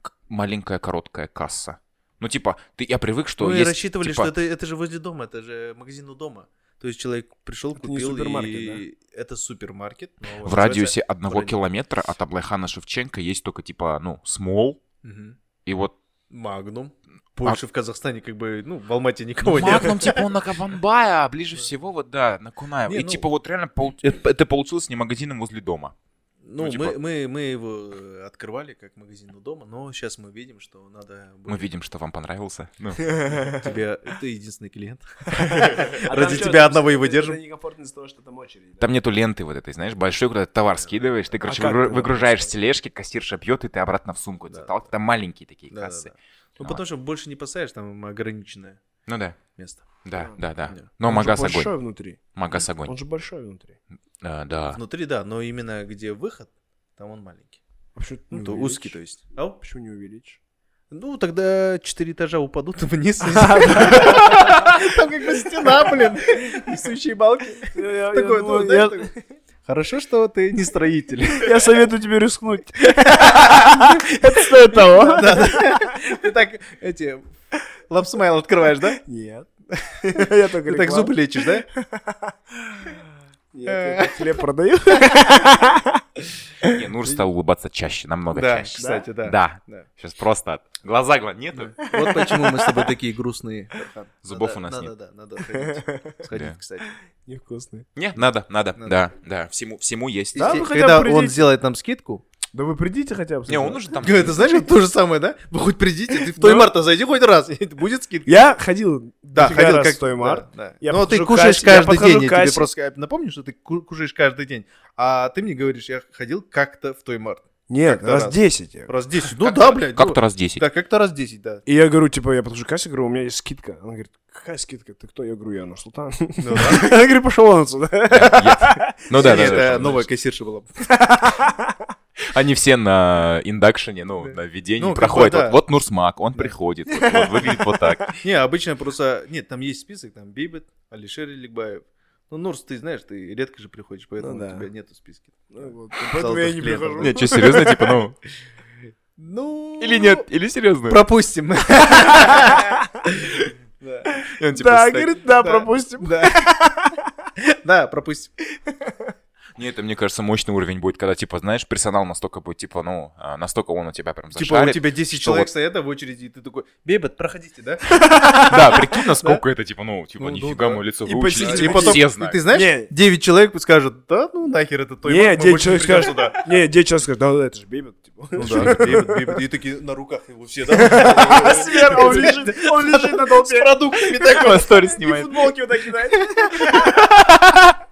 S1: к- маленькая короткая касса? Ну, типа, ты, я привык, что
S3: Ну и
S1: есть,
S3: рассчитывали,
S1: типа,
S3: что это, это же возле дома, это же магазин у дома. То есть человек пришел,
S2: Это не
S3: купил,
S2: супермаркет,
S3: и это супермаркет. но
S1: В
S3: называется-
S1: радиусе одного
S3: правильно.
S1: километра от Аблайхана Шевченко есть только, типа, ну, смол,
S3: Мгм.
S1: и вот...
S3: Магнум.
S1: А
S3: Больше в Казахстане как бы, ну, в Алмате никого нет.
S1: Магнум, типа,
S3: *laughs*
S1: он на Кабанбая, а ближе всего, вот, да, на Кунаева.
S3: Не,
S1: И,
S3: ну-
S1: типа, вот реально, пол- это это получилось не магазином возле дома.
S3: Ну,
S1: Ну, типа-
S3: мы, мы, мы его э, открывали как магазин у дома, но сейчас мы видим, что надо...
S1: Мы
S3: было-
S1: видим, что вам понравился. Ну,
S3: Тебе... Ты единственный клиент.
S2: А там
S3: Ради
S2: чё,
S3: тебя
S2: там
S3: одного и
S2: это-
S3: выдержим.
S2: Это некомфортно из-за того, что там очередь. да?
S1: Там нету ленты вот этой, знаешь, большой, куда ты товар скидываешь, ты, короче,
S2: как
S1: выгру-
S2: ты
S1: выгружаешь с тележки, кассирша бьет, и ты обратно в сумку.
S3: А Да.
S1: Там там маленькие такие
S3: Да, да,
S1: кассы.
S3: да. Ну,
S1: А.
S3: потому что больше не поставишь, там ограниченное
S1: Ну да,
S3: место.
S1: да, да, да.
S3: Да.
S1: Но
S2: Он же
S1: ну, магаз
S2: большой
S1: огонь.
S2: внутри.
S1: Магаз огонь.
S2: Он же большой внутри.
S1: А, Да.
S3: Внутри, да, но именно где выход, там он маленький.
S2: Вообще
S3: Ну,
S2: не
S3: то
S2: увеличишь.
S3: узкий, то есть. Ау.
S2: Почему не *laughs* увеличишь?
S3: Ну, тогда четыре этажа упадут *laughs* вниз. Там *laughs* как бы стена, блин. Несущие балки.
S2: Я
S3: Такой, ну,
S2: думаю,
S3: знаешь,
S2: я-
S3: такой, Хорошо, что ты не строитель.
S2: я советую тебе рискнуть.
S3: *laughs* Это стоит того. *laughs* Ты так эти... Лапсмайл открываешь, да?
S2: *laughs* Нет. *laughs* Я только
S3: Ты так
S2: рекламу.
S3: зубы лечишь, да?
S2: Нет, я *laughs* так хлеб продаю.
S1: Не, нужно стал улыбаться чаще, намного
S3: Ну, Да,
S1: чаще.
S3: кстати, да.
S1: Да.
S3: Да.
S1: Сейчас просто от- глаза гла- нету.
S3: Вот почему мы с тобой такие грустные.
S1: Зубов у нас
S3: надо,
S1: нет.
S3: Да, надо сходить. Сходить,
S1: Да.
S3: кстати.
S2: Невкусный.
S1: Не, надо, надо,
S3: Надо.
S1: да, да, всему, всему есть.
S2: Да,
S3: Если-
S2: ну хотя бы
S3: Когда он
S2: придите.
S3: сделает нам *laughs* скидку,
S2: Да вы придите хотя бы.
S1: Не, он
S2: сначала.
S1: уже там.
S3: это знаешь, вот то же самое, да? Вы хоть придите, ты в той
S2: Да.
S3: марта зайди хоть раз, *laughs* и будет скидка.
S2: Я ходил
S3: Да,
S2: дофига
S3: ходил
S2: раз
S3: как
S2: в той март.
S3: Да, да.
S2: Я
S3: Но ты
S2: подхожу к
S3: кушаешь
S2: кассе, я
S3: каждый
S2: подхожу
S3: день,
S2: к
S3: я тебе
S2: кассе.
S3: просто напомню, что ты ку- кушаешь каждый день. А ты мне говоришь, я ходил как-то в той март.
S2: Нет,
S3: Как-то
S2: раз
S3: раз.
S2: 10. я.
S3: Раз 10. Ну да,
S1: *laughs*
S3: блядь.
S1: Как-то
S3: ну,
S1: раз 10.
S3: Да, как-то раз
S2: *laughs*
S3: 10, да.
S2: И я говорю, типа, я подхожу к кассе, говорю, у меня есть скидка. Она говорит, какая скидка? Ты кто? Я говорю, я *laughs* Нурсултан.
S3: Ну да.
S2: Она говорит, пошел он отсюда.
S3: *laughs*
S1: Ну да, да,
S3: Это
S1: да.
S3: новая кассирша была.
S1: Они все на индакшене, ну, на введении
S3: Ну, как бы
S1: проходят.
S3: да.
S1: Вот, вот Нурсмак, он приходит, вот- вот выглядит вот так.
S3: Не, обычно просто... Нет, там есть список, там Бибет, Алишер Иликбаев. Ну, Нурс, ты знаешь, ты редко же приходишь, поэтому
S2: Ну да.
S3: у тебя нету списка.
S2: Ну вот, Поэтому я и не
S3: Золотых
S2: прихожу.
S3: клиентов.
S1: Не, что, серьезно, типа, ну...
S3: Ну...
S1: Или нет, или серьезно?
S3: *laughs* Пропустим.
S1: И он, типа,
S2: Да,
S1: стоит.
S2: говорит, да,
S3: Да. *laughs*
S2: пропустим.
S3: Да. Да, пропустим.
S1: Не, это, мне кажется, мощный уровень будет, когда, типа, знаешь, персонал настолько будет, типа, ну, а, настолько он у тебя прям
S3: Типа у
S1: зашарит.
S3: тебя 10
S1: что
S3: человек
S1: вот-
S3: стоят а в очереди, и ты такой, бебет,
S1: *laughs*
S3: проходите, да?
S1: Да, прикинь, насколько это, типа, ну, типа,
S3: Ну, ну,
S1: нифига,
S3: да.
S1: мое лицо
S2: И
S1: выучили.
S2: посидите,
S1: типа,
S2: потом-
S1: Все
S3: и
S1: знают.
S3: ты знаешь,
S2: Не.
S3: 9 человек скажут, да, ну нахер это то
S2: Не, 10 человек скажет,
S1: *laughs*
S2: *laughs* не, 10 человек скажет, да, это же бебет.
S3: *laughs*
S2: типа. *laughs*
S3: Ну да, бебет, бебет. И такие на руках его все, да?
S2: *laughs* А сверху он
S3: *laughs*
S2: лежит, он лежит на
S3: С
S2: толпе. *laughs*
S3: продуктами такой.
S1: Сторис
S2: И футболки вот так кидает.
S3: *laughs*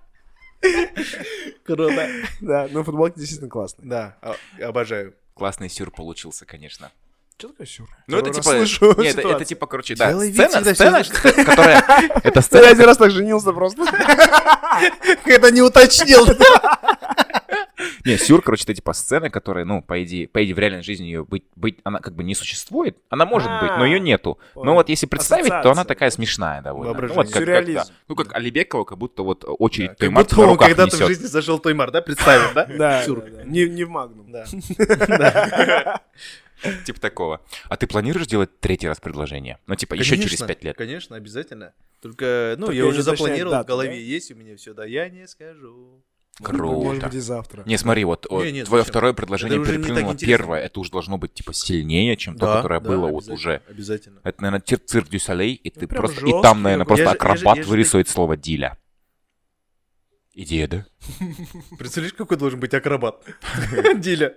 S3: Круто.
S2: Да, но футболки действительно классные.
S3: Да, а- обожаю.
S1: Классный сюр получился, конечно.
S2: Что такое сюр?
S1: Ну, это
S2: Первый
S1: типа...
S2: раз *laughs* слышу
S1: не, это- это,
S2: ситуацию.
S1: типа, короче, да,
S3: Делай вид,
S1: сцена,
S3: всегда
S1: сцена,
S3: всё
S1: что- которая... Это
S2: Я
S1: сцена,
S2: один раз так женился просто. *laughs*
S3: Это не уточнил.
S1: Не, сюр, короче, это типа сцена, которая, ну, по идее, по идее, в реальной жизни ее быть, быть, она как бы не существует. Она может быть, но ее
S2: А,
S1: нету. Но
S2: понял.
S1: вот если представить, то она
S2: Ассоциация.
S1: такая смешная довольно. Ну, вот
S3: Воображение.
S1: как, как, да.
S2: Сюрреализм.
S1: ну, как Алибекова, как будто вот очередь той
S3: Как
S1: марки
S3: будто
S1: на
S3: он
S1: руках
S3: когда-то в
S1: несет.
S3: жизни зашел Тоймар, да, представим, да?
S2: Да,
S3: Сюр.
S2: да, да. не не в Магнум.
S3: Да.
S2: *laughs*
S1: Типа такого. А ты планируешь делать третий раз предложение? Ну, типа, еще через
S3: Конечно,
S1: пять лет.
S3: Конечно, обязательно. Только, ну,
S2: Только
S3: я
S2: не
S3: уже
S2: уточняй
S3: запланировал, в
S2: дату, да?
S3: голове есть у меня все, да, я не скажу.
S2: Типа, Может
S1: Круто.
S2: быть, и завтра.
S1: Не, смотри, вот о,
S3: Не, не,
S1: твое
S3: зачем?
S1: второе предложение
S3: Это уже не так
S1: переплюнуло
S3: интересно.
S1: первое. Это уже должно быть, типа, сильнее, чем то, которое
S3: да,
S1: было вот
S3: обязательно,
S1: уже. *laughs*
S3: Обязательно.
S1: Это, наверное, цирк дю солей, и ты
S2: Ну, прям
S1: просто... И
S2: жёсткий
S1: там, наверное, просто
S2: такой.
S3: Я же- я же-
S1: акробат
S3: я же
S1: вырисует слово диля. Идея, да?
S3: Представляешь, какой должен быть акробат? *laughs* Диля.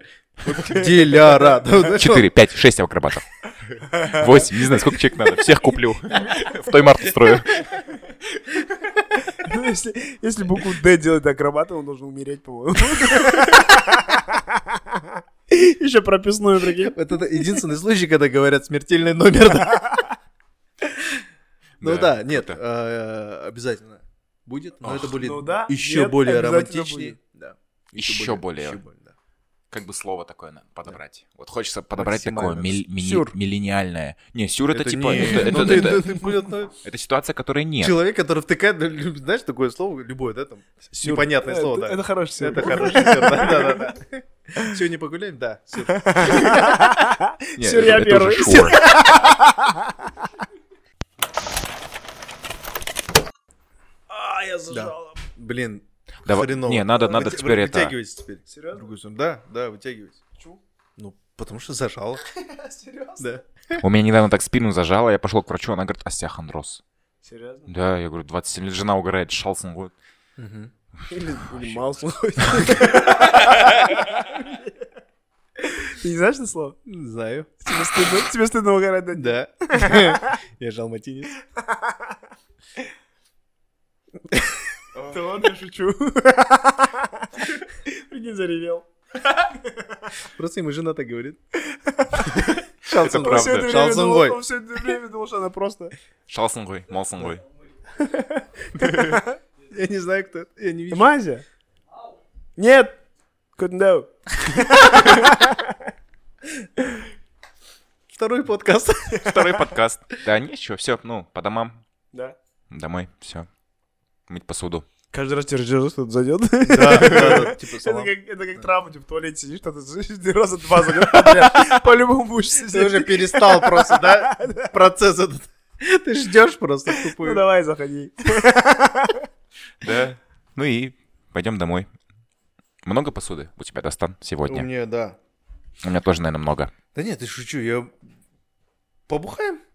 S3: Диляра. да, вот знаешь,
S1: Четыре, пять, шесть *laughs* акробатов. Восемь, не знаю, сколько человек надо. Всех куплю. В той марте строю.
S2: Ну, *laughs* если, если букву «Д» делать акробатом, он должен умереть, по-моему. Еще прописную, прикинь.
S3: Вот это единственный случай, когда говорят смертельный номер. да.
S1: *laughs*
S3: Ну да, нет,
S1: круто.
S3: э, обязательно будет, но
S1: Ох,
S3: это будет
S2: ну да,
S3: еще
S2: нет,
S3: более
S2: обязательно
S3: романтичнее.
S2: будет.
S3: Да.
S1: Еще более.
S3: еще да.
S1: Как бы слово такое надо подобрать. Вот хочется подобрать такое
S3: Максимально.
S1: мил- мили-
S3: Сюр.
S1: миллениальное. Не, сюр это, типа...
S3: не-
S1: это-
S3: ну
S1: это-
S3: ты-
S1: это-
S3: ты- ты, блин, ну,
S1: Это ситуация, которой нет.
S3: Человек, который втыкает, ну, люб- знаешь, такое слово, любое, да, там, непонятное
S2: Э, Это-
S3: слово, да.
S2: Это хорошее слово.
S3: Это хорошее, да, да, да. Сегодня погуляем, да. сюр.
S1: *laughs* Нет,
S2: Сюр, я
S1: это- это уже
S2: первый.
S1: sure.
S2: А, я зажал.
S3: Блин,
S1: Давай-
S3: хреново.
S1: не, надо-
S3: Вы-
S1: надо
S3: вы-
S1: теперь это-
S3: Вытягивайте теперь.
S2: Серьёзно?
S3: Другую сторону. Да, да, вытягивайте.
S2: Почему?
S3: Ну, потому
S2: *laughs*
S3: что зажало.
S2: Серьезно?
S3: Да.
S1: У меня недавно так спину зажало, я пошел к врачу, она говорит, остеохондроз.
S2: Серьезно?
S1: Да, я говорю, 27 лет, жена угорает, шалсон год.
S2: Или или мало слов. Ты не знаешь это слово?
S3: Знаю.
S2: Тебе стыдно, тебе стыдно угорать над ним.
S3: Да. Я жал матинец.
S2: *laughs* Да ладно, я шучу. Прикинь, заревел.
S3: Просто ему жена так говорит.
S1: Это
S2: Он всё это
S1: правда.
S2: время
S3: Шалсон
S2: думал-
S3: Гой.
S2: Он все это время думал, что она просто...
S1: Шалсонгой, молсонгой.
S3: Я не знаю, кто это. Я не вижу.
S2: Мазя? Нет! Couldn't do.
S3: Второй подкаст.
S1: Второй подкаст. Да, ничего, все, ну, по домам,
S2: Да.
S1: домой, все. Мыть посуду.
S2: Каждый раз тебе ждешь, что-то *laughs* зайдет.
S3: Да, да, *laughs* да, типа
S2: Это
S3: салам.
S2: как, это как травма, типа в туалете сидишь, что-то *laughs* ты раза два *laughs* заходишь подряд. По-любому будешь
S3: Ты уже
S2: сидеть.
S3: перестал просто, да? Процесс этот. Ты ждешь просто
S2: Ну
S3: тупую.
S2: давай, заходи.
S1: Да. Ну и пойдем домой. Много посуды у тебя, Достан, сегодня?
S3: меня, да.
S1: У меня тоже, наверное, много.
S3: Да нет, ты шучу, я... Побухаем?